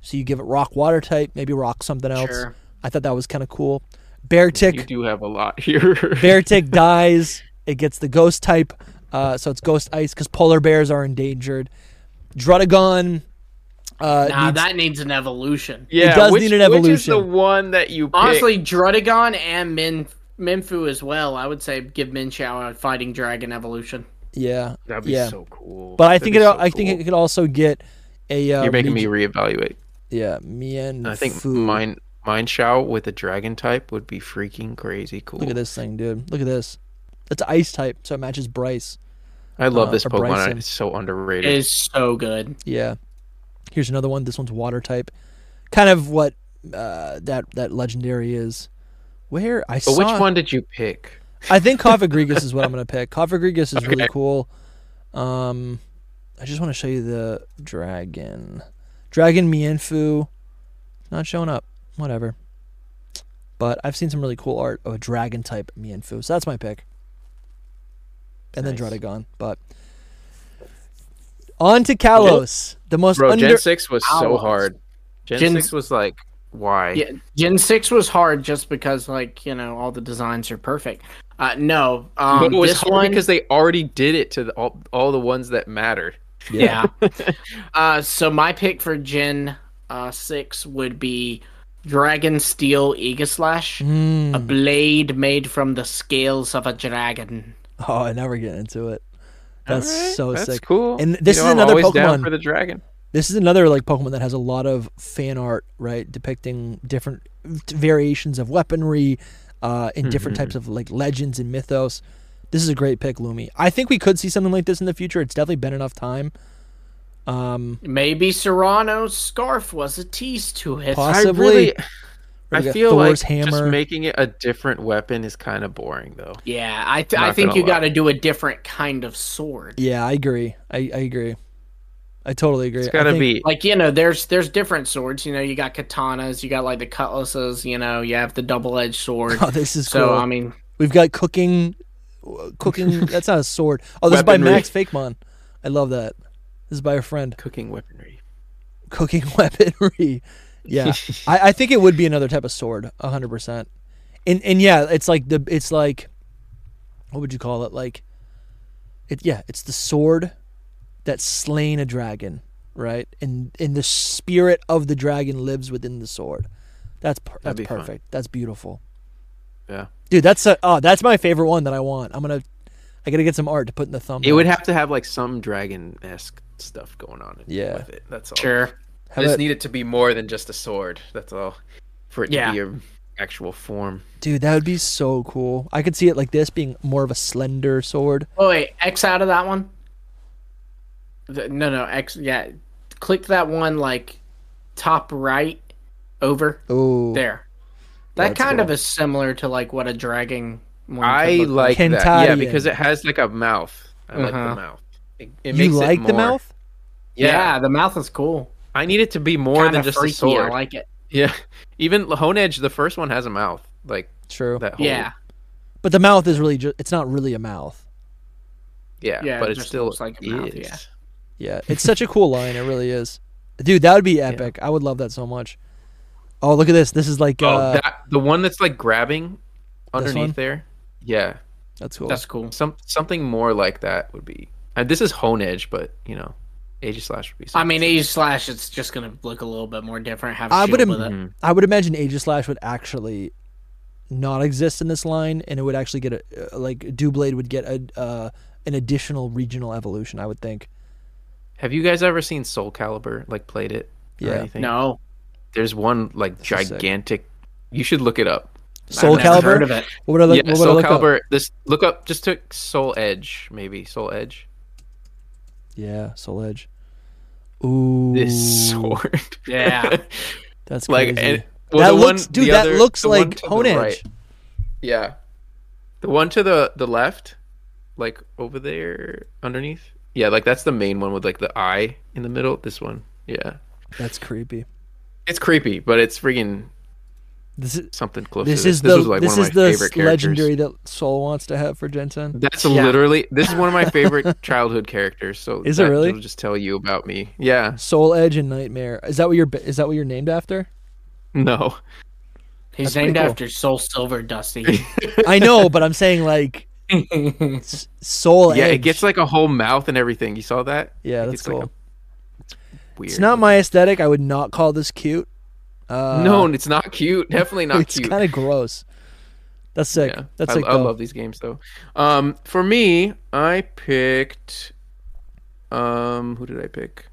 Speaker 1: so you give it rock water type, maybe rock something else.
Speaker 2: Sure.
Speaker 1: I thought that was kind of cool. Bear tick,
Speaker 3: You do have a lot here.
Speaker 1: bear tick dies. It gets the ghost type, uh, so it's ghost ice because polar bears are endangered. Drudagon, uh,
Speaker 2: Nah,
Speaker 1: needs-
Speaker 2: that needs an evolution.
Speaker 3: yeah,
Speaker 1: does
Speaker 3: which,
Speaker 1: need an
Speaker 3: Which is the
Speaker 1: evolution.
Speaker 3: one that you pick?
Speaker 2: Honestly, Drudagon and Min Minfu as well. I would say give Minchao a fighting dragon evolution.
Speaker 1: yeah,
Speaker 3: that'd be
Speaker 1: yeah.
Speaker 3: so cool.
Speaker 1: but I
Speaker 3: That'd
Speaker 1: think
Speaker 3: be
Speaker 1: it,
Speaker 3: so
Speaker 1: I think
Speaker 3: cool.
Speaker 1: it could also get a. Uh,
Speaker 3: You're making me
Speaker 1: regi-
Speaker 3: reevaluate.
Speaker 1: yeah, Mian.
Speaker 3: I think
Speaker 1: Fu.
Speaker 3: mine mine Shao with a dragon type would be freaking crazy cool.
Speaker 1: Look at this thing, dude. Look at this. It's ice type, so it matches Bryce.
Speaker 3: I love
Speaker 1: Uh,
Speaker 3: this
Speaker 1: or
Speaker 3: Pokemon.
Speaker 1: Bryson.
Speaker 3: It's so
Speaker 2: It
Speaker 3: underrated.
Speaker 2: is so good.
Speaker 1: Yeah. Here's another one. This one's water type. Kind of what uh, that that legendary is. Where I
Speaker 3: but
Speaker 1: saw.
Speaker 3: which one did you pick?
Speaker 1: I think Kofagrigus is what I'm gonna pick. Kofagrigus is really cool. Um, I just want to show you the dragon. Dragon Mienfu, not showing up. Whatever. But I've seen some really cool art of a dragon type Mienfu, so that's my pick. And
Speaker 3: Nice.
Speaker 1: then Drudagon, but on to Kalos, the most
Speaker 3: Bro,
Speaker 1: under.
Speaker 3: Gen six was so
Speaker 2: Owls.
Speaker 3: hard. Gen,
Speaker 2: Gen-
Speaker 3: six was like, why?
Speaker 2: Yeah, Gen six was hard just because like you know all the designs are perfect. Uh, no, um,
Speaker 3: but it was
Speaker 2: this
Speaker 3: hard
Speaker 2: one
Speaker 3: because they already did it to the, all, all the ones that matter.
Speaker 2: yeah. uh, so my pick for Gen uh, six would be Dragon Steel Aegislash,
Speaker 3: Hmm.
Speaker 2: a blade made from the scales of a dragon.
Speaker 1: Oh, I never get into it. That's
Speaker 3: Alright,
Speaker 1: so
Speaker 3: that's
Speaker 1: sick.
Speaker 3: cool.
Speaker 1: And this
Speaker 3: You
Speaker 1: is
Speaker 3: know, I'm
Speaker 1: another
Speaker 3: always
Speaker 1: Pokemon.
Speaker 3: down for the dragon.
Speaker 1: This is another like Pokemon that has a lot of fan art, right, depicting different variations of weaponry uh, and different types of like legends and mythos. This is a great pick, Lumi. I think we could see something like this in the future. It's definitely been enough time.
Speaker 2: Maybe Serrano's scarf was a tease to it.
Speaker 1: Possibly.
Speaker 3: really-
Speaker 1: Or
Speaker 3: I
Speaker 1: we got
Speaker 3: feel
Speaker 1: Thor's
Speaker 3: like
Speaker 1: hammer.
Speaker 3: just making it a different weapon is kind of boring, though.
Speaker 2: Yeah, I th-
Speaker 3: Not
Speaker 2: I think
Speaker 3: gonna
Speaker 2: you
Speaker 3: lie.
Speaker 2: got to do a different kind of sword.
Speaker 1: yeah, I agree. I, I agree. I totally agree.
Speaker 3: It's gotta
Speaker 1: I think-
Speaker 3: be.
Speaker 2: Like you know, there's there's different swords. You know, you got katanas, you got like the cutlasses. You know, you have the double edged sword.
Speaker 1: Oh, this is
Speaker 2: so
Speaker 1: cool.
Speaker 2: I mean,
Speaker 1: We've got cooking, cooking. that's not a sword. Oh, this is by
Speaker 3: Weaponry.
Speaker 1: Max Fakemon. I love that. This is by a friend.
Speaker 3: Cooking weaponry.
Speaker 1: Cooking weaponry. Yeah, I, I think it would be another type of sword, hundred percent. And and yeah, it's like the it's like, what would you call it? Like, it yeah, it's the sword that slain a dragon, right? And and the spirit of the dragon lives within the sword. That's per- that's
Speaker 3: be fun.
Speaker 1: perfect. That's beautiful.
Speaker 3: Yeah.
Speaker 1: Dude, that's a, oh, that's my favorite one that I want. I'm gonna, I gotta get some art to put in the thumb.
Speaker 3: It would have to have like some dragon esque stuff going on. in-
Speaker 1: Yeah.
Speaker 3: With it. That's all.
Speaker 2: sure.
Speaker 1: How
Speaker 3: I just
Speaker 1: about-
Speaker 3: need it to be more than just a sword. That's all. For it
Speaker 2: Yeah.
Speaker 3: to be your actual form.
Speaker 1: dude, that would be so cool. I could see it like this being more of a slender sword.
Speaker 2: Oh wait, X out of that one. The, no, no X. Yeah, click that one like top right over
Speaker 1: Oh,
Speaker 2: there. That
Speaker 1: That's
Speaker 2: kind of
Speaker 1: cool.
Speaker 2: is similar to like what a dragon. One could
Speaker 3: I
Speaker 2: look
Speaker 3: like that. Yeah,
Speaker 1: Kentarian.
Speaker 3: because it has like a mouth. I like
Speaker 2: Uh-huh.
Speaker 3: the mouth. It, it
Speaker 1: you
Speaker 3: makes it
Speaker 1: like the
Speaker 3: more-
Speaker 1: mouth?
Speaker 3: Yeah.
Speaker 2: Yeah, the mouth is cool.
Speaker 3: I need it to be more
Speaker 2: Kind
Speaker 3: than
Speaker 2: of
Speaker 3: just
Speaker 2: freaky.
Speaker 3: a sword.
Speaker 2: I like it.
Speaker 3: yeah. Even Hone Edge, the first one has a mouth. Like
Speaker 1: True,
Speaker 3: that whole
Speaker 2: Yeah,
Speaker 1: but the mouth is really just—it's not really a mouth.
Speaker 3: Yeah,
Speaker 2: Yeah,
Speaker 3: but
Speaker 2: it
Speaker 3: it
Speaker 2: just
Speaker 3: still
Speaker 2: looks like a mouth,
Speaker 3: is.
Speaker 2: yeah.
Speaker 1: Yeah, it's such a cool line. It really is, dude. That would be epic. I would love that so much. Oh, look at this. This is like
Speaker 3: Oh,
Speaker 1: uh,
Speaker 3: that the one that's like grabbing
Speaker 1: one?
Speaker 3: underneath there. Yeah,
Speaker 1: that's cool.
Speaker 2: that's cool.
Speaker 3: some something more like that would be. And this is Hone Edge, but you know, Age of Slash would be.
Speaker 2: I
Speaker 3: Something.
Speaker 2: mean, Age Slash, it's just gonna look a little bit more different. Have a
Speaker 1: I
Speaker 2: shield
Speaker 1: would
Speaker 2: with it.
Speaker 1: Im- I would imagine Aegis Slash would actually not exist in this line, and it would actually get a uh, like Dewblade would get a uh, an additional regional evolution. I would think.
Speaker 3: Have you guys ever seen Soul Calibur? Like played it? or
Speaker 1: Yeah.
Speaker 3: anything?
Speaker 2: No,
Speaker 3: There's one like
Speaker 1: is sick.
Speaker 3: gigantic. You should look it up.
Speaker 1: Soul
Speaker 2: never
Speaker 1: Calibur.
Speaker 2: heard of it.
Speaker 1: What would I look?
Speaker 3: yeah,
Speaker 1: what would I
Speaker 3: Soul
Speaker 1: look up?
Speaker 3: Calibur. This look up. Just took Soul Edge, maybe Soul Edge.
Speaker 1: Yeah, Soul Edge. Ooh,
Speaker 3: This sword.
Speaker 2: Yeah,
Speaker 1: that's crazy.
Speaker 3: like and, well,
Speaker 1: that
Speaker 3: the
Speaker 1: looks,
Speaker 3: one,
Speaker 1: dude.
Speaker 3: the
Speaker 1: That
Speaker 3: other-
Speaker 1: looks
Speaker 3: the one
Speaker 1: like
Speaker 3: to the
Speaker 1: Hone Edge.
Speaker 3: right. Yeah, the one to the the left, like over there underneath. Yeah, like that's the main one with like the eye in the middle. This one, yeah,
Speaker 1: That's creepy.
Speaker 3: it's creepy, but it's freaking
Speaker 1: This is
Speaker 3: something close.
Speaker 1: this
Speaker 3: to this.
Speaker 1: is
Speaker 3: this
Speaker 1: the
Speaker 3: was like
Speaker 1: this
Speaker 3: one
Speaker 1: is
Speaker 3: of my
Speaker 1: the
Speaker 3: favorite characters.
Speaker 1: legendary that Soul wants to have for Jensen.
Speaker 3: That's
Speaker 2: Yeah.
Speaker 3: literally this is one of my favorite childhood characters. So
Speaker 1: Is it
Speaker 3: that-
Speaker 1: really?
Speaker 3: it'll just tell you about me. Yeah,
Speaker 1: Soul Edge and Nightmare. Is that what you're? Is that what you're named after?
Speaker 3: no,
Speaker 2: he's
Speaker 1: That's pretty
Speaker 2: named
Speaker 1: cool.
Speaker 2: after Soul Silver Dusty.
Speaker 1: I know, but I'm saying like s- Soul
Speaker 3: yeah,
Speaker 1: Edge.
Speaker 3: it gets like a whole mouth and everything. You saw that?
Speaker 1: Yeah,
Speaker 3: It
Speaker 1: that's
Speaker 3: gets, like,
Speaker 1: cool.
Speaker 3: a weird.
Speaker 1: It's not my aesthetic. I would not call this cute. Uh,
Speaker 3: no, it's not cute. Definitely not
Speaker 1: it's
Speaker 3: cute.
Speaker 1: kind of gross. That's sick.
Speaker 3: Yeah.
Speaker 1: That's
Speaker 3: I,
Speaker 1: sick.
Speaker 3: I
Speaker 1: though.
Speaker 3: love these games though. Um, for me, I picked. Um, who did I pick?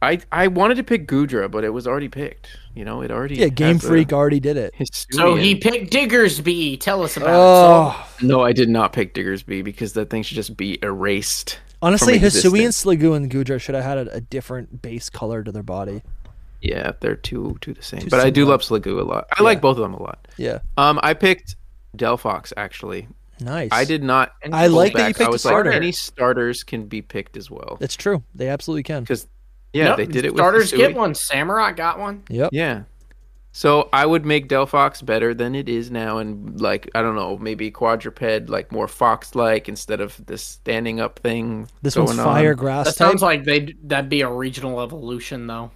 Speaker 3: I I wanted to pick Gudra, but it was already picked. You know, it already.
Speaker 1: Yeah, Game
Speaker 3: has a
Speaker 1: Freak already did it.
Speaker 3: Hisuian.
Speaker 2: so he picked Diggersby. Tell us about it.
Speaker 1: Oh,
Speaker 3: No, I did not pick Diggersby because that thing should just be erased.
Speaker 1: honestly,
Speaker 3: from
Speaker 1: Hisui and
Speaker 3: existence.
Speaker 1: Sligu and Gudra should have had a, a different base color to their body.
Speaker 3: Yeah, they're two two the same. but I do
Speaker 1: similar.
Speaker 3: love Sligu a lot. I like both of them a lot.
Speaker 1: Yeah,
Speaker 3: Um, I picked Delphox actually.
Speaker 1: nice.
Speaker 3: I did not.
Speaker 1: I like that you
Speaker 3: pull back.
Speaker 1: picked
Speaker 3: I
Speaker 1: a
Speaker 3: was
Speaker 1: starter.
Speaker 3: like, any starters can be picked as well.
Speaker 1: That's true. They absolutely can.
Speaker 3: because yeah,
Speaker 2: Nope,
Speaker 3: they did it.
Speaker 2: Starters
Speaker 3: with Hisui.
Speaker 2: get one. Samurai got one.
Speaker 1: Yep.
Speaker 3: Yeah. So I would make Delphox better than it is now, and like I don't know, maybe quadruped, like more fox-like instead of this standing up thing.
Speaker 1: This
Speaker 3: going
Speaker 1: one's fire
Speaker 3: on.
Speaker 1: grass.
Speaker 2: That
Speaker 1: type.
Speaker 2: sounds like they that'd be a regional evolution though.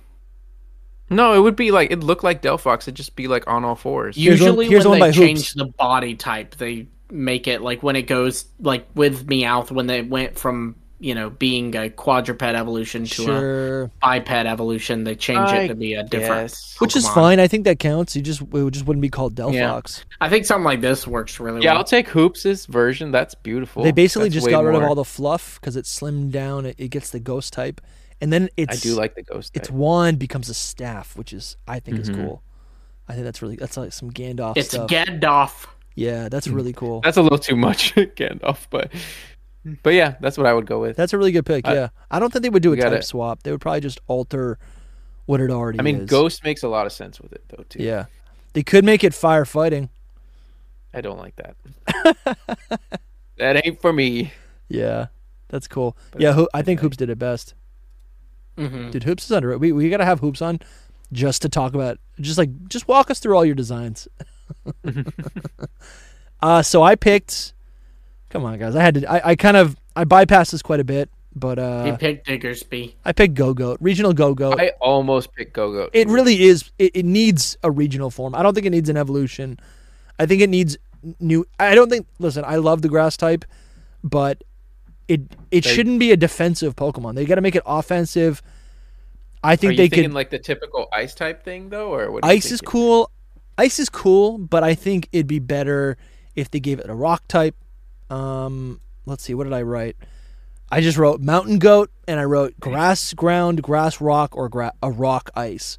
Speaker 3: No, it would be like it looked like Delphox. It'd just be like on all fours.
Speaker 1: Here's one-
Speaker 2: Usually
Speaker 1: here's one
Speaker 2: when
Speaker 1: by
Speaker 2: they
Speaker 1: Hoops.
Speaker 2: change the body type, they make it like when it goes like with Meowth when they went from you know being a quadruped evolution to
Speaker 1: sure,
Speaker 2: a biped evolution, they change
Speaker 3: I
Speaker 2: it to be a different.
Speaker 3: guess.
Speaker 1: which is
Speaker 2: Pokemon.
Speaker 1: fine. I think that counts. You just it just wouldn't be called Delphox.
Speaker 2: I think something like this works really
Speaker 3: Yeah, I'll
Speaker 2: well.
Speaker 3: take Hoops's version. That's beautiful.
Speaker 1: They basically
Speaker 3: That's
Speaker 1: just
Speaker 3: way
Speaker 1: got rid of
Speaker 3: more-
Speaker 1: all the fluff because it slimmed down. It, it gets the ghost type, and then
Speaker 3: I
Speaker 1: it's
Speaker 3: do like the ghost.
Speaker 1: its
Speaker 3: Type.
Speaker 1: wand becomes a staff, which is I think
Speaker 3: Mm-hmm.
Speaker 1: is cool. I think that's really that's like some Gandalf
Speaker 2: It's
Speaker 1: stuff.
Speaker 2: Gandalf.
Speaker 1: yeah, that's really cool.
Speaker 3: Hmm. That's a little too much, Gandalf. But
Speaker 1: Hmm.
Speaker 3: but yeah, that's what I would go with.
Speaker 1: That's a really good pick. yeah, I don't think they would do a
Speaker 3: We got
Speaker 1: type
Speaker 3: it.
Speaker 1: swap. They would probably just alter what it already
Speaker 3: I mean,
Speaker 1: is.
Speaker 3: Ghost makes a lot of sense with it though too.
Speaker 1: Yeah. They could make it firefighting.
Speaker 3: I don't like that. that ain't for me.
Speaker 1: Yeah. That's cool. yeah, Ho- I think Hoops did it best. Dude, Hoops is under it. We we gotta have Hoops on just to talk about just like just walk us through all your designs. uh so I picked come on guys, I had to I, I kind of I bypassed this quite a bit, but
Speaker 2: He
Speaker 1: uh
Speaker 2: picked Diggersby.
Speaker 1: I picked Go Goat, regional Go Goat.
Speaker 3: I almost picked Go Go.
Speaker 1: it really is it, it needs a regional form i don't think it needs an evolution i think it needs n- new i don't think listen i love the grass type but it it shouldn't be a defensive pokemon they got to make it offensive i
Speaker 3: Are
Speaker 1: think
Speaker 3: you
Speaker 1: they
Speaker 3: thinking
Speaker 1: could
Speaker 3: like the typical ice type thing though, or what? are you
Speaker 1: ice is
Speaker 3: thinking?
Speaker 1: cool ice is cool but i think it'd be better if they gave it a rock type um let's see what did i write i just wrote mountain goat and i wrote grass ground grass rock or gra- a rock ice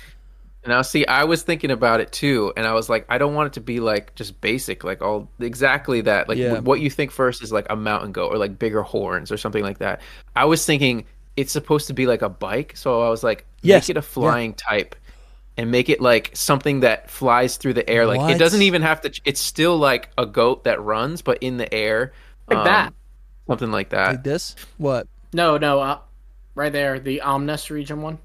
Speaker 3: Now, see, I was thinking about it too, and I was like, I don't want it to be like just basic, like all exactly that. Like
Speaker 1: Yeah.
Speaker 3: what you think first is like a mountain goat or like bigger horns or something like that. I was thinking it's supposed to be like a bike, so I was like,
Speaker 1: Yes,
Speaker 3: make it
Speaker 1: yeah.
Speaker 3: a flying type, and make it like something that flies through the air. Like
Speaker 1: What?
Speaker 3: it doesn't even have to. It's still like a goat that runs, but in the air,
Speaker 2: Like that.
Speaker 3: something like that.
Speaker 1: like this what
Speaker 2: No, no, uh, right there, the Omnus region one.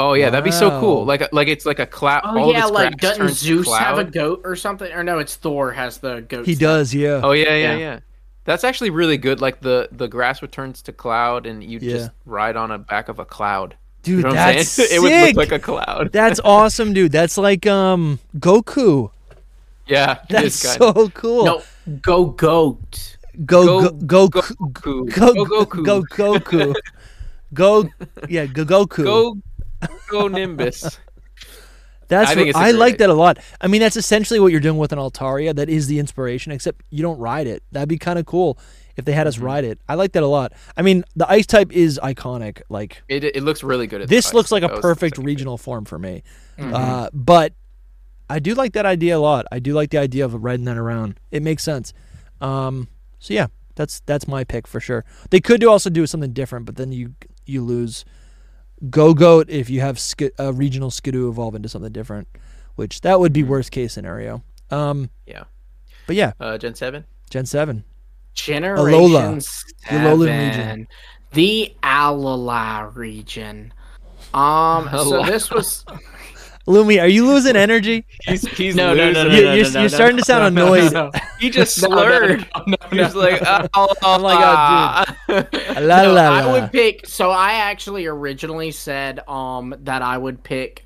Speaker 3: Oh yeah, that'd be so
Speaker 1: Wow.
Speaker 3: cool. Like a- like it's like a cloud.
Speaker 2: Oh
Speaker 3: all of
Speaker 2: yeah,
Speaker 3: its
Speaker 2: like
Speaker 3: grass
Speaker 2: doesn't
Speaker 3: turns to
Speaker 2: Zeus have a
Speaker 3: cloud.
Speaker 2: goat or something? Or no, it's Thor has the goat.
Speaker 1: he does yeah
Speaker 3: Oh yeah, yeah,
Speaker 2: Yeah.
Speaker 3: yeah, That's actually really good. Like the the grass returns to cloud, and you
Speaker 1: Yeah.
Speaker 3: just ride on a back of a cloud.
Speaker 1: Dude,
Speaker 3: you know what I'm
Speaker 1: that's
Speaker 3: saying? it would
Speaker 1: sick.
Speaker 3: look like a cloud.
Speaker 1: That's awesome, dude. That's like um Goku.
Speaker 3: yeah, it
Speaker 1: That's
Speaker 3: is kinda.
Speaker 1: so cool.
Speaker 2: No, go goat.
Speaker 1: go go
Speaker 3: Go-
Speaker 1: go
Speaker 3: Goku.
Speaker 1: go
Speaker 3: Go Goku.
Speaker 1: go Goku. Go yeah, go Goku.
Speaker 3: go go Nimbus.
Speaker 1: that's
Speaker 3: I
Speaker 1: what,
Speaker 3: think it's a
Speaker 1: I
Speaker 3: great
Speaker 1: like
Speaker 3: idea.
Speaker 1: that a lot. I mean, that's essentially what you're doing with an Altaria. That is the inspiration, except you don't ride it. That'd be kind of cool if they had
Speaker 3: Mm-hmm.
Speaker 1: us ride it. I like that a lot. I mean, the ice type is iconic. Like
Speaker 3: It it looks really good. At the
Speaker 1: this
Speaker 3: price.
Speaker 1: looks like
Speaker 3: That
Speaker 1: a
Speaker 3: was- Mm-hmm.
Speaker 1: perfect regional form for me. Uh, but I do like that idea a lot. I do like the idea of riding that around. It makes sense. Um, so yeah, that's that's my pick for sure. They could do also do something different, but then you you lose Go Goat if you have sk- uh, regional Skidoo evolve into something different, which that would be
Speaker 3: Mm-hmm.
Speaker 1: worst case scenario. Um,
Speaker 3: Yeah.
Speaker 1: but yeah,
Speaker 3: Uh, Gen Seven.
Speaker 1: Gen Seven.
Speaker 2: Generation
Speaker 1: The Alolan
Speaker 2: seven.
Speaker 1: region.
Speaker 2: The Alola region. Um, so
Speaker 3: Alola.
Speaker 2: this was
Speaker 1: Lumi, are you losing energy?
Speaker 3: He's he's
Speaker 2: no, no, no, no,
Speaker 3: losing
Speaker 2: no,
Speaker 3: it.
Speaker 1: You-
Speaker 2: no,
Speaker 1: you're-
Speaker 2: no,
Speaker 1: you're
Speaker 2: no,
Speaker 1: starting
Speaker 2: no,
Speaker 1: to sound
Speaker 2: no, no,
Speaker 1: annoyed.
Speaker 2: no,
Speaker 3: He just
Speaker 2: no, no, no,
Speaker 3: slurred.
Speaker 2: no, no,
Speaker 3: He's like, oh,
Speaker 1: I'm like, oh, La,
Speaker 2: no,
Speaker 1: la,
Speaker 2: I
Speaker 1: la.
Speaker 2: would pick. So I actually originally said um that I would pick.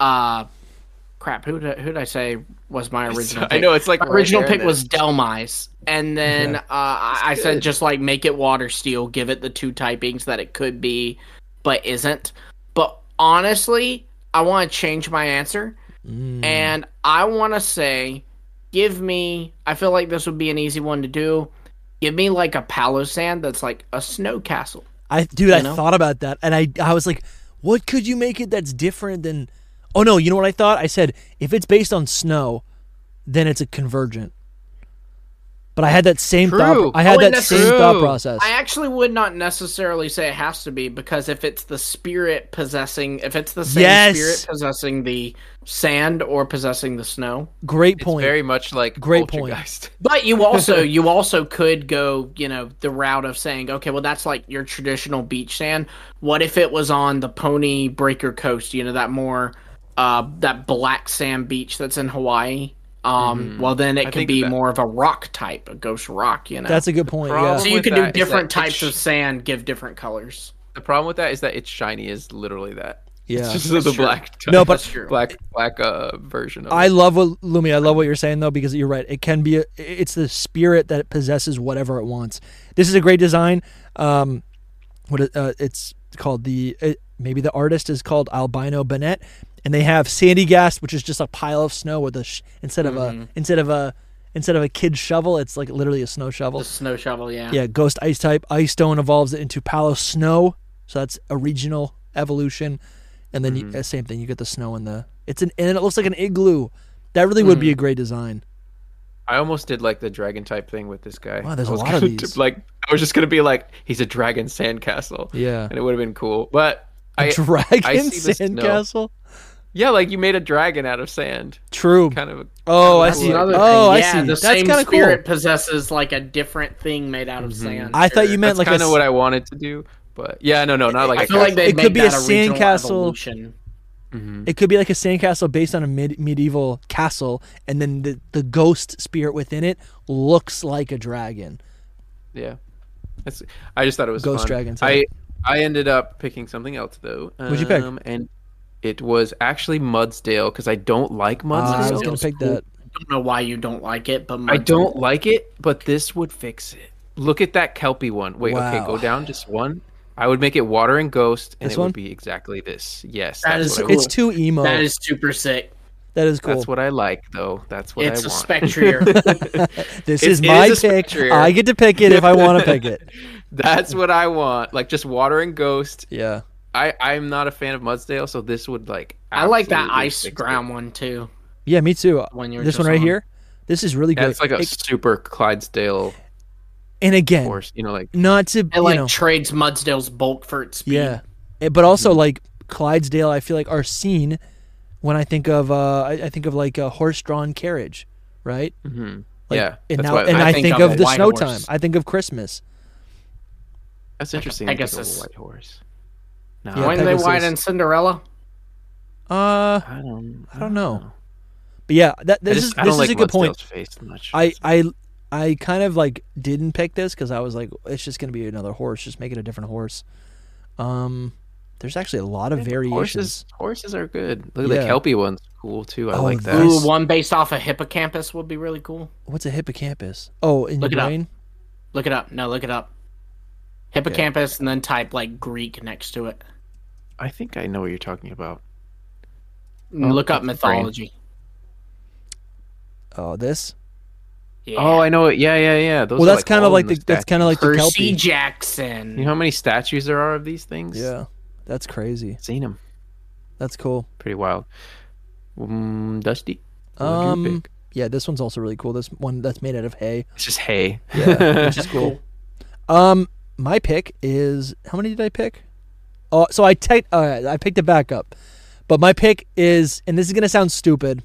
Speaker 2: Uh, crap. Who did, who did I say was my original?
Speaker 3: I
Speaker 2: pick?
Speaker 3: know, it's like
Speaker 2: my
Speaker 3: right
Speaker 2: original
Speaker 3: there
Speaker 2: pick
Speaker 3: in
Speaker 2: was Delmise, and then uh, I, I said just like make it water steel, give it the two typings that it could be, but isn't. But honestly, I want to change my answer, and I want to say, give me. I feel like this would be an easy one to do. Give me like a palisand that's like a snow castle.
Speaker 1: I dude, I
Speaker 2: know?
Speaker 1: thought about that, and I I was like, what could you make it that's different than? Oh no, you know what I thought? I said if it's based on snow, then it's a convergent. But I had that same
Speaker 3: True.
Speaker 1: thought. I
Speaker 2: Oh,
Speaker 1: had
Speaker 2: and
Speaker 1: that
Speaker 2: that's
Speaker 1: same thought
Speaker 3: true.
Speaker 1: process.
Speaker 2: I actually would not necessarily say it has to be because if it's the spirit possessing, if it's the same
Speaker 1: Yes.
Speaker 2: spirit possessing the sand or possessing the snow,
Speaker 1: Great
Speaker 3: It's
Speaker 1: point.
Speaker 3: very much like
Speaker 1: Great point.
Speaker 3: Poltergeist.
Speaker 2: but you also you also could go you know the route of saying okay well that's like your traditional beach sand. What if it was on the Pony Breaker Coast? You know that more uh that black sand beach that's in Hawaii. Um, well then it could
Speaker 3: Mm-hmm. think
Speaker 2: be
Speaker 3: that-
Speaker 2: more of a rock type, a ghost rock. You know,
Speaker 1: That's a good point. Yeah.
Speaker 3: problem-
Speaker 2: so you
Speaker 3: with
Speaker 2: could
Speaker 3: that
Speaker 2: do
Speaker 3: is that
Speaker 2: different
Speaker 3: it
Speaker 2: types
Speaker 3: sh-
Speaker 2: of sand, give different colors.
Speaker 3: The problem with that is that it's shiny is literally that.
Speaker 1: Yeah.
Speaker 3: It's just the black
Speaker 1: No, but-
Speaker 2: That's true.
Speaker 3: black black uh version of
Speaker 1: I
Speaker 3: it.
Speaker 1: love what Lumi. I love what you're saying though, because you're right. It can be. A, it's the spirit that possesses whatever it wants. This is a great design. Um, what it- uh, it's called the uh, maybe the artist is called Albino Bennett, and they have Sandy Gas, which is just a pile of snow with a sh- instead of
Speaker 3: Mm-hmm.
Speaker 1: a instead of a instead of a kid's shovel, it's like literally a snow shovel.
Speaker 2: The snow shovel, yeah.
Speaker 1: Yeah, Ghost Ice type. Ice Stone evolves it into Palo Snow, so that's a regional evolution. And then
Speaker 3: Mm-hmm.
Speaker 1: you, uh, same thing, you get the snow and the it's an and it looks like an igloo. That really would be a
Speaker 3: Mm.
Speaker 1: great design.
Speaker 3: I almost did like the dragon type thing with this guy.
Speaker 1: Wow, there's a
Speaker 3: I was
Speaker 1: lot of
Speaker 3: gonna
Speaker 1: these.
Speaker 3: do- like I was just gonna be like, he's a dragon sandcastle.
Speaker 1: Yeah.
Speaker 3: And it would have been cool. But I-
Speaker 1: dragon
Speaker 3: I see this- no.
Speaker 1: sandcastle.
Speaker 3: Yeah, like you made a dragon out of sand.
Speaker 1: True.
Speaker 3: Kind of.
Speaker 1: Oh, I
Speaker 3: That's
Speaker 1: see.
Speaker 3: another
Speaker 1: Oh, I
Speaker 2: yeah,
Speaker 1: see.
Speaker 2: The
Speaker 1: That's
Speaker 2: same
Speaker 1: kind of cool. Mm-hmm.
Speaker 2: spirit possesses like a different thing made out of sand.
Speaker 1: I thought you meant
Speaker 3: That's
Speaker 1: like
Speaker 3: kind
Speaker 1: a
Speaker 3: of what I wanted to do, but yeah, no, no, not like.
Speaker 2: I
Speaker 3: a
Speaker 2: feel like
Speaker 3: castle.
Speaker 2: they
Speaker 1: It
Speaker 2: made
Speaker 1: could be
Speaker 2: that
Speaker 1: a
Speaker 2: original
Speaker 1: sandcastle.
Speaker 2: evolution.
Speaker 1: It could be like a sandcastle based on a mid- medieval castle, and then the, the ghost spirit within it looks like a dragon.
Speaker 3: Yeah. That's, I just thought it was
Speaker 1: Ghost
Speaker 3: fun.
Speaker 1: Dragon
Speaker 3: I
Speaker 1: type.
Speaker 3: I ended up picking something else though. Um,
Speaker 1: What'd you pick?
Speaker 3: And it was actually Mudsdale because I don't like
Speaker 1: Ah, Uh, I
Speaker 3: Mudsdale.
Speaker 1: was gonna
Speaker 2: Mudsdale's
Speaker 1: pick
Speaker 2: cool.
Speaker 1: that.
Speaker 2: I don't know why you don't like it, but
Speaker 3: I don't like it, but this would fix it. Look at that Kelpie one. Wait, okay,
Speaker 1: Wow.
Speaker 3: go down just one. I would make it Water and Ghost, and
Speaker 1: This
Speaker 3: it
Speaker 1: one?
Speaker 3: would be exactly this. Yes,
Speaker 2: That is
Speaker 3: that's what I
Speaker 2: cool.
Speaker 1: It's too emo.
Speaker 2: That is super sick.
Speaker 1: cool.
Speaker 3: That's what I like though. That's what
Speaker 2: It's
Speaker 3: I
Speaker 2: a
Speaker 3: want.
Speaker 2: spectrier.
Speaker 1: this is
Speaker 3: it is
Speaker 1: my
Speaker 3: a
Speaker 1: pick.
Speaker 3: spectre.
Speaker 1: I get to pick it if I want to pick it.
Speaker 3: That's what I want. Like just Water and Ghost.
Speaker 1: Yeah.
Speaker 3: I I'm not a fan of Mudsdale, so this would like.
Speaker 2: I like that
Speaker 3: absolutely
Speaker 2: ice
Speaker 3: fix it.
Speaker 2: ground one too.
Speaker 1: Yeah, me too.
Speaker 2: One you were
Speaker 1: this
Speaker 2: just
Speaker 1: one right
Speaker 2: on.
Speaker 1: here. This is really
Speaker 3: Yeah,
Speaker 1: good.
Speaker 3: it's like a
Speaker 1: It-
Speaker 3: super Clydesdale
Speaker 1: and again,
Speaker 3: horse, you know, like
Speaker 1: not to
Speaker 2: It like
Speaker 1: you know,
Speaker 2: trades Mudsdale's bulk for its speed.
Speaker 1: yeah, Eh, but also like Clydesdale. I feel like are seen when I think of uh, I, I think of like a horse-drawn carriage, right? Like,
Speaker 3: yeah.
Speaker 1: and
Speaker 3: that's
Speaker 1: now
Speaker 3: why-
Speaker 1: and I, think, of,
Speaker 2: a
Speaker 1: the
Speaker 2: white
Speaker 1: snow
Speaker 2: horse.
Speaker 1: time. I think of Christmas.
Speaker 3: that's interesting.
Speaker 2: I
Speaker 3: to think
Speaker 2: guess
Speaker 3: of a
Speaker 2: it's-
Speaker 3: white horse. No,
Speaker 1: Yeah,
Speaker 2: When they
Speaker 1: Pegasus.
Speaker 2: widen Cinderella,
Speaker 1: Uh,
Speaker 3: I don't.
Speaker 1: I don't know. But yeah, that
Speaker 3: I
Speaker 1: this
Speaker 3: just-
Speaker 1: is
Speaker 3: I
Speaker 1: this
Speaker 3: don't
Speaker 1: is
Speaker 3: like
Speaker 1: a good point.
Speaker 3: Mudsdale's Face much.
Speaker 1: I I I kind of like didn't pick this because I was like, it's just gonna be another horse. Just make it a different horse. Um, there's actually a lot of variations.
Speaker 3: horses horses are good. Look at
Speaker 1: Yeah.
Speaker 3: the Kelpie one's cool too. I
Speaker 1: Oh,
Speaker 3: like that.
Speaker 1: this-
Speaker 2: ooh, one based off a hippocampus would be really cool.
Speaker 1: What's a hippocampus? Oh, in
Speaker 2: Look it
Speaker 1: your
Speaker 2: up.
Speaker 1: brain.
Speaker 2: Look it up. No, look it up. Hippocampus, and then type like Greek next to it.
Speaker 1: Oh,
Speaker 3: I think I know what you're talking about.
Speaker 2: And look up
Speaker 3: that's
Speaker 2: mythology.
Speaker 1: Oh, this.
Speaker 2: Yeah.
Speaker 3: Oh, I know it. Yeah, yeah, yeah. Those
Speaker 1: well,
Speaker 3: are,
Speaker 1: that's kind of
Speaker 3: all
Speaker 1: like
Speaker 3: in
Speaker 1: the, that's
Speaker 3: statues.
Speaker 1: kind of like the
Speaker 2: Percy
Speaker 1: kelpie.
Speaker 2: Jackson.
Speaker 3: You know how many statues there are of these things?
Speaker 1: Yeah, that's crazy.
Speaker 3: seen them.
Speaker 1: That's cool.
Speaker 3: Pretty wild. Mm, Dusty. what would you
Speaker 1: Um,
Speaker 3: pick?
Speaker 1: yeah, this one's also really cool. This one that's made out of hay,
Speaker 3: It's just hay.
Speaker 1: which is cool. Um, my pick is how many did I pick? Oh, so I te- uh, I picked it back up, but my pick is, and this is gonna sound stupid,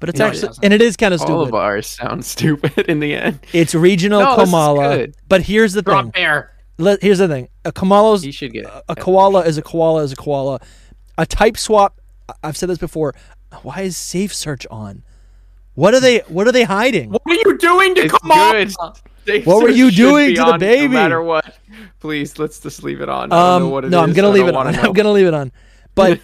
Speaker 1: but it's
Speaker 2: No, it
Speaker 1: actually,
Speaker 2: doesn't.
Speaker 1: and it is kind of
Speaker 3: All of
Speaker 1: stupid.
Speaker 3: ours sound stupid in the end.
Speaker 1: It's regional
Speaker 3: No, this is
Speaker 1: Kamala,
Speaker 3: good.
Speaker 1: but here's the
Speaker 2: Drop
Speaker 1: thing.
Speaker 2: bear.
Speaker 1: Let, here's the thing. A Kamala's
Speaker 3: You should get
Speaker 1: a- a koala is a koala is a koala. A type swap. I- I've said this before. Why is safe search on? What are they? What are they hiding?
Speaker 2: What are you doing to
Speaker 3: It's
Speaker 2: come on?
Speaker 3: good. Safe
Speaker 1: What were
Speaker 3: search
Speaker 1: you
Speaker 3: should
Speaker 1: doing
Speaker 3: be
Speaker 1: to the
Speaker 3: on
Speaker 1: baby?
Speaker 3: No matter what, please let's just leave it on. I don't
Speaker 1: Um,
Speaker 3: know what it
Speaker 1: no, I'm
Speaker 3: is.
Speaker 1: gonna
Speaker 3: I
Speaker 1: leave
Speaker 3: don't
Speaker 1: it on.
Speaker 3: wanna know.
Speaker 1: I'm gonna leave it on. But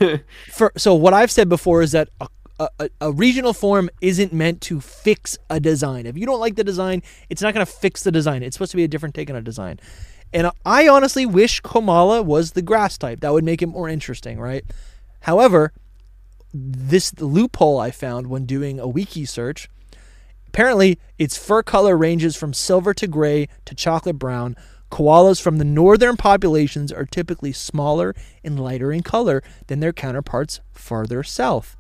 Speaker 1: for so what I've said before is that a, a, a- a regional form isn't meant to fix a design. If you don't like the design, it's not gonna fix the design. It's supposed to be a different take on a design. And I honestly wish Komala was the grass type. That would make it more interesting, right? However, this loophole I found when doing a wiki search. Apparently, its fur color ranges from silver to gray to chocolate brown. Koalas from the northern populations are typically smaller and lighter in color than their counterparts farther south.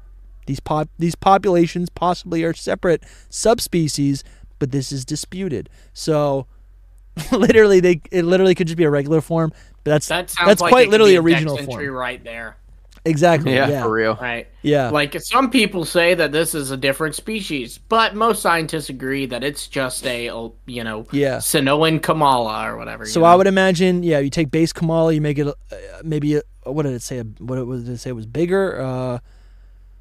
Speaker 1: These pop- these populations possibly are separate subspecies, but this is disputed. So, literally, they it literally could just be a regular form. But that's
Speaker 2: That sounds
Speaker 1: that's
Speaker 2: like it
Speaker 1: quite
Speaker 2: could
Speaker 1: literally
Speaker 2: be
Speaker 1: a
Speaker 2: dex
Speaker 1: regional
Speaker 2: entry
Speaker 1: form.
Speaker 2: right there.
Speaker 1: Exactly.
Speaker 3: Yeah,
Speaker 1: Yeah.
Speaker 3: for real.
Speaker 2: Right.
Speaker 1: Yeah.
Speaker 2: Like some people say that this is a different species, but most scientists agree that it's just a oh, you know
Speaker 1: Yeah.
Speaker 2: Sinoan Kamala or whatever.
Speaker 1: So I would imagine, yeah, you take base Kamala, you make it uh, maybe a, what did it say? What it was did it say it was bigger? Uh,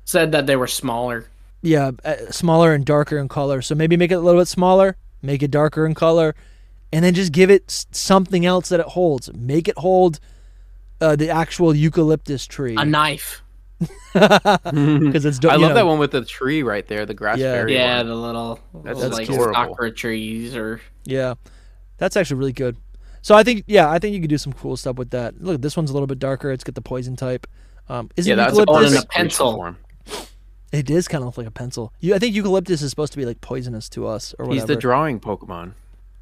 Speaker 2: said that they were smaller.
Speaker 1: yeah, uh, smaller and darker in color. So maybe make it a little bit smaller, make it darker in color, and then just give it s- something else that it holds. Make it hold uh, the actual eucalyptus tree
Speaker 2: A knife.
Speaker 1: because it's.
Speaker 3: I
Speaker 1: you
Speaker 3: love
Speaker 1: know,
Speaker 3: that one with the tree right there, the grass
Speaker 1: Yeah.
Speaker 3: fairy.
Speaker 2: Yeah,
Speaker 3: one.
Speaker 2: the little
Speaker 3: That's
Speaker 2: little, like
Speaker 3: adorable.
Speaker 2: sakura trees or
Speaker 1: Yeah, that's actually really good. So I think, yeah, I think you could do some cool stuff with that. Look, this one's a little bit darker. It's got the poison type. Um, is
Speaker 3: yeah,
Speaker 1: it
Speaker 3: that's
Speaker 1: eucalyptus?
Speaker 2: all in a
Speaker 3: perfect
Speaker 2: pencil.
Speaker 3: creation form.
Speaker 1: It is kind of like a pencil. You, I think eucalyptus is supposed to be like poisonous to us or whatever.
Speaker 3: He's the drawing Pokemon.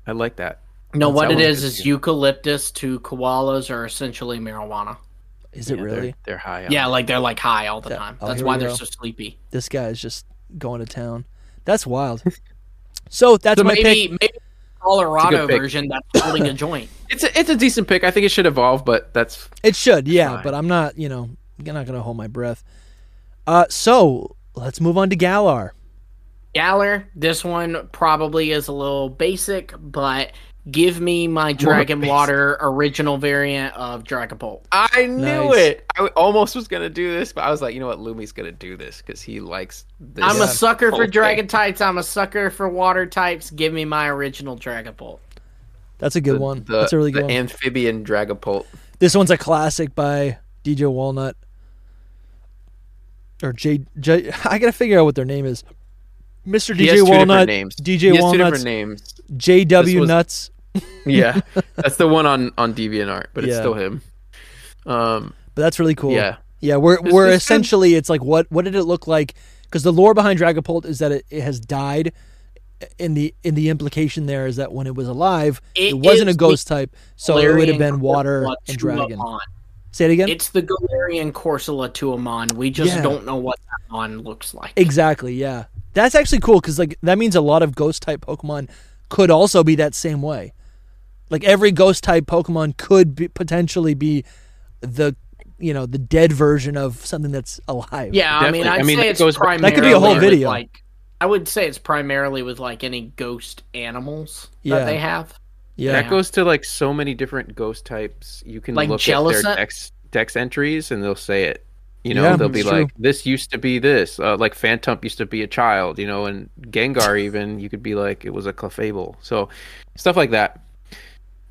Speaker 3: I like that.
Speaker 2: no.
Speaker 3: That's
Speaker 2: what it
Speaker 3: that one.
Speaker 2: is is eucalyptus to koalas are essentially marijuana.
Speaker 1: is it
Speaker 3: Yeah, they're-
Speaker 1: really?
Speaker 3: They're, high. On.
Speaker 2: Yeah, like they're like high all the time.
Speaker 1: oh,
Speaker 2: That's
Speaker 1: here
Speaker 2: why
Speaker 1: we
Speaker 2: they're
Speaker 1: go.
Speaker 2: so sleepy.
Speaker 1: This guy is just going to town. That's wild. so that's
Speaker 2: So
Speaker 1: my
Speaker 2: maybe,
Speaker 1: pick.
Speaker 2: maybe Colorado
Speaker 3: pick.
Speaker 2: version that's holding a joint.
Speaker 3: It's a, it's a decent pick. I think it should evolve, but that's
Speaker 1: It should, yeah, but I'm not, you know, I'm not gonna hold my breath. Uh, so let's move on to Galar.
Speaker 2: Galler, this one probably is a little basic, but give me my Dragon Water original variant of Dragon Bolt.
Speaker 3: I knew
Speaker 1: Nice.
Speaker 3: it. I w- almost was gonna do this, but I was like, you know what, Lumi's gonna do this because he likes this.
Speaker 2: I'm a sucker
Speaker 3: whole
Speaker 2: for
Speaker 3: thing.
Speaker 2: dragon types. I'm a sucker for water types. Give me my original Dragon Bolt.
Speaker 1: That's a good
Speaker 3: The-
Speaker 1: one.
Speaker 3: the-
Speaker 1: That's a really good
Speaker 3: the
Speaker 1: one.
Speaker 3: amphibian dragapult.
Speaker 1: this one's a classic by DJ Walnut or J. J I gotta figure out what their name is. Mr.
Speaker 3: He has two
Speaker 1: DJ Walnut,
Speaker 3: different names. he
Speaker 1: DJ
Speaker 3: has two different
Speaker 1: Walnuts,
Speaker 3: names. This
Speaker 1: JW
Speaker 3: was-
Speaker 1: Nuts.
Speaker 3: Yeah, that's the one on on DeviantArt, but it's
Speaker 1: Yeah.
Speaker 3: still him. Um,
Speaker 1: But that's really cool.
Speaker 3: Yeah.
Speaker 1: Yeah, we're we're
Speaker 3: this good?
Speaker 1: essentially it's like what what did it look like? Because the lore behind Dragapult is that it, it has died, and the in the implication there is that when it was alive, it,
Speaker 2: It
Speaker 1: wasn't a
Speaker 2: is the
Speaker 1: ghost type, so it would have been
Speaker 2: Galarian
Speaker 1: water
Speaker 2: Corsola
Speaker 1: and
Speaker 2: to
Speaker 1: dragon.
Speaker 2: Amon.
Speaker 1: Say it again.
Speaker 2: It's the Galarian Corsola to Amon. We just
Speaker 1: Yeah.
Speaker 2: don't know what that Amon looks like.
Speaker 1: Exactly, yeah. That's actually cool because like that means a lot of ghost type Pokemon could also be that same way. Like every ghost type Pokemon could be, potentially be the you know the dead version of something that's alive.
Speaker 2: yeah, I mean,
Speaker 3: Definitely.
Speaker 2: I'd
Speaker 3: I mean,
Speaker 2: say
Speaker 3: that
Speaker 2: it's
Speaker 3: goes back-
Speaker 2: primarily
Speaker 3: That could be a whole
Speaker 2: with,
Speaker 1: video.
Speaker 2: Like, I would say it's primarily with like any ghost animals
Speaker 1: Yeah.
Speaker 2: that they have.
Speaker 1: yeah,
Speaker 3: That goes to like so many different ghost types. You can
Speaker 2: Like
Speaker 3: look at
Speaker 2: Jellicent?
Speaker 3: their dex, dex entries, and they'll say it. You know,
Speaker 1: Yeah,
Speaker 3: they'll be
Speaker 1: it's
Speaker 3: like, "This used to be this." Uh, like Phantump used to be a child. You know, and Gengar even you could be like, "It was a Clefable." So stuff like that.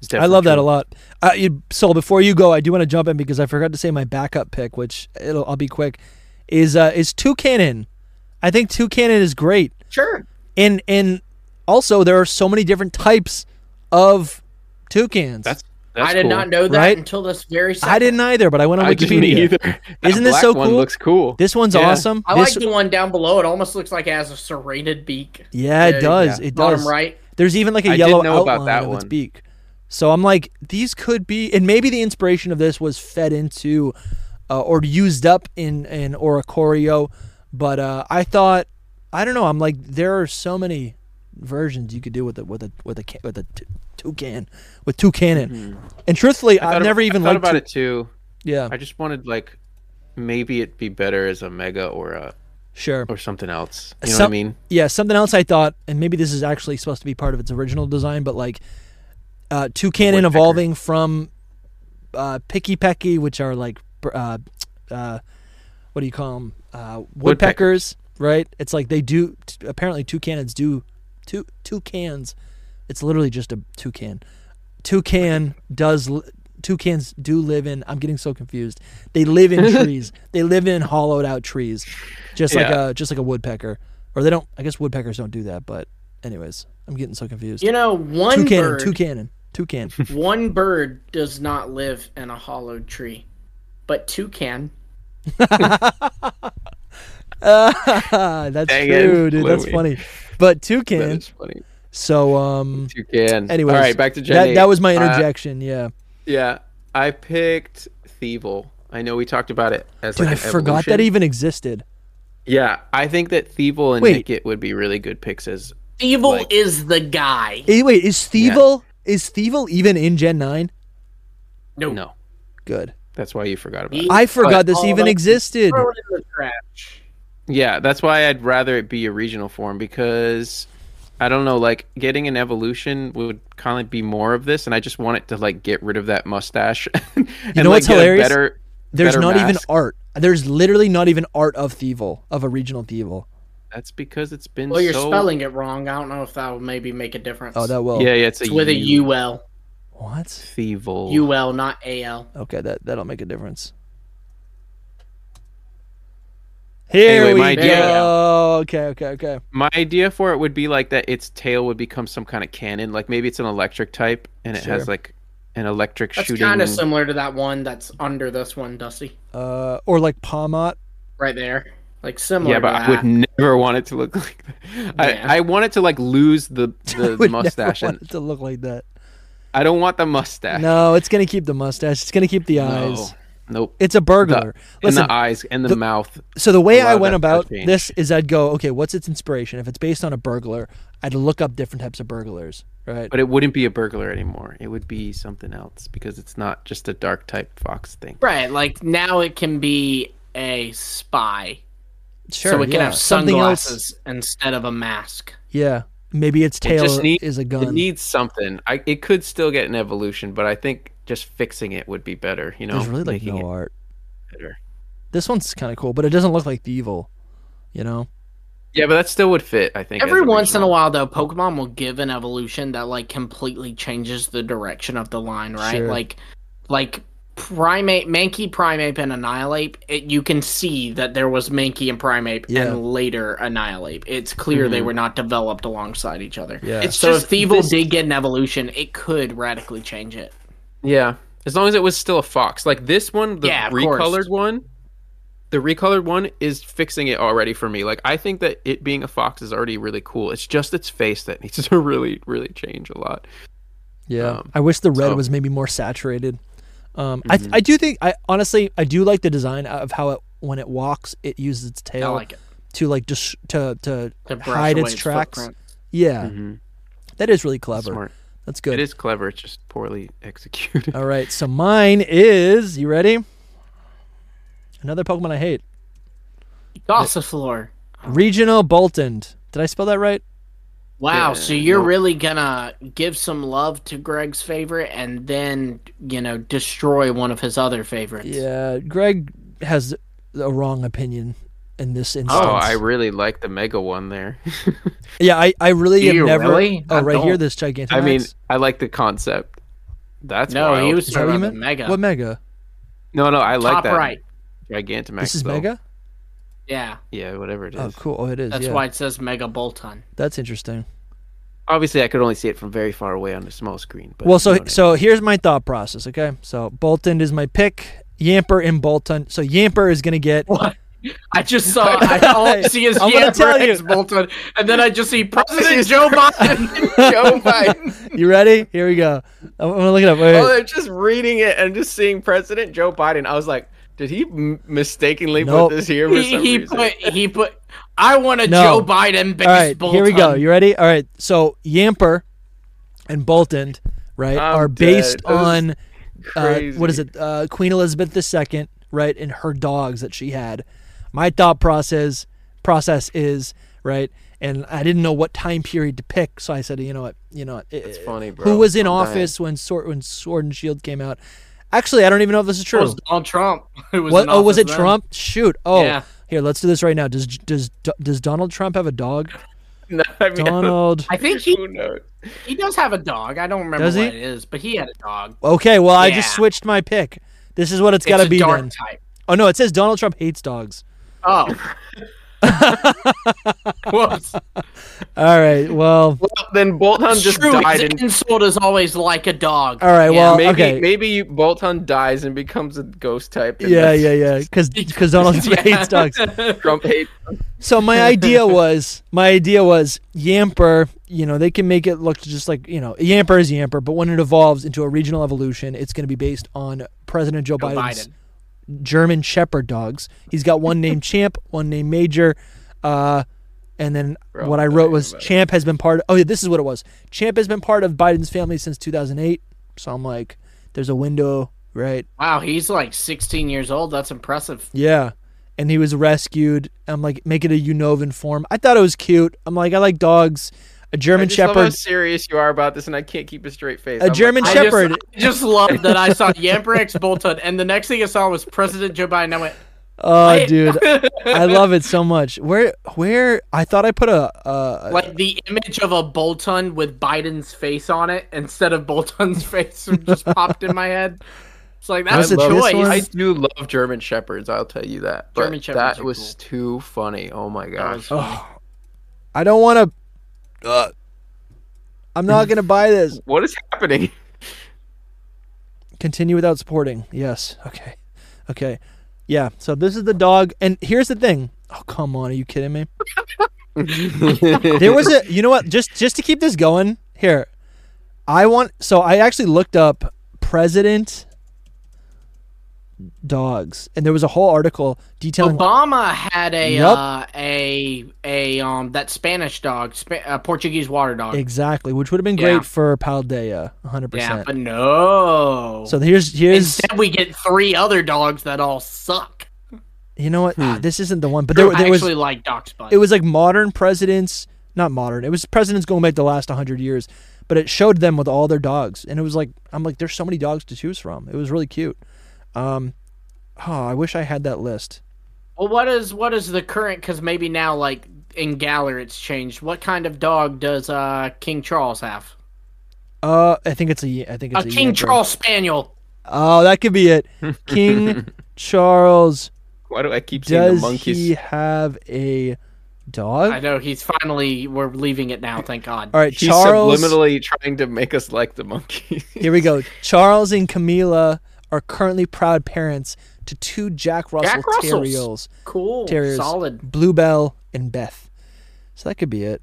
Speaker 3: is
Speaker 1: I love
Speaker 3: definitely
Speaker 1: that a
Speaker 3: true.
Speaker 1: lot. Uh, you, so before you go, I do want to jump in because I forgot to say my backup pick, which it'll I'll be quick. Is uh is Two Cannon? I think Two Cannon is great.
Speaker 2: Sure.
Speaker 1: and and also there are so many different types of toucans.
Speaker 3: That's that's
Speaker 2: I did
Speaker 3: cool.
Speaker 2: not know that
Speaker 1: Right?
Speaker 2: until this very second.
Speaker 1: I didn't either, but I went on
Speaker 3: I didn't
Speaker 1: Wikipedia.
Speaker 3: either. That
Speaker 1: Isn't this
Speaker 3: black
Speaker 1: so
Speaker 3: One
Speaker 1: cool?
Speaker 3: looks cool.
Speaker 1: This one's
Speaker 3: Yeah.
Speaker 1: awesome.
Speaker 2: I
Speaker 1: this,
Speaker 2: like the one down below. It almost looks like it has a serrated beak.
Speaker 1: yeah,
Speaker 2: Yeah,
Speaker 1: it does. It does.
Speaker 2: Bottom right.
Speaker 1: There's even like a
Speaker 3: I did
Speaker 1: yellow
Speaker 3: know about
Speaker 1: outline
Speaker 3: that
Speaker 1: of its
Speaker 3: one.
Speaker 1: beak. So I'm like, these could be, and maybe the inspiration of this was fed into uh, or used up in in Oracorio, but uh, I thought, I don't know. I'm like, there are so many versions you could do with a with a with a ca- with a t- toucan with two cannon. And truthfully,
Speaker 3: Mm-hmm. I
Speaker 1: I've
Speaker 3: thought-
Speaker 1: never
Speaker 3: I
Speaker 1: even
Speaker 3: thought
Speaker 1: liked
Speaker 3: about
Speaker 1: tou-
Speaker 3: it too.
Speaker 1: Yeah,
Speaker 3: I just wanted like maybe it'd be better as a mega or a
Speaker 1: sure.
Speaker 3: or something else. You know what I
Speaker 1: Some-
Speaker 3: mean?
Speaker 1: Yeah, something else I thought, and maybe this is actually supposed to be part of its original design, but like uh, Toucanon
Speaker 3: Woodpecker.
Speaker 1: evolving from uh, Picky Pecky, which are like, br- uh, uh, what do you call them? Uh, woodpeckers, right? It's like they do, t- apparently, toucanons do, two, toucans. It's literally just a toucan. Toucan does. L- toucans do live in i'm getting so confused they live in trees they live in hollowed out trees just like
Speaker 3: Yeah.
Speaker 1: a just like a woodpecker or they don't i guess woodpeckers don't do that but anyways i'm getting so confused
Speaker 2: You know, one
Speaker 1: two cannon
Speaker 2: bird.
Speaker 1: two cannon two can
Speaker 2: One bird does not live in a hollow tree, but two can.
Speaker 1: Ah, that's
Speaker 3: Dang it,
Speaker 1: true dude that's
Speaker 3: Louis.
Speaker 1: funny but two
Speaker 3: That
Speaker 1: can
Speaker 3: is funny.
Speaker 1: so um
Speaker 3: You can.
Speaker 1: anyways
Speaker 3: all right, back to Jenny.
Speaker 1: that, that was my
Speaker 3: Uh,
Speaker 1: interjection yeah
Speaker 3: yeah, I picked Thievel. I know we talked about it as
Speaker 1: dude
Speaker 3: like
Speaker 1: i
Speaker 3: an
Speaker 1: forgot
Speaker 3: evolution.
Speaker 1: that even existed
Speaker 3: Yeah, I think that Thievel and
Speaker 1: Wait.
Speaker 3: Nickit would be really good picks as.
Speaker 2: Evil
Speaker 3: Like-
Speaker 2: is the guy.
Speaker 1: Eh, wait is thievel is thievel even in gen 9
Speaker 2: No,
Speaker 3: No,
Speaker 1: good
Speaker 3: that's why you forgot about
Speaker 2: He-
Speaker 3: it.
Speaker 1: i forgot
Speaker 3: But-
Speaker 1: this
Speaker 2: Oh,
Speaker 1: even
Speaker 2: that's-
Speaker 1: existed
Speaker 2: Throw it in the trash.
Speaker 3: Yeah, that's why I'd rather it be a regional form because I don't know, like getting an evolution would kind of be more of this, and I just want it to like get rid of that mustache. and,
Speaker 1: know what's
Speaker 3: get a
Speaker 1: hilarious?
Speaker 3: Better,
Speaker 1: there's
Speaker 3: better
Speaker 1: not even
Speaker 3: mask.
Speaker 1: art there's literally not even art of thievel of a regional thievel
Speaker 3: That's because it's been.
Speaker 2: Well, you're
Speaker 3: so-
Speaker 2: spelling it wrong. I don't know if that will maybe make a difference.
Speaker 1: oh that will
Speaker 3: Yeah, yeah, it's,
Speaker 2: it's
Speaker 3: a
Speaker 2: with a
Speaker 3: U. Oh.
Speaker 2: U L.
Speaker 1: what
Speaker 3: Thievel.
Speaker 2: U L, not A L.
Speaker 1: Okay, that that'll make a difference. Here
Speaker 3: Anyway,
Speaker 1: we
Speaker 3: my idea-
Speaker 1: go. Okay, okay, okay.
Speaker 3: My idea for it would be like that its tail would become some kind of cannon. Like maybe it's an electric type and it
Speaker 1: Sure.
Speaker 3: has like an electric
Speaker 2: That's
Speaker 3: shooting.
Speaker 2: kind of similar to that one that's under this one, Dusty.
Speaker 1: Uh, or like Pomot.
Speaker 2: Right there. Like similar
Speaker 3: Yeah, but
Speaker 2: to
Speaker 3: I
Speaker 2: that.
Speaker 3: would never want it to look like that.
Speaker 2: Yeah.
Speaker 3: I, I want it to like lose the,
Speaker 1: I
Speaker 3: the
Speaker 1: would never
Speaker 3: mustache.
Speaker 1: want
Speaker 3: And
Speaker 1: it to look like that.
Speaker 3: I don't want the mustache.
Speaker 1: No, it's gonna keep the mustache. It's gonna keep the
Speaker 3: No.
Speaker 1: eyes.
Speaker 3: Nope.
Speaker 1: It's a burglar. Listen,
Speaker 3: and the eyes and the,
Speaker 1: the-
Speaker 3: mouth.
Speaker 1: so the way
Speaker 3: a lot
Speaker 1: I
Speaker 3: of
Speaker 1: went
Speaker 3: that
Speaker 1: about
Speaker 3: does change.
Speaker 1: this is I'd go, okay, what's its inspiration? If it's based on a burglar, I'd look up different types of burglars, Right.
Speaker 3: But it wouldn't be a burglar anymore. It would be something else because it's not just a dark type fox thing.
Speaker 2: Right, like now it can be a spy.
Speaker 1: Sure.
Speaker 2: so it can
Speaker 1: yeah.
Speaker 2: have
Speaker 1: Something else-
Speaker 2: sunglasses instead of a mask.
Speaker 1: Yeah. Maybe its
Speaker 3: It
Speaker 1: tail
Speaker 3: just needs
Speaker 1: is a
Speaker 3: It
Speaker 1: gun.
Speaker 3: needs something. I it could still get an evolution, but I think just fixing it would be better. You know,
Speaker 1: There's really like
Speaker 3: making
Speaker 1: no art.
Speaker 3: it better.
Speaker 1: This one's kind of cool, but it doesn't look like the evil. You know.
Speaker 3: Yeah, but that still would fit. I think as
Speaker 2: Every once in a
Speaker 3: original.
Speaker 2: while though, Pokemon will give an evolution that like completely changes the direction of the line, right?
Speaker 1: Sure.
Speaker 2: Like like Primate Mankey, Primeape, and Annihilate, it, you can see that there was Mankey and Primeape
Speaker 1: Yeah. Mm-hmm.
Speaker 2: and later Annihilate. It's clear they were not developed alongside each other.
Speaker 1: Yeah.
Speaker 3: It's
Speaker 2: so
Speaker 3: just
Speaker 2: if Thievul
Speaker 3: this-
Speaker 2: did get an evolution, it could radically change it.
Speaker 3: Yeah, as long as it was still a fox. Like this one, the
Speaker 2: Yeah, of course.
Speaker 3: recolored one, the recolored one is fixing it already for me. Like I think that it being a fox is already really cool. It's just its face that needs to really, really change a lot.
Speaker 1: Yeah,
Speaker 3: Um,
Speaker 1: I wish the red
Speaker 3: so-
Speaker 1: was maybe more saturated. Um, I I do think I honestly I do like the design of how it when it walks it uses its
Speaker 2: I
Speaker 1: tail
Speaker 2: like it.
Speaker 1: to like just to to
Speaker 2: To brush
Speaker 1: hide
Speaker 2: away
Speaker 1: its tracks.
Speaker 2: footprint.
Speaker 1: Yeah, That is really clever.
Speaker 3: Smart.
Speaker 1: That's good.
Speaker 3: It is clever. It's just poorly executed.
Speaker 1: All right, so mine is you ready? Another Pokemon I hate.
Speaker 2: Gossifleur.
Speaker 1: Regional Boltund. Did I spell that right?
Speaker 2: Wow,
Speaker 3: Yeah,
Speaker 2: so you're
Speaker 3: no.
Speaker 2: really gonna give some love to Greg's favorite and then, you know, destroy one of his other favorites.
Speaker 1: Yeah, Greg has a wrong opinion in this instance.
Speaker 3: Oh, I really like the mega one there.
Speaker 1: yeah, I, I really
Speaker 2: Do
Speaker 1: have
Speaker 2: you
Speaker 1: never.
Speaker 2: really?
Speaker 1: Oh,
Speaker 2: I
Speaker 1: right here,
Speaker 2: don't.
Speaker 1: this gigantic.
Speaker 3: I mean, I like the concept. That's
Speaker 2: No,
Speaker 3: wild.
Speaker 2: he was
Speaker 1: is that what you
Speaker 2: talking about
Speaker 1: meant?
Speaker 2: the Mega.
Speaker 1: What mega?
Speaker 3: no, no. I like
Speaker 2: Top
Speaker 3: that
Speaker 2: right.
Speaker 3: Gigantamax.
Speaker 1: This is
Speaker 3: though.
Speaker 1: mega.
Speaker 2: Yeah,
Speaker 3: Yeah, whatever it is.
Speaker 1: Oh, cool. Oh, it is.
Speaker 2: that's
Speaker 1: yeah.
Speaker 2: why it says Mega Bolton.
Speaker 1: That's interesting.
Speaker 3: Obviously, I could only see it from very far away on the small screen. But
Speaker 1: Well,
Speaker 3: you
Speaker 1: so
Speaker 3: know what I
Speaker 1: so here's my thought process. Okay, so Bolton is my pick. Yamper and Bolton. So Yamper is gonna get.
Speaker 2: I just saw I all I see is
Speaker 1: I'm gonna tell
Speaker 2: Yamper
Speaker 1: you.
Speaker 2: as Bolton, and then I just see President Joe Biden.
Speaker 3: Joe Biden.
Speaker 1: You ready? Here we go. I'm, I'm gonna look it up. Wait,
Speaker 3: Oh,
Speaker 1: wait.
Speaker 3: they're just reading it and just seeing President Joe Biden. I was like, did he m- mistakenly
Speaker 1: Nope.
Speaker 3: put this here for
Speaker 2: he,
Speaker 3: some
Speaker 2: he
Speaker 3: reason?
Speaker 2: put he put I want a
Speaker 1: No.
Speaker 2: Joe Biden based
Speaker 1: All right,
Speaker 2: Bolton.
Speaker 1: here we go. You ready? All right. So Yamper and Bolton, right,
Speaker 3: I'm
Speaker 1: are based
Speaker 3: dead. That was
Speaker 1: on uh, what is
Speaker 3: crazy.
Speaker 1: it? Uh, Queen Elizabeth II, right, and her dogs that she had. My thought process process is right, and I didn't know what time period to pick, so I said, you know what, you know, what, it,
Speaker 3: It's funny, bro.
Speaker 1: who was in
Speaker 3: I'm dying.
Speaker 1: office when Sword when Sword and Shield came out. Actually, I don't even know if this is
Speaker 2: It
Speaker 1: true.
Speaker 2: was Donald Trump. Who was
Speaker 1: what?
Speaker 2: in
Speaker 1: Oh, was
Speaker 2: office
Speaker 1: it
Speaker 2: then.
Speaker 1: Trump? Shoot. Oh,
Speaker 2: Yeah.
Speaker 1: here, let's do this right now. Does does does Donald Trump have a dog?
Speaker 3: No, I mean,
Speaker 1: Donald.
Speaker 2: I think he
Speaker 3: Who knows?
Speaker 2: He does have a dog. I don't remember
Speaker 1: Does
Speaker 2: what
Speaker 1: he?
Speaker 2: it is, but he had a dog.
Speaker 1: Okay, well, I just
Speaker 2: Yeah.
Speaker 1: switched my pick. This is what it's
Speaker 2: It's
Speaker 1: got to
Speaker 2: a
Speaker 1: be
Speaker 2: dark
Speaker 1: then.
Speaker 2: type.
Speaker 1: Oh no, it says Donald Trump hates dogs.
Speaker 2: Oh. Whoops.
Speaker 1: All right. Well.
Speaker 3: Well, then Bolton
Speaker 2: It's
Speaker 3: just
Speaker 2: true.
Speaker 3: died.
Speaker 2: His
Speaker 3: And,
Speaker 2: insult is always like a dog.
Speaker 1: All right.
Speaker 2: Yeah.
Speaker 1: Well.
Speaker 3: maybe
Speaker 1: okay.
Speaker 3: maybe you, Bolton dies and becomes a ghost type. and
Speaker 1: Yeah,
Speaker 3: that's-
Speaker 1: yeah, yeah. Because Donald Trump hates dogs.
Speaker 3: Trump hates.
Speaker 1: So my idea was my idea was Yamper. You know, they can make it look just like you know Yamper is Yamper, but when it evolves into a regional evolution, it's going to be based on President Joe, Biden's
Speaker 2: Biden.
Speaker 1: German Shepherd dogs. He's got one named Champ, one named Major, uh, and then what I wrote was Champ has been part. Of, oh yeah, this is what it was. Champ has been part of Biden's family since 2008. So I'm like, there's a window, right?
Speaker 2: Wow, he's like 16 years old. That's impressive.
Speaker 1: Yeah. And he was rescued. I'm like, make it a Unovan form. I thought it was cute. I'm like, I like dogs. A
Speaker 3: I
Speaker 1: German
Speaker 3: just love how
Speaker 1: Shepherd.
Speaker 3: serious you are about this, and I can't keep a straight face.
Speaker 1: A
Speaker 3: I'm like,
Speaker 1: German
Speaker 2: I just,
Speaker 1: Shepherd.
Speaker 2: I just love that I saw Yamper X Bolton, and the next thing I saw was President Joe Biden. I went,
Speaker 1: Oh, dude, I love it so much. Where, where? I thought I put a. Uh,
Speaker 2: like the image of a Bolton with Biden's face on it instead of Bolton's face just popped in my head. It's like that's
Speaker 1: Was
Speaker 2: a
Speaker 1: it this
Speaker 2: choice.
Speaker 1: one?
Speaker 3: I do love German shepherds. I'll tell you that. But
Speaker 2: German shepherds
Speaker 3: that
Speaker 2: are
Speaker 3: was
Speaker 2: cool.
Speaker 3: too funny. Oh my gosh.
Speaker 1: I don't want to. I'm not gonna buy this.
Speaker 3: What is happening?
Speaker 1: Continue without supporting. Yes. Okay. Okay. Yeah. So this is the dog, and here's the thing. Oh come on! Are you kidding me? there was a. You know what? Just just to keep this going here, I want. So I actually looked up President dogs. And there was a whole article detailing
Speaker 2: Oh, Obama had a
Speaker 1: Yup.
Speaker 2: uh, a a um that Spanish dog, Sp- uh, Portuguese water dog.
Speaker 1: exactly, which would have been great
Speaker 2: Yeah.
Speaker 1: for uh, Paldea, 100%.
Speaker 2: Yeah, but no.
Speaker 1: so here's here's
Speaker 2: Instead, we get three other dogs that all suck.
Speaker 1: you know what Ah, this isn't the one, but there,
Speaker 2: I
Speaker 1: there was
Speaker 2: actually like Doc Spud.
Speaker 1: it was like modern presidents, not modern. It was presidents going back the last 100 years, but it showed them with all their dogs and it was like I'm like there's so many dogs to choose from. It was really cute. Um oh, I wish I had that list.
Speaker 2: well, what is what is the current? Because maybe now, like in Galler, it's changed. What kind of dog does uh King Charles have?
Speaker 1: Uh I think it's a I think
Speaker 2: A
Speaker 1: it's a,
Speaker 2: King
Speaker 1: Yankee.
Speaker 2: Charles Spaniel.
Speaker 1: Oh, that could be it. King Charles
Speaker 3: Why do I keep seeing the
Speaker 1: does
Speaker 3: monkeys?
Speaker 1: he have a dog?
Speaker 2: I know he's finally. We're leaving it now. Thank God.
Speaker 1: All right,
Speaker 3: He's
Speaker 1: Charles.
Speaker 3: subliminally trying to make us like the monkeys.
Speaker 1: Here we go. Charles and Camila are currently proud parents to two Jack Russell
Speaker 2: Jack Russells.
Speaker 1: Terriers,
Speaker 2: Cool.
Speaker 1: Terriers,
Speaker 2: Solid.
Speaker 1: Bluebell and Beth. So that could be it.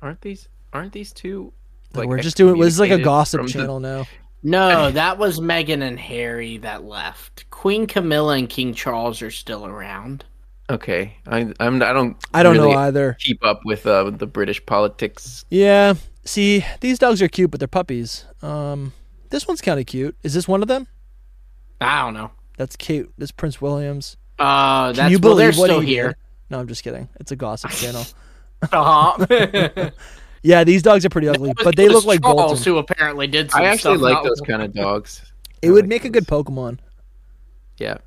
Speaker 3: aren't these aren't these two
Speaker 1: We're just doing. This is like a
Speaker 3: excommunicated
Speaker 1: gossip
Speaker 3: from the-
Speaker 1: channel now.
Speaker 2: No, that was Meghan and Harry that left. Queen Camilla and King Charles are still around.
Speaker 3: okay, I I'm I don't
Speaker 1: I don't
Speaker 3: really
Speaker 1: know either.
Speaker 3: keep up with uh, the British politics.
Speaker 1: Yeah. See, these dogs are cute, but they're puppies. Um, this one's kind of cute. Is this one of them?
Speaker 2: I don't know.
Speaker 1: That's cute. This Prince William's.
Speaker 2: Uh,
Speaker 1: Can
Speaker 2: that's
Speaker 1: you
Speaker 2: well,
Speaker 1: believe
Speaker 2: they're
Speaker 1: what
Speaker 2: still
Speaker 1: he
Speaker 2: here.
Speaker 1: did? No, I'm just kidding. It's a gossip channel.
Speaker 2: Uh-huh.
Speaker 1: Yeah, these dogs are pretty ugly, but they
Speaker 2: It was
Speaker 1: look like
Speaker 2: Charles
Speaker 1: Bolton.
Speaker 2: who apparently did. Some
Speaker 3: I actually
Speaker 2: stuff,
Speaker 3: like
Speaker 2: not-
Speaker 3: those kind of dogs.
Speaker 1: It would make a good Pokemon.
Speaker 3: Yeah,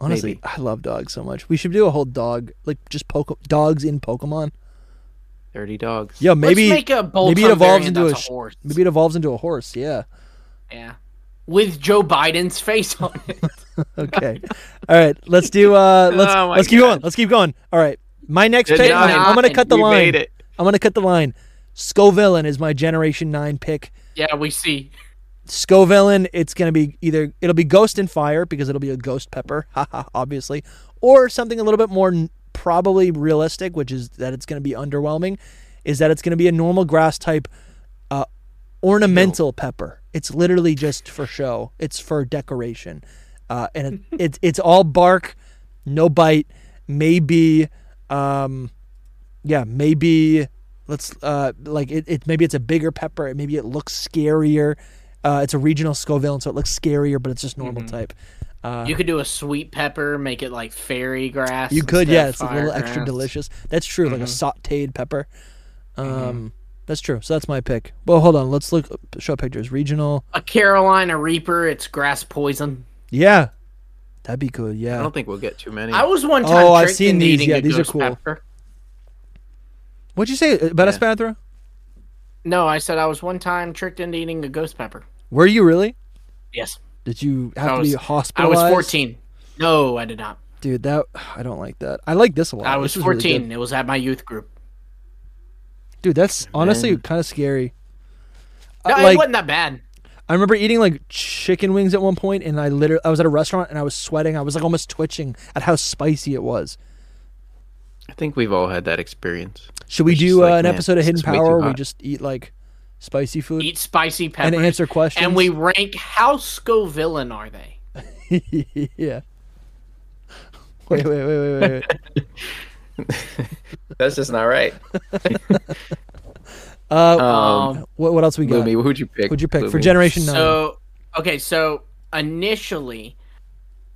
Speaker 1: Honestly,
Speaker 3: Maybe.
Speaker 1: I love dogs so much. We should do a whole dog, like just poke dogs in Pokemon.
Speaker 3: thirty dogs.
Speaker 1: Yeah, maybe
Speaker 2: Let's make a Bolton
Speaker 1: maybe it evolves
Speaker 2: variant
Speaker 1: into a,
Speaker 2: that's a
Speaker 1: sh-
Speaker 2: horse.
Speaker 1: maybe it evolves into a horse. Yeah.
Speaker 2: Yeah, with Joe Biden's face on it.
Speaker 1: Okay. All right. Let's do. Uh, let's
Speaker 3: Oh my
Speaker 1: let's keep
Speaker 3: God.
Speaker 1: going. Let's keep going. All right. My next
Speaker 3: Good
Speaker 1: pick.
Speaker 3: job.
Speaker 1: I'm gonna cut the
Speaker 3: We
Speaker 1: line.
Speaker 3: made it.
Speaker 1: I'm gonna cut the line. Scovillain is my Generation Nine pick.
Speaker 2: yeah, we see.
Speaker 1: Scovillain, it's going to be either it'll be Ghost and Fire because it'll be a ghost pepper, haha, obviously, or something a little bit more n- probably realistic, which is that it's going to be underwhelming, is that it's going to be a normal grass type uh, ornamental pepper. It's literally just for show. It's for decoration, uh, and it, it's it's all bark, no bite. Maybe, um, yeah, maybe let's uh like it, it maybe it's a bigger pepper and maybe it looks scarier uh it's a regional scoville and so it looks scarier but it's just normal
Speaker 2: Mm-hmm.
Speaker 1: type
Speaker 2: you could do a sweet pepper, make it like fairy grass.
Speaker 1: Uh-huh. you could
Speaker 2: instead
Speaker 1: yeah
Speaker 2: of
Speaker 1: it's a
Speaker 2: fire Mm-hmm.
Speaker 1: little extra
Speaker 2: grass.
Speaker 1: delicious that's true like a sauteed pepper um
Speaker 2: Mm-hmm.
Speaker 1: that's true so that's my pick well hold on let's look show pictures regional
Speaker 2: A Carolina Reaper, it's grass poison.
Speaker 1: yeah that'd be good
Speaker 3: I
Speaker 1: yeah
Speaker 3: don't think we'll get too many.
Speaker 2: I was one time
Speaker 1: Oh, I've
Speaker 2: tricked
Speaker 1: seen
Speaker 2: into
Speaker 1: these.
Speaker 2: eating
Speaker 1: Yeah,
Speaker 2: a
Speaker 1: these are
Speaker 2: ghost
Speaker 1: cool.
Speaker 2: pepper.
Speaker 1: what'd you say uh, about Espanthra?
Speaker 2: No, I said I was one time tricked into eating a ghost pepper.
Speaker 1: were you really
Speaker 2: Yes,
Speaker 1: did you
Speaker 2: I
Speaker 1: have to
Speaker 2: was.
Speaker 1: be
Speaker 2: I was
Speaker 1: hospitalized
Speaker 2: fourteen. No, I did not.
Speaker 1: dude that i don't like that i like this a lot
Speaker 2: I
Speaker 1: Oh,
Speaker 2: was
Speaker 1: This is really good.
Speaker 2: fourteen. it was at my youth group.
Speaker 1: dude that's honestly kind of scary
Speaker 2: No,
Speaker 1: Uh, like-
Speaker 2: it wasn't that bad.
Speaker 1: I remember eating like chicken wings at one point, and I literally I was at a restaurant and I was sweating. I was like almost twitching at how spicy it was.
Speaker 3: I think we've all had that experience.
Speaker 1: Should we
Speaker 3: It's
Speaker 1: do
Speaker 3: just
Speaker 1: uh,
Speaker 3: like,
Speaker 1: an
Speaker 3: man,
Speaker 1: episode of
Speaker 3: this
Speaker 1: Hidden
Speaker 3: is way too
Speaker 1: Power? where We
Speaker 3: hot.
Speaker 1: just eat like spicy food.
Speaker 2: Eat spicy peppers
Speaker 1: answer questions.
Speaker 2: And we rank how Scovillain are they?
Speaker 1: yeah. Wait, wait, wait, wait, wait, wait.
Speaker 3: That's just not right.
Speaker 2: Um,
Speaker 1: what, what else we got?
Speaker 3: Lumi, who'd you pick?
Speaker 1: What'd you pick for
Speaker 3: Lumi?
Speaker 1: Generation Nine?
Speaker 2: So okay, so initially,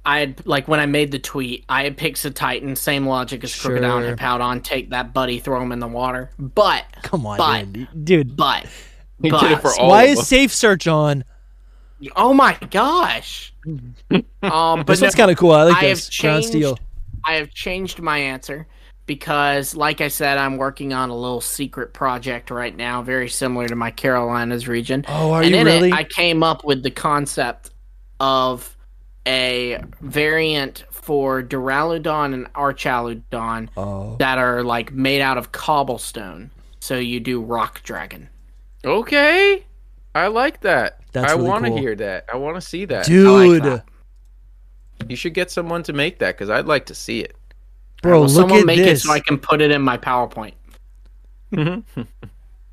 Speaker 2: I had like when I made the tweet, I had picked a Titan, same logic as Crocodile
Speaker 1: Sure.
Speaker 2: and Powdon. Take that buddy, throw him in the water. But
Speaker 1: Come on,
Speaker 2: but-
Speaker 1: dude. dude.
Speaker 2: but
Speaker 3: He did it for all
Speaker 1: Why
Speaker 3: of
Speaker 1: is
Speaker 3: us.
Speaker 1: Safe Search on?
Speaker 2: oh my gosh, um, but
Speaker 1: This
Speaker 2: no,
Speaker 1: one's kind of cool. I like
Speaker 2: I have
Speaker 1: this. Ground
Speaker 2: changed.
Speaker 1: Steel.
Speaker 2: I have changed my answer because, like I said, I'm working on a little secret project right now, very similar to my Carolinas region.
Speaker 1: Oh, are
Speaker 2: and
Speaker 1: you
Speaker 2: in
Speaker 1: really?
Speaker 2: It, I came up with the concept of a variant for Duraludon and Archaludon
Speaker 1: Oh.
Speaker 2: that are like made out of cobblestone. So you do rock dragon.
Speaker 3: Okay. I like that.
Speaker 1: That's
Speaker 3: I
Speaker 1: really
Speaker 3: want to
Speaker 1: cool.
Speaker 3: hear that. I want to see that.
Speaker 1: Dude,
Speaker 2: that.
Speaker 3: You should get someone to make that because I'd like to see it.
Speaker 2: Will
Speaker 1: bro, look
Speaker 2: someone
Speaker 1: at
Speaker 2: make
Speaker 1: this.
Speaker 2: it so I can put it in my PowerPoint?
Speaker 1: Are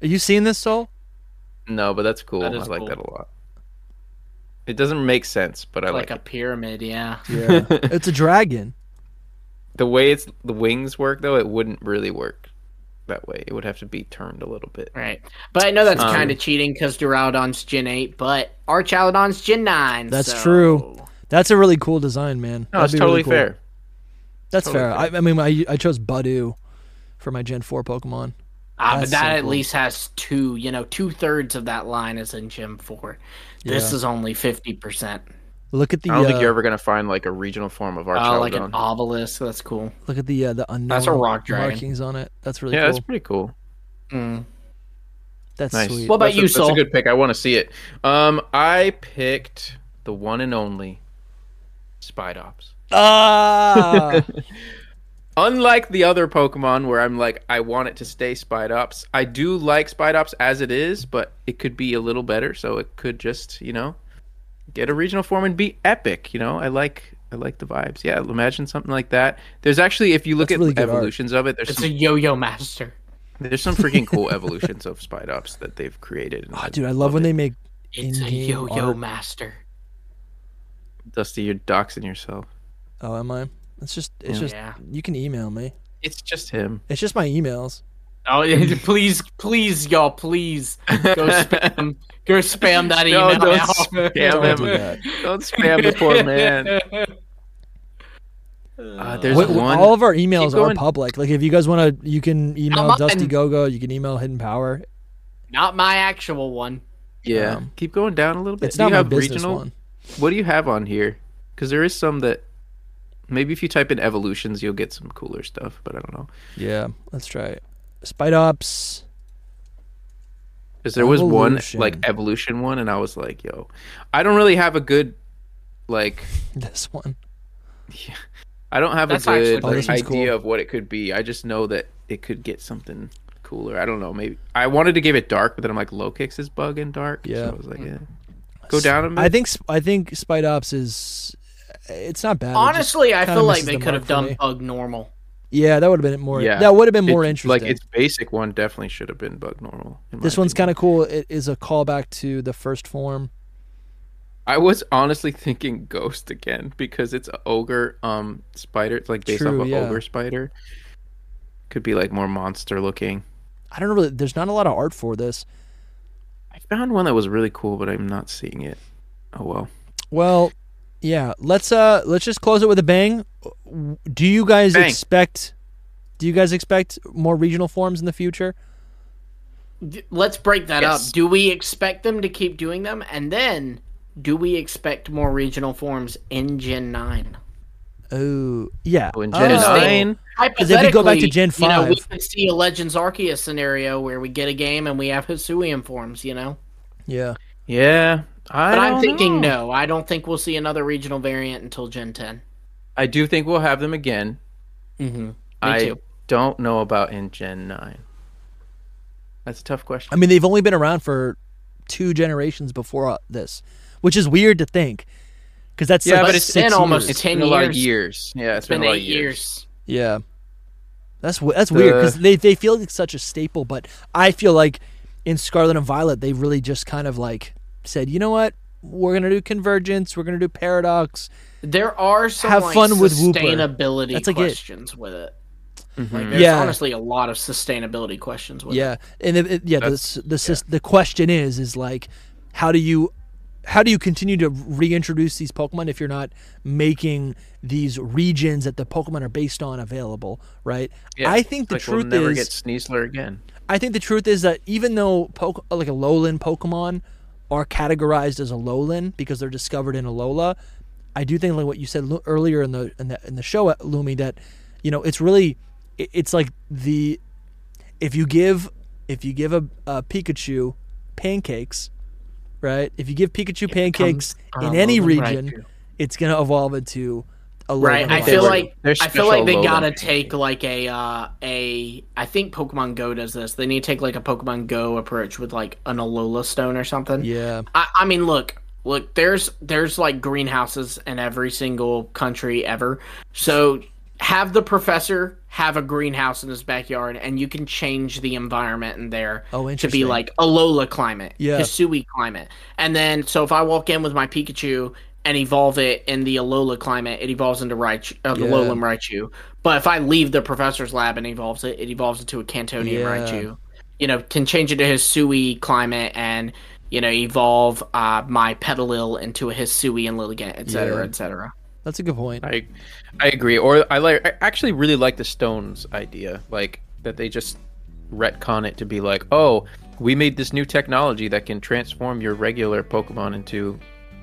Speaker 1: you seeing this, Soul?
Speaker 3: No, but that's cool.
Speaker 2: That is
Speaker 3: I like
Speaker 2: cool.
Speaker 3: that a lot. It doesn't make sense, but I like,
Speaker 2: like a
Speaker 3: it.
Speaker 2: pyramid. Yeah.
Speaker 1: Yeah. it's a dragon.
Speaker 3: the way it's the wings work though. It wouldn't really work that way. It would have to be turned a little bit.
Speaker 2: Right. But I know that's kind of cheating because Duraludon's Gen 8, but Archaladon's Gen 9.
Speaker 1: That's
Speaker 2: so- uh,
Speaker 1: true. That's a really cool design, man.
Speaker 3: No, it's
Speaker 1: That'd be
Speaker 3: totally
Speaker 1: really cool.
Speaker 3: fair.
Speaker 1: That's fair. I, I mean, I, I chose Badu for my Gen 4 Pokemon.
Speaker 2: Ah,
Speaker 1: That's
Speaker 2: but that
Speaker 1: so
Speaker 2: at
Speaker 1: cool.
Speaker 2: least has two, you know, two thirds of that line is in Gen 4. This
Speaker 1: Yeah.
Speaker 2: is only 50%.
Speaker 1: Look at the
Speaker 3: I don't
Speaker 1: uh,
Speaker 3: think you're ever gonna find like a regional form of our
Speaker 2: Oh, like an obelisk. That's cool.
Speaker 1: look at the uh, the unknown
Speaker 2: That's a rock dragon.
Speaker 1: markings on it. That's really
Speaker 3: yeah,
Speaker 1: cool.
Speaker 3: that's pretty cool.
Speaker 1: That's,
Speaker 3: Nice.
Speaker 1: sweet.
Speaker 2: What about
Speaker 3: That's a-
Speaker 2: you,
Speaker 3: That's
Speaker 2: Sol?
Speaker 3: a good pick. I want to see it. Um, I picked the one and only Spidops.
Speaker 1: Ah,
Speaker 3: Unlike the other Pokemon, where I'm like, I want it to stay Spidops. I do like Spidops as it is, but it could be a little better. So it could just, you know, get a regional form and be epic. You know, I like, I like the vibes. Yeah, imagine something like that. There's actually, if you look
Speaker 1: That's
Speaker 3: at
Speaker 1: really good art.
Speaker 3: evolutions of it, there's
Speaker 2: It's
Speaker 3: some,
Speaker 2: a yo yo master.
Speaker 3: there's some freaking cool evolutions of Spidops that they've created. and
Speaker 1: Oh, dude, I love when they make
Speaker 2: It's a
Speaker 1: in-game
Speaker 2: yo yo
Speaker 1: art.
Speaker 2: master.
Speaker 3: Dusty, you're doxing yourself.
Speaker 1: Oh, am I? It's just, it's just.
Speaker 2: Yeah.
Speaker 1: You can email me.
Speaker 3: It's just him.
Speaker 1: It's just my emails.
Speaker 2: Oh, please, please, y'all, please go spam, go spam that
Speaker 3: No,
Speaker 2: email.
Speaker 3: don't
Speaker 2: out.
Speaker 3: spam
Speaker 1: Don't
Speaker 3: him.
Speaker 1: do that.
Speaker 3: Don't spam the poor man. Uh, there's
Speaker 1: Wait,
Speaker 3: one.
Speaker 1: All of our emails
Speaker 3: Keep
Speaker 1: are
Speaker 3: going.
Speaker 1: public. Like, if you guys want to, you can email
Speaker 2: Come on.
Speaker 1: Dusty Gogo. You can email Hidden Power.
Speaker 2: Not my actual one.
Speaker 3: yeah,
Speaker 1: um,
Speaker 3: keep going down a little bit.
Speaker 1: It's
Speaker 3: do
Speaker 1: not
Speaker 3: you
Speaker 1: my
Speaker 3: have
Speaker 1: business
Speaker 3: regional?
Speaker 1: one.
Speaker 3: What do you have on here? Because there is some that maybe if you type in evolutions, you'll get some cooler stuff. But I don't know.
Speaker 1: Yeah, let's try it. Spidops.
Speaker 3: Because there was one like
Speaker 1: Evolution.
Speaker 3: evolution one, and I was like, yo, I don't really have a good like.
Speaker 1: This one.
Speaker 3: I don't have
Speaker 2: That's
Speaker 3: a
Speaker 2: actually
Speaker 3: good
Speaker 2: Oh,
Speaker 1: this
Speaker 3: like,
Speaker 1: one's
Speaker 3: idea
Speaker 1: cool.
Speaker 3: of what it could be. I just know that it could get something cooler. I don't know. Maybe I wanted to give it dark, but then I'm like, low kicks is bug and dark.
Speaker 1: Yeah.
Speaker 3: So I was like, yeah. Go down a bit.
Speaker 1: I think sp- I think Spidops is. It's not bad. it just
Speaker 2: Honestly, I
Speaker 1: kinda
Speaker 2: feel like
Speaker 1: misses
Speaker 2: they
Speaker 1: the
Speaker 2: could
Speaker 1: mark
Speaker 2: have
Speaker 1: for
Speaker 2: done
Speaker 1: me.
Speaker 2: bug normal.
Speaker 1: Yeah, that would have been more. that would have been
Speaker 3: It-
Speaker 1: more interesting.
Speaker 3: Like its basic one definitely should have been bug normal.
Speaker 1: this one's kind of cool. It is a callback to the first form.
Speaker 3: I was honestly thinking ghost again because it's a ogre um spider. It's like based
Speaker 1: True,
Speaker 3: off of
Speaker 1: yeah.
Speaker 3: ogre spider. Could be like more monster looking.
Speaker 1: I don't really. There's not a lot of art for this.
Speaker 3: I found one that was really cool, but I'm not seeing it. Oh well.
Speaker 1: Well, yeah. Let's uh let's just close it with a bang. Do you guys
Speaker 3: Bang.
Speaker 1: expect? Do you guys expect more regional forms in the future?
Speaker 2: D- Let's break that
Speaker 3: Yes.
Speaker 2: up. Do we expect them to keep doing them? And then, do we expect more regional forms in Gen 9?
Speaker 1: Oh yeah.
Speaker 3: Oh, in Gen
Speaker 1: Uh,
Speaker 3: nine,
Speaker 1: if we go back to
Speaker 2: Hypothetically,
Speaker 1: Gen
Speaker 2: you know, we
Speaker 1: 5.
Speaker 2: could see a Legends Arceus scenario where we get a game and we have Hisuian forms, you know?
Speaker 1: Yeah.
Speaker 3: yeah. I
Speaker 2: But
Speaker 3: don't
Speaker 2: I'm thinking
Speaker 3: know.
Speaker 2: no. I don't think we'll see another regional variant until Gen 10.
Speaker 3: I do think we'll have them again.
Speaker 2: Mm-hmm. Me
Speaker 3: I
Speaker 2: too.
Speaker 3: don't know about in Gen nine. That's a tough question.
Speaker 1: I mean, they've only been around for two generations before uh, this, which is weird to think, because that's
Speaker 3: Yeah,
Speaker 1: like
Speaker 3: but it's
Speaker 1: six
Speaker 2: been almost-
Speaker 1: years.
Speaker 3: it's
Speaker 2: 10
Speaker 3: been a lot of
Speaker 2: years.
Speaker 3: years. Yeah,
Speaker 2: It's been
Speaker 3: a lot
Speaker 2: eight
Speaker 3: of
Speaker 2: years.
Speaker 1: Yeah, that's w- that's weird
Speaker 3: Uh.
Speaker 1: because they they feel like such a staple, but I feel like in Scarlet and Violet they really just kind of like said, you know what, we're gonna do convergence, we're gonna do paradox.
Speaker 2: There are some
Speaker 1: Have
Speaker 2: like,
Speaker 1: fun with Wooper.
Speaker 2: sustainability
Speaker 1: That's like it.
Speaker 2: questions with it. Like, there's
Speaker 1: Yeah.
Speaker 2: honestly a lot of sustainability questions with it.
Speaker 1: Yeah, and it, it- yeah, the s- the sys- the question is is like, how do you how do you continue to reintroduce these Pokemon if you're not making these regions that the Pokemon are based on available, right?
Speaker 3: Yeah,
Speaker 1: I think the
Speaker 3: like,
Speaker 1: truth
Speaker 3: we'll never
Speaker 1: is
Speaker 3: get Sneasler again.
Speaker 1: I think the truth is that even though poke, like a lowland Pokemon are categorized as a lowland because they're discovered in Alola, I do think like what you said Lu- earlier in the in the in the show uh, Lumi that you know it's really it- it's like the if you give if you give a, a Pikachu pancakes, right? If you give Pikachu pancakes in any
Speaker 2: Alolan right
Speaker 1: region,
Speaker 2: here.
Speaker 1: it's gonna evolve into a
Speaker 2: Right,
Speaker 1: lowland
Speaker 2: I
Speaker 1: Pokemon.
Speaker 2: feel
Speaker 3: were-
Speaker 2: like
Speaker 3: they're
Speaker 2: I feel like
Speaker 3: special
Speaker 2: they
Speaker 3: Alolan
Speaker 2: gotta
Speaker 3: pancakes.
Speaker 2: take like a uh, a I think Pokemon Go does this. They need to take like a Pokemon Go approach with like an Alola Stone or something.
Speaker 1: yeah.
Speaker 2: I, I mean, look, look. There's there's like greenhouses in every single country ever. So have the professor have a greenhouse in his backyard, and you can change the environment in there
Speaker 1: Oh,
Speaker 2: to be
Speaker 1: interesting.
Speaker 2: like Alola climate,
Speaker 1: Yeah.
Speaker 2: Hisui climate, and then so if I walk in with my Pikachu and evolve it in the Alola climate, it evolves into Raichu, uh, the
Speaker 1: Yeah.
Speaker 2: Alolan Raichu. But if I leave the professor's lab and evolves it, it evolves into a Cantonian
Speaker 1: Yeah.
Speaker 2: Raichu. You know, can change it to Hisui climate and you know evolve uh, my Petalil into a Hisui and Lilligant, et cetera,
Speaker 1: Yeah.
Speaker 2: et cetera.
Speaker 1: That's a good point.
Speaker 3: I I agree. Or I like I actually really like the Stones idea, like that they just retcon it to be like, oh, we made this new technology that can transform your regular Pokemon into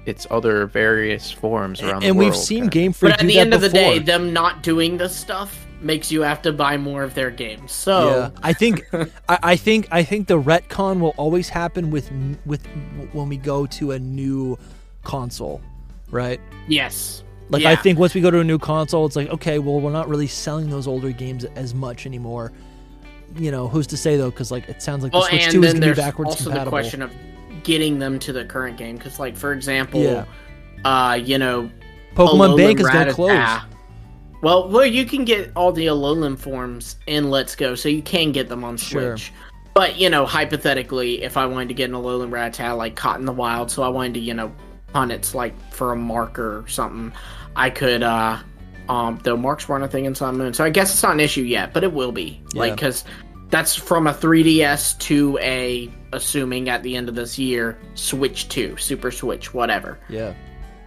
Speaker 3: its other various forms around the
Speaker 1: and
Speaker 3: world.
Speaker 1: we've seen
Speaker 3: kinda.
Speaker 1: Game Freak
Speaker 2: But at
Speaker 1: do
Speaker 2: the
Speaker 1: that
Speaker 2: end of the
Speaker 1: before.
Speaker 2: day, them not doing this stuff makes you have to buy more of their games.
Speaker 1: Yeah,
Speaker 2: So
Speaker 1: I think, I, I think, I think the retcon will always happen with n- with when we go to a new console, right?
Speaker 2: yes,
Speaker 1: Like
Speaker 2: Yeah.
Speaker 1: I think once we go to a new console, it's like okay, well we're not really selling those older games as much anymore. You know, who's to say though? Because like it sounds like
Speaker 2: Well,
Speaker 1: the Switch
Speaker 2: and
Speaker 1: Two
Speaker 2: then
Speaker 1: is going to be
Speaker 2: there's
Speaker 1: backwards
Speaker 2: also
Speaker 1: compatible.
Speaker 2: the question of getting them to the current game. Because, like for example,
Speaker 1: Yeah.
Speaker 2: uh, you know,
Speaker 1: Pokemon
Speaker 2: Alolan
Speaker 1: Bank is going to
Speaker 2: Rattata.
Speaker 1: close.
Speaker 2: Well, well, you can get all the Alolan forms in Let's Go, so you can get them on
Speaker 1: Sure.
Speaker 2: Switch. But you know, hypothetically, if I wanted to get an Alolan Rattata like caught in the wild, so I wanted to you know hunt its like for a marker or something, I could. uh Um, though marks weren't a thing in Sun Moon, so I guess it's not an issue yet, but it will be Like 'cause
Speaker 1: Yeah.
Speaker 2: like because that's from a 3DS to a assuming at the end of this year Switch 2, Super Switch, whatever.
Speaker 1: Yeah,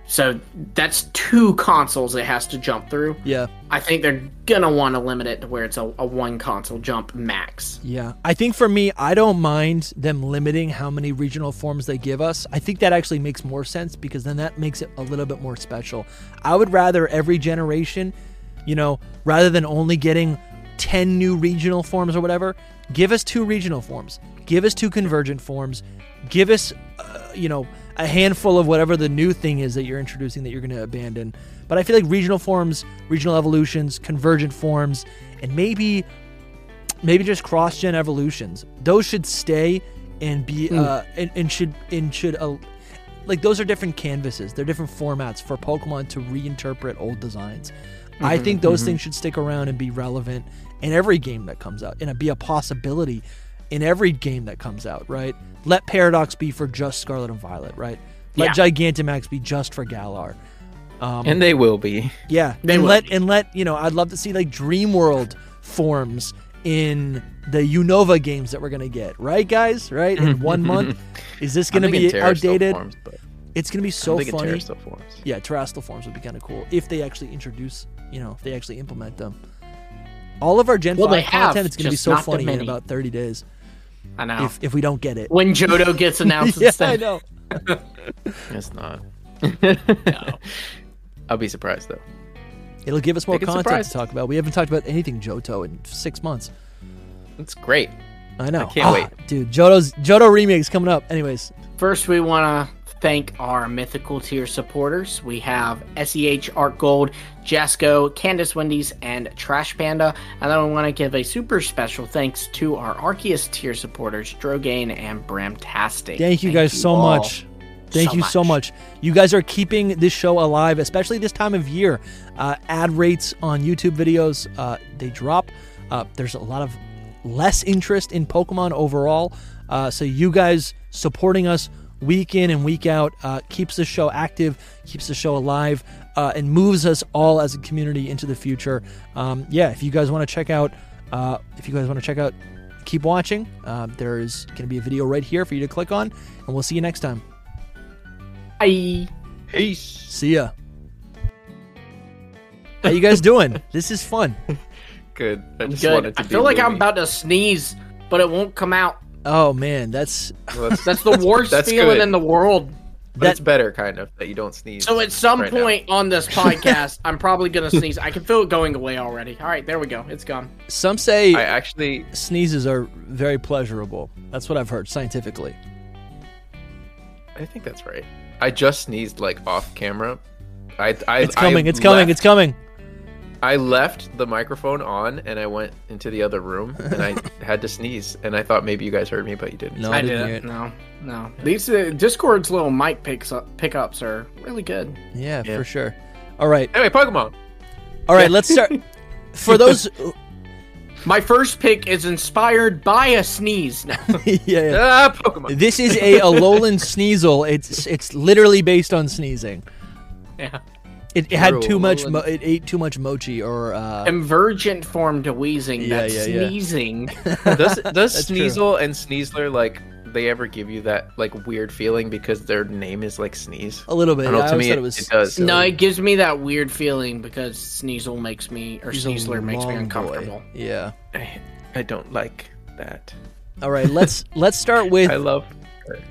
Speaker 2: So that's two consoles it has to jump through.
Speaker 1: yeah,
Speaker 2: I think they're gonna want to limit it to where it's a, a one console jump max.
Speaker 1: yeah. I think for me, I don't mind them limiting how many regional forms they give us. I think that actually makes more sense because then that makes it a little bit more special. I would rather every generation, you know, rather than only getting ten new regional forms or whatever, give us two regional forms, give us two convergent forms, give us, uh, you know, a handful of whatever the new thing is that you're introducing that you're going to abandon. But I feel like regional forms, regional evolutions, convergent forms, and maybe maybe just cross gen evolutions. Those should stay and be uh and, and should and should uh, like those are different canvases. They're different formats for Pokemon to reinterpret old designs. I think those things should stick around and be relevant in every game that comes out and be a possibility in every game that comes out, right? Let Paradox be for just Scarlet and Violet, right? Let Gigantamax be just for Galar.
Speaker 3: And they will be.
Speaker 1: Yeah, and let and let you know. I'd love to see like Dream World forms in the Unova games that we're gonna get, right, guys? Right in one month, is this gonna
Speaker 3: I'm thinking
Speaker 1: be
Speaker 3: Terra still
Speaker 1: outdated?
Speaker 3: Forms, but
Speaker 1: It's gonna be
Speaker 3: I'm
Speaker 1: so
Speaker 3: thinking Terra
Speaker 1: funny.
Speaker 3: still forms.
Speaker 1: Yeah, terrestrial forms would be kind of cool if they actually introduce, you know, if they actually implement them. All of our Gen
Speaker 2: Well, they
Speaker 1: Five
Speaker 2: have,
Speaker 1: content, it's gonna be
Speaker 2: just
Speaker 1: so
Speaker 2: not that
Speaker 1: funny in
Speaker 2: many. Oh.
Speaker 1: about thirty days
Speaker 2: I know.
Speaker 1: if if we don't get it.
Speaker 2: when Jodo gets announced,
Speaker 1: yeah, I
Speaker 2: instead,
Speaker 1: know.
Speaker 3: It's not. I'll be surprised though.
Speaker 1: It'll give us more
Speaker 3: They get
Speaker 1: content
Speaker 3: surprised.
Speaker 1: to talk about. We haven't talked about anything Johto in six months.
Speaker 3: It's great.
Speaker 1: I know.
Speaker 3: can't
Speaker 1: Ah,
Speaker 3: wait.
Speaker 1: dude. Johto's Johto remix coming up. Anyways,
Speaker 2: First, we want to thank our mythical tier supporters. We have SEH Art Gold, Jasco, Candace Wendy's, and Trash Panda. And then we want to give a super special thanks to our Arceus tier supporters, Drogane and Bramtastic.
Speaker 1: thank you guys so
Speaker 2: all.
Speaker 1: much. Thank
Speaker 2: so
Speaker 1: you so much. You guys are keeping this show alive, especially this time of year. Uh, ad rates on YouTube videos uh, they drop. Uh, there's a lot of less interest in Pokemon overall. Uh, so you guys supporting us week in and week out uh, keeps the show active, keeps the show alive, uh, and moves us all as a community into the future. Um, yeah, if you guys want to check out, uh, if you guys want to check out, keep watching. Uh, there is going to be a video right here for you to click on, and we'll see you next time.
Speaker 2: Bye.
Speaker 3: Peace.
Speaker 1: See ya. How you guys doing? this is fun.
Speaker 3: Good. I just
Speaker 2: Good.
Speaker 3: wanted to
Speaker 2: I
Speaker 3: be
Speaker 2: feel like I'm
Speaker 3: movie.
Speaker 2: about to sneeze, but it won't come out.
Speaker 1: Oh man, that's
Speaker 3: Well, that's,
Speaker 2: That's the worst
Speaker 3: that's
Speaker 2: feeling
Speaker 3: good.
Speaker 2: in the world.
Speaker 3: but it's better, kind of, that you don't sneeze.
Speaker 2: So at some
Speaker 3: right now.
Speaker 2: point on this podcast, I'm probably gonna sneeze. I can feel it going away already. All right, there we go. It's gone.
Speaker 1: some say
Speaker 3: I actually
Speaker 1: sneezes are very pleasurable. That's what I've heard scientifically.
Speaker 3: I think that's right. I just sneezed like off camera. I, I
Speaker 1: It's coming.
Speaker 3: I
Speaker 1: it's coming.
Speaker 3: left-
Speaker 1: It's coming.
Speaker 3: I left the microphone on and I went into the other room and I had to sneeze and I thought maybe you guys heard me, but you didn't.
Speaker 1: No, I,
Speaker 2: I
Speaker 1: didn't
Speaker 2: did it.
Speaker 1: hear
Speaker 2: No, no. These uh, Discord's little mic picks up pickups are really good.
Speaker 1: it. Yeah, for sure. All right.
Speaker 3: Anyway, Pokemon.
Speaker 1: All right. Let's start. for those,
Speaker 2: My first pick is inspired by a sneeze. No.
Speaker 1: yeah, yeah.
Speaker 3: Ah, Pokemon.
Speaker 1: This is a Alolan Sneasel. It's it's literally based on sneezing.
Speaker 2: yeah.
Speaker 1: It, it had
Speaker 3: True,
Speaker 1: too much.
Speaker 3: Alolan.
Speaker 1: Mo- it ate too much mochi, or uh,
Speaker 2: Emergent form to wheezing.
Speaker 1: Yeah,
Speaker 2: that's
Speaker 1: yeah, yeah.
Speaker 2: sneezing.
Speaker 3: Does does
Speaker 1: true.
Speaker 3: Sneasel and Sneasler like they ever give you that like weird feeling because their name is like Sneeze?
Speaker 1: a little bit.
Speaker 3: I don't know,
Speaker 1: I
Speaker 3: to
Speaker 1: always
Speaker 3: me
Speaker 1: thought
Speaker 3: it-
Speaker 1: it was
Speaker 3: it does.
Speaker 1: silly.
Speaker 2: no, it gives me that weird feeling because Sneasel makes me, or
Speaker 1: He's a
Speaker 2: Sneasler makes me
Speaker 1: long boy.
Speaker 2: uncomfortable.
Speaker 1: Yeah.
Speaker 3: I, I don't like that.
Speaker 1: All right. Let's let's start with
Speaker 3: I love her.